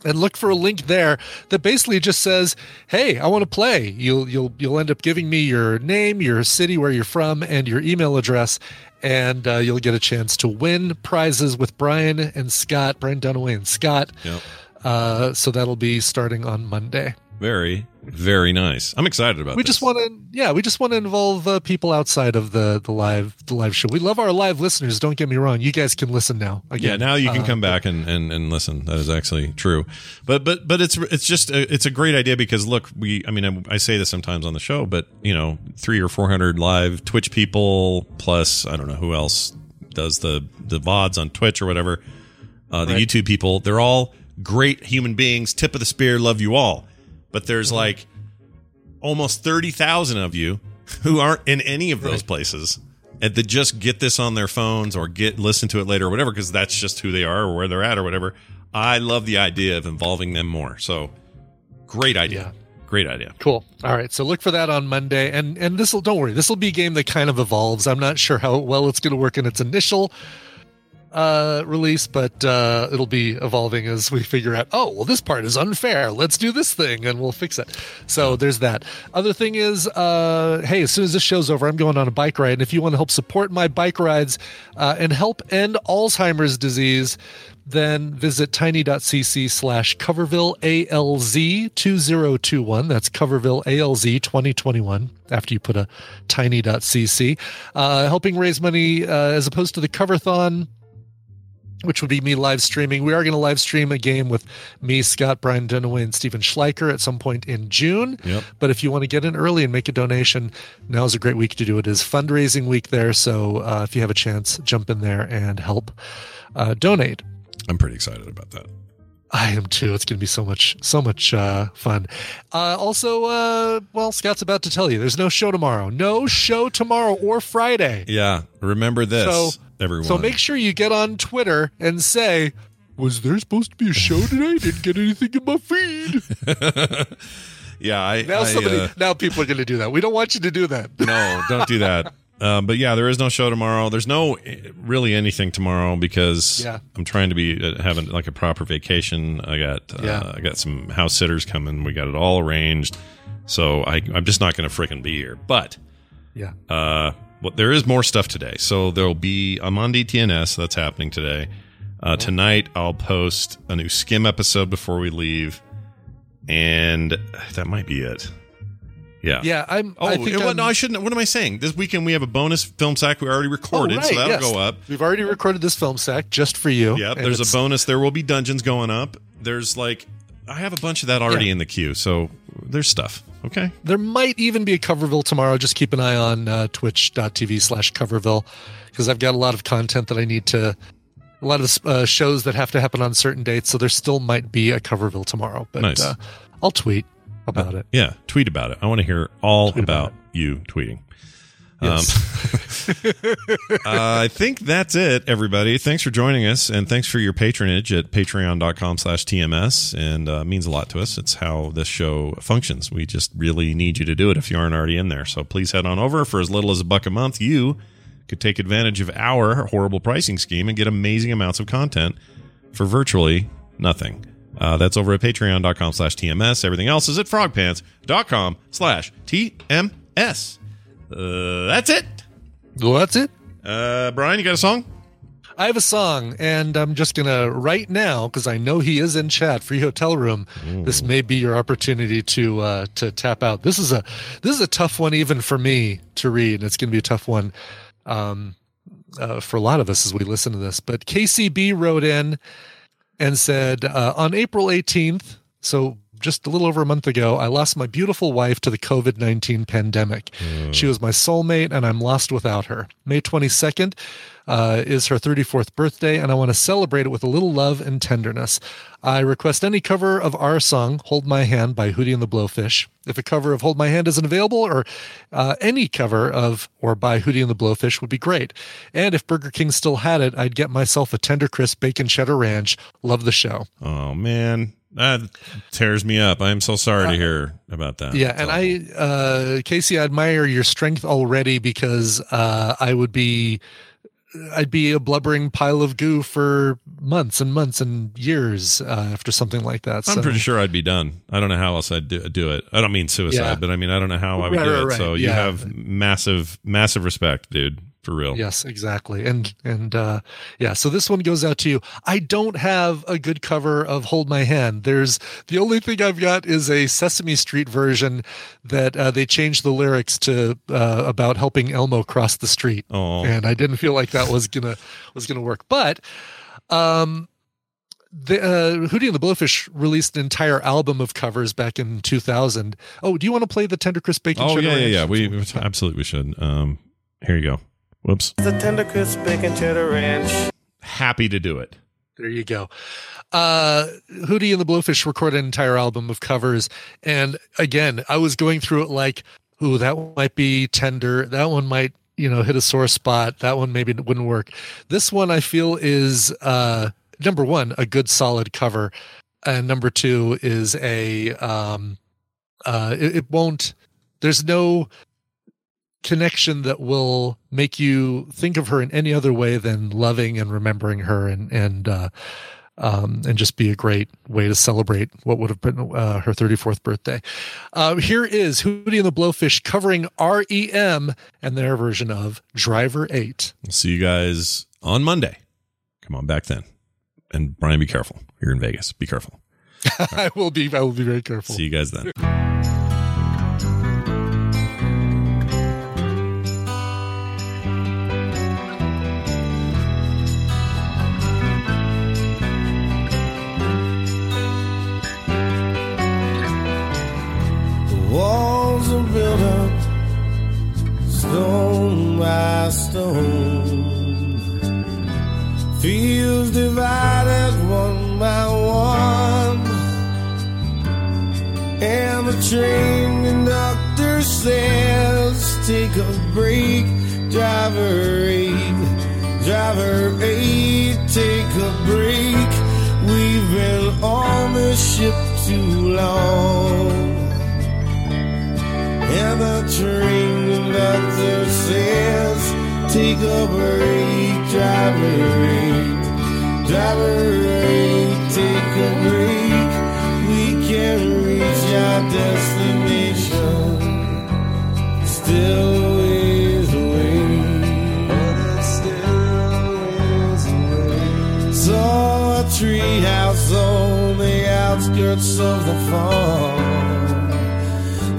B: and look for a link there that basically just says, "Hey, I want to play." You'll you'll you'll end up giving me your name, your city, where you're from, and your email address, and uh, you'll get a chance to win prizes with Brian and Scott, Brian Dunaway and Scott.
A: Yep.
B: Uh, so that'll be starting on Monday.
A: Very, very nice. I'm excited about
B: we
A: this.
B: just want to, yeah, we just want to involve uh, people outside of the the live the live show. We love our live listeners. Don't get me wrong; you guys can listen now.
A: yeah, now you can
B: Uh,
A: come back and, and, and listen. That is actually true, but but but it's it's just a, it's a great idea because look, we I mean I, I say this sometimes on the show, but you know three or four hundred live Twitch people plus I don't know who else does the the vods on Twitch or whatever. Uh, the
H: Right.
A: YouTube people, they're all great human beings. Tip of the spear, love you all, but there's like almost 30,000 of you who aren't in any of those places and that just get this on their phones or get listen to it later or whatever because that's just who they are or where they're at or whatever I love the idea of involving them more. So great idea. Great idea.
B: Cool. All right. So look for that on Monday. And and this will don't worry, this will be a game that kind of evolves. I'm not sure how well it's gonna work in its initial uh release, but uh it'll be evolving as we figure out, oh well this part is unfair. Let's do this thing and we'll fix it. So there's that. Other thing is uh hey, as soon as this show's over, I'm going on a bike ride. And if you want to help support my bike rides uh, and help end Alzheimer's disease, then visit tiny.cc slash coverville alz 2021 that's coverville alz 2021 after you put a tiny.cc uh, helping raise money uh, as opposed to the coverthon which would be me live streaming. We are going to live stream a game with me, Scott, Brian Dunaway, and Stephen Schleicher at some point in June.
A: Yep.
B: But if you want to get in early and make a donation, now is a great week to do it. It is fundraising week there. So uh, if you have a chance, jump in there and help uh, donate.
A: I'm pretty excited about that.
B: I am too. It's going to be so much, so much uh, fun. Uh, also, uh, well, Scott's about to tell you there's no show tomorrow. No show tomorrow or Friday.
A: Yeah. Remember this,
B: So-
A: everyone.
B: So make sure you get on Twitter and say, "Was there supposed to be a show today? Didn't get anything in my feed."
A: yeah. I,
B: Now
A: I,
B: somebody,
A: uh,
B: now people are going to do that. We don't want you to do that.
A: no, don't do that. Um, but yeah, there is no show tomorrow. There's no eh, really anything tomorrow because
B: Yeah.
A: I'm trying to be uh, having like a proper vacation. I got uh,
B: Yeah.
A: I got some house sitters coming. We got it all arranged, so I, I'm just not going to fricking be here. But
B: Yeah.
A: uh, well, there is more stuff today. So there'll be I'm on DTNS. That's happening today. Uh, Tonight I'll post a new Skim episode before we leave, and that might be it. Yeah.
B: Yeah, I'm.
A: Oh,
B: I think
A: it- well,
B: I'm-
A: no, I shouldn't. What am I saying? This weekend we have a bonus film sack we already recorded,
B: Oh,
A: so
B: right,
A: that'll
B: yes.
A: go up.
B: We've already recorded this film sack just for you.
A: Yep.
B: and
A: There's
B: it's-
A: a bonus. There will be dungeons going up. There's like, I have a bunch of that already in the queue, so there's stuff. Okay.
B: There might even be a Coverville tomorrow. Just keep an eye on uh, twitch.tv slash Coverville because I've got a lot of content that I need to, a lot of uh, shows that have to happen on certain dates. So there still might be a Coverville tomorrow. But
A: Nice.
B: uh, I'll tweet about it.
A: Uh, Yeah. Tweet about it. I want to hear all about, you tweeting. Um, I think that's it, everybody. Thanks for joining us, and thanks for your patronage at patreon.com slash TMS. And uh, it means a lot to us. It's how this show functions. We just really need you to do it if you aren't already in there. So please head on over. For as little as a buck a month, you could take advantage of our horrible pricing scheme and get amazing amounts of content for virtually nothing. Uh, that's over at patreon.com slash TMS. Everything else is at frogpants.com slash TMS. Uh, that's it.
B: Well, that's it.
A: Uh, Brian, you got a song?
B: I have a song, and I'm just gonna right now because I know he is in chat. Free hotel room. This may be your opportunity to uh, to tap out. This is a this is a tough one even for me to read. It's gonna be a tough one um, uh, for a lot of us as we listen to this. But KCB wrote in and said uh, on April 18th, so just a little over a month ago, I lost my beautiful wife to the COVID 19 pandemic.
A: Hmm.
B: She was my soulmate, and I'm lost without her. May 22nd uh, is her 34th birthday, and I want to celebrate it with a little love and tenderness. I request any cover of our song, Hold My Hand by Hootie and the Blowfish. If a cover of Hold My Hand isn't available, or uh, any cover of or by Hootie and the Blowfish would be great. And if Burger King still had it, I'd get myself a Tender Crisp Bacon Cheddar Ranch. Love the show.
A: Oh, man. That tears me up. I'm so sorry to hear about that.
B: Uh, yeah, and I, uh, Casey, I admire your strength already because uh, I would be, I'd be a blubbering pile of goo for months and months and years uh, after something like that.
A: I'm pretty sure I'd be done. I don't know how else I'd do, do it. I don't mean suicide,
B: Yeah.
A: but I mean, I don't know how I would
B: Right,
A: do
B: right,
A: it.
B: right.
A: So you
B: Yeah.
A: have massive, massive respect, dude, for real.
B: Yes, exactly. And and uh yeah, so this one goes out to you. I don't have a good cover of Hold My Hand. There's the only thing I've got is a Sesame Street version that uh, they changed the lyrics to uh, about helping Elmo cross the street.
A: Oh.
B: And I didn't feel like that was going to was going to work. But um the uh, Hootie and the Blowfish released an entire album of covers back in 2000. Oh, do you want to play the Tender Crisp Bacon
A: Oh,
B: Cheddar
A: yeah, yeah,
B: Ranch?
A: yeah. We, we absolutely we should. Um, here you go. Whoops.
H: The tender crisp bacon cheddar ranch.
A: Happy to do it.
B: There you go. Uh, Hootie and the Blowfish recorded an entire album of covers. And again, I was going through it like, ooh, that one might be tender. That one might, you know, hit a sore spot. That one maybe wouldn't work. This one I feel is uh, number one, a good solid cover, and number two is a um, uh, it, it won't. There's no connection that will make you think of her in any other way than loving and remembering her, and and uh, um, and just be a great way to celebrate what would have been uh, her 34th birthday. Uh, here is Hootie and the Blowfish covering REM and their version of Driver 8.
A: We'll see you guys on Monday. Come on back then. And Brian, be careful. You're in Vegas. Be careful.
B: I will be I will be very careful.
A: See you guys then.
X: The walls are built up stone by stone. Fields divided one by one. And the train conductor says, Take a break, driver eight. Driver eight, take a break. We've been on the ship too long. And the train conductor says, Take a break, driver eight. Driver eight, take a break. We can reach our destination. Still a ways away. But it's still a ways away. Saw a treehouse on the outskirts of the farm.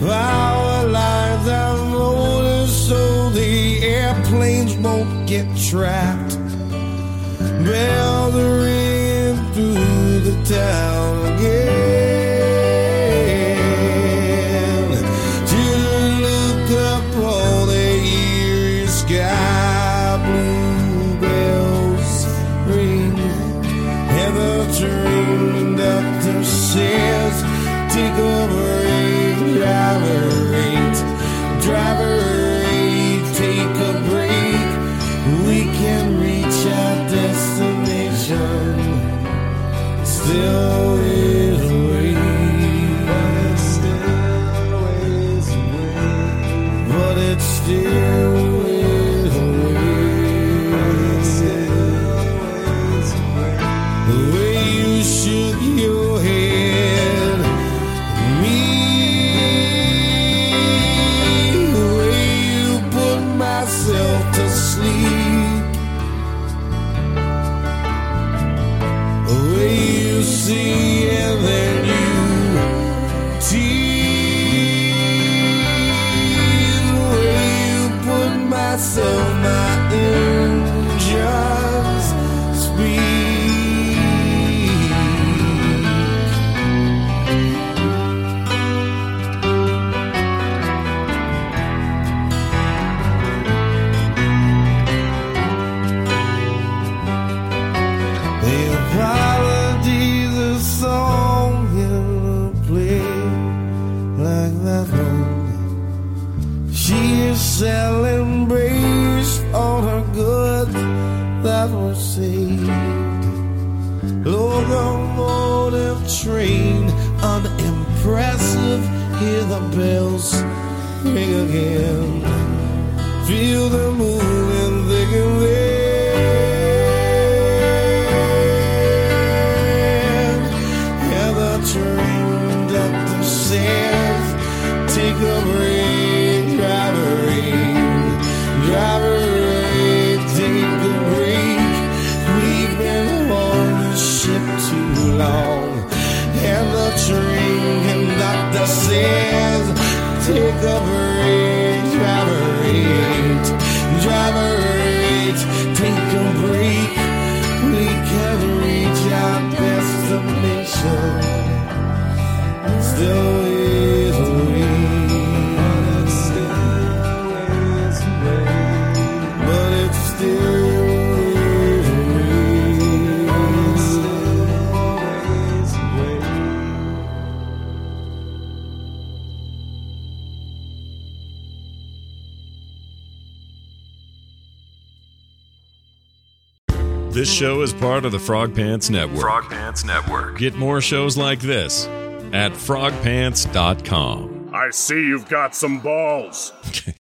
X: Our lives are loaded so the airplanes won't get trapped. Bells are ringing through the town again. Children look up all they hear is sky blue bells ring. And the train conductor says, Take a break, driver eight. Driver eight, take a break. We can reach our destination. Still is away. But it's still is away. But it's still is away. But it's still is away. The way you shook your head, me, the way you put myself to sleep, the way you see and then you tease, the way you put myself, my engines speak. The apologies a song in a play like that one. She is selling based on her goods that were saved. Locomotive train, unimpressive. Hear the bells ring again. Feel the moving thick and thin. Yeah, the train conductor says, take a break, driver eight, driver eight, take a break. We've been on the ship too long, and the train conductor says, take a break, driver eight, driver eight, take a break. We can reach our destination still is a way, but it's still is a way, but it's still is a way, but it's still is a way.
A: This show is part of the Frog Pants Network.
E: Frog Pants Network.
A: Get more shows like this at frogpants.com.
X: I see you've got some balls.